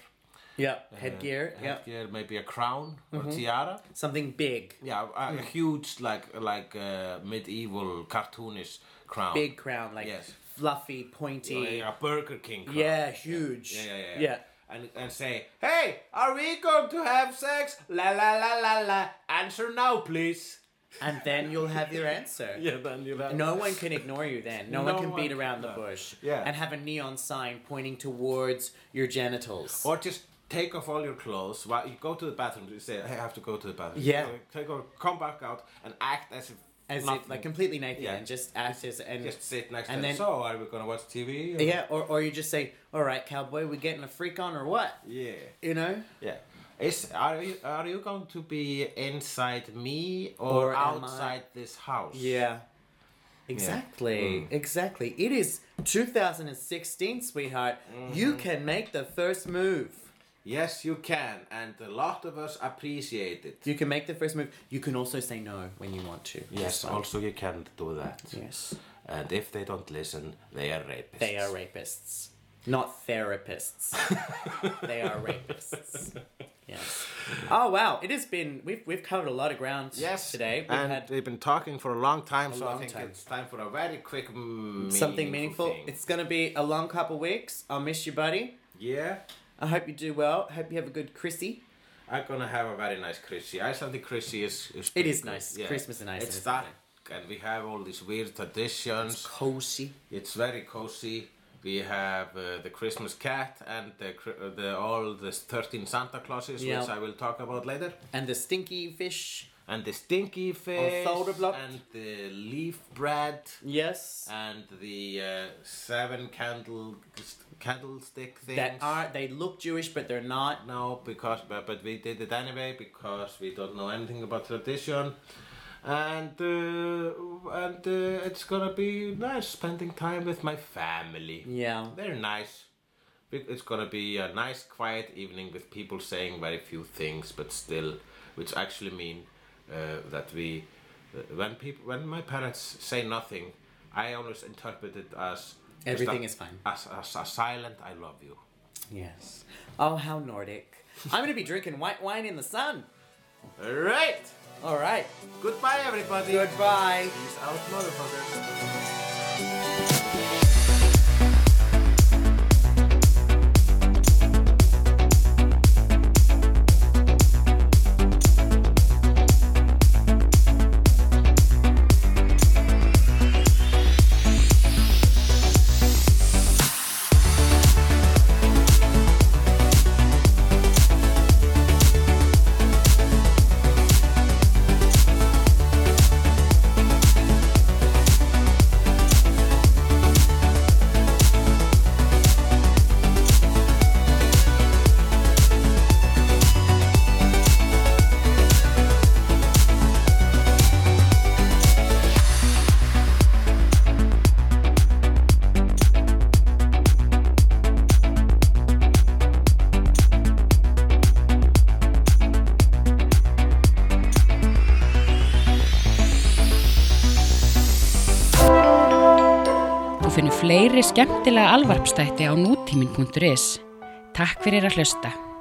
Speaker 2: Yeah, headgear. yeah,
Speaker 3: Uh, headgear, maybe a crown or a tiara.
Speaker 2: something big,
Speaker 3: Yeah, a, a huge like like uh, medieval cartoonish crown.
Speaker 2: big crown, like
Speaker 3: Yes. Oh,
Speaker 2: fluffy, pointy.
Speaker 3: Yeah, a Burger King crown.
Speaker 2: Yeah, huge.
Speaker 3: Yeah, yeah, yeah. And, and say, hey, are we going to have sex? La la la la la. Answer now, please.
Speaker 2: and then you'll have your answer.
Speaker 3: Yeah, then you have.
Speaker 2: No one can ignore you then. No,
Speaker 3: No
Speaker 2: one can beat
Speaker 3: one-
Speaker 2: around
Speaker 3: no.
Speaker 2: the bush.
Speaker 3: Yeah.
Speaker 2: And have a neon sign pointing towards your genitals.
Speaker 3: Or just take off all your clothes while you go to the bathroom. You say, hey, I have to go to the bathroom.
Speaker 2: Yeah.
Speaker 3: Take off, come back out and act as if
Speaker 2: as if,
Speaker 3: nothing.
Speaker 2: like completely naked
Speaker 3: Yeah.
Speaker 2: and just act as and
Speaker 3: just sit next
Speaker 2: and
Speaker 3: to
Speaker 2: then-
Speaker 3: them. So are we gonna watch TV? Or...
Speaker 2: yeah, or, or you just say, "All right, cowboy, we getting a freak on or what?"
Speaker 3: Yeah.
Speaker 2: You know,
Speaker 3: Yeah. Is are you are you going to be inside me
Speaker 2: Or
Speaker 3: or,
Speaker 2: am
Speaker 3: outside this house?
Speaker 2: Yeah. Exactly.
Speaker 3: Mm.
Speaker 2: Exactly.
Speaker 3: Mm-hmm.
Speaker 2: It is 2016, sweetheart. You can make the first move.
Speaker 3: Yes, you can, and a lot of us appreciate it.
Speaker 2: You can make the first move. You can also say no when you want to.
Speaker 3: Yes, also you can do that.
Speaker 2: Yes.
Speaker 3: And if they don't listen, they are rapists.
Speaker 2: They are rapists, not therapists. they are rapists. Yes. Oh wow! It has been we've we've covered a lot of ground
Speaker 3: Yes.
Speaker 2: today. We've
Speaker 3: and
Speaker 2: had
Speaker 3: they've been talking for a long time, so
Speaker 2: long
Speaker 3: I think
Speaker 2: time.
Speaker 3: it's time for a very quick mm,
Speaker 2: something meaningful.
Speaker 3: thing.
Speaker 2: It's gonna be a long couple weeks. I'll miss you, buddy.
Speaker 3: Yeah,
Speaker 2: I hope you do well. Hope you have a good Chrissy.
Speaker 3: I'm gonna have a very nice Chrissy. Icelandic Chrissy is. is
Speaker 2: It
Speaker 3: pretty
Speaker 2: is
Speaker 3: good.
Speaker 2: nice. Christmas in Iceland
Speaker 3: It's
Speaker 2: is
Speaker 3: dark, and we have all these weird traditions.
Speaker 2: Koshi.
Speaker 3: It's very cozy. We have uh, the Christmas cat and the, cr- uh, the all the 13 Santa Clauses,
Speaker 2: Yeah.
Speaker 3: which I will talk about later.
Speaker 2: And the stinky fish.
Speaker 3: And the stinky fish.
Speaker 2: Þórublátt.
Speaker 3: And the leaf bread.
Speaker 2: Yes.
Speaker 3: And the uh, seven candle candlestick things.
Speaker 2: that are they look Jewish but they're not.
Speaker 3: No, because but, but we did it anyway because we don't know anything about tradition, and uh, and uh, it's gonna be nice spending time with my family.
Speaker 2: Yeah.
Speaker 3: Very nice. Be- It's gonna be a nice, quiet evening with people saying very few things, but still, which actually mean uh, that we, uh, when people, when my parents say nothing, I always interpret it as
Speaker 2: Everything is fine.
Speaker 3: As, as, as silent, I love you.
Speaker 2: Yes. Oh, how Nordic. I'm going to be drinking white wine in the sun.
Speaker 3: All right.
Speaker 2: All right.
Speaker 3: Goodbye, everybody.
Speaker 2: Goodbye.
Speaker 3: Peace out, motherfuckers.
Speaker 1: Þú finnur fleiri skemmtilega alvarpstætti á nútímin.is. Takk fyrir að hlusta.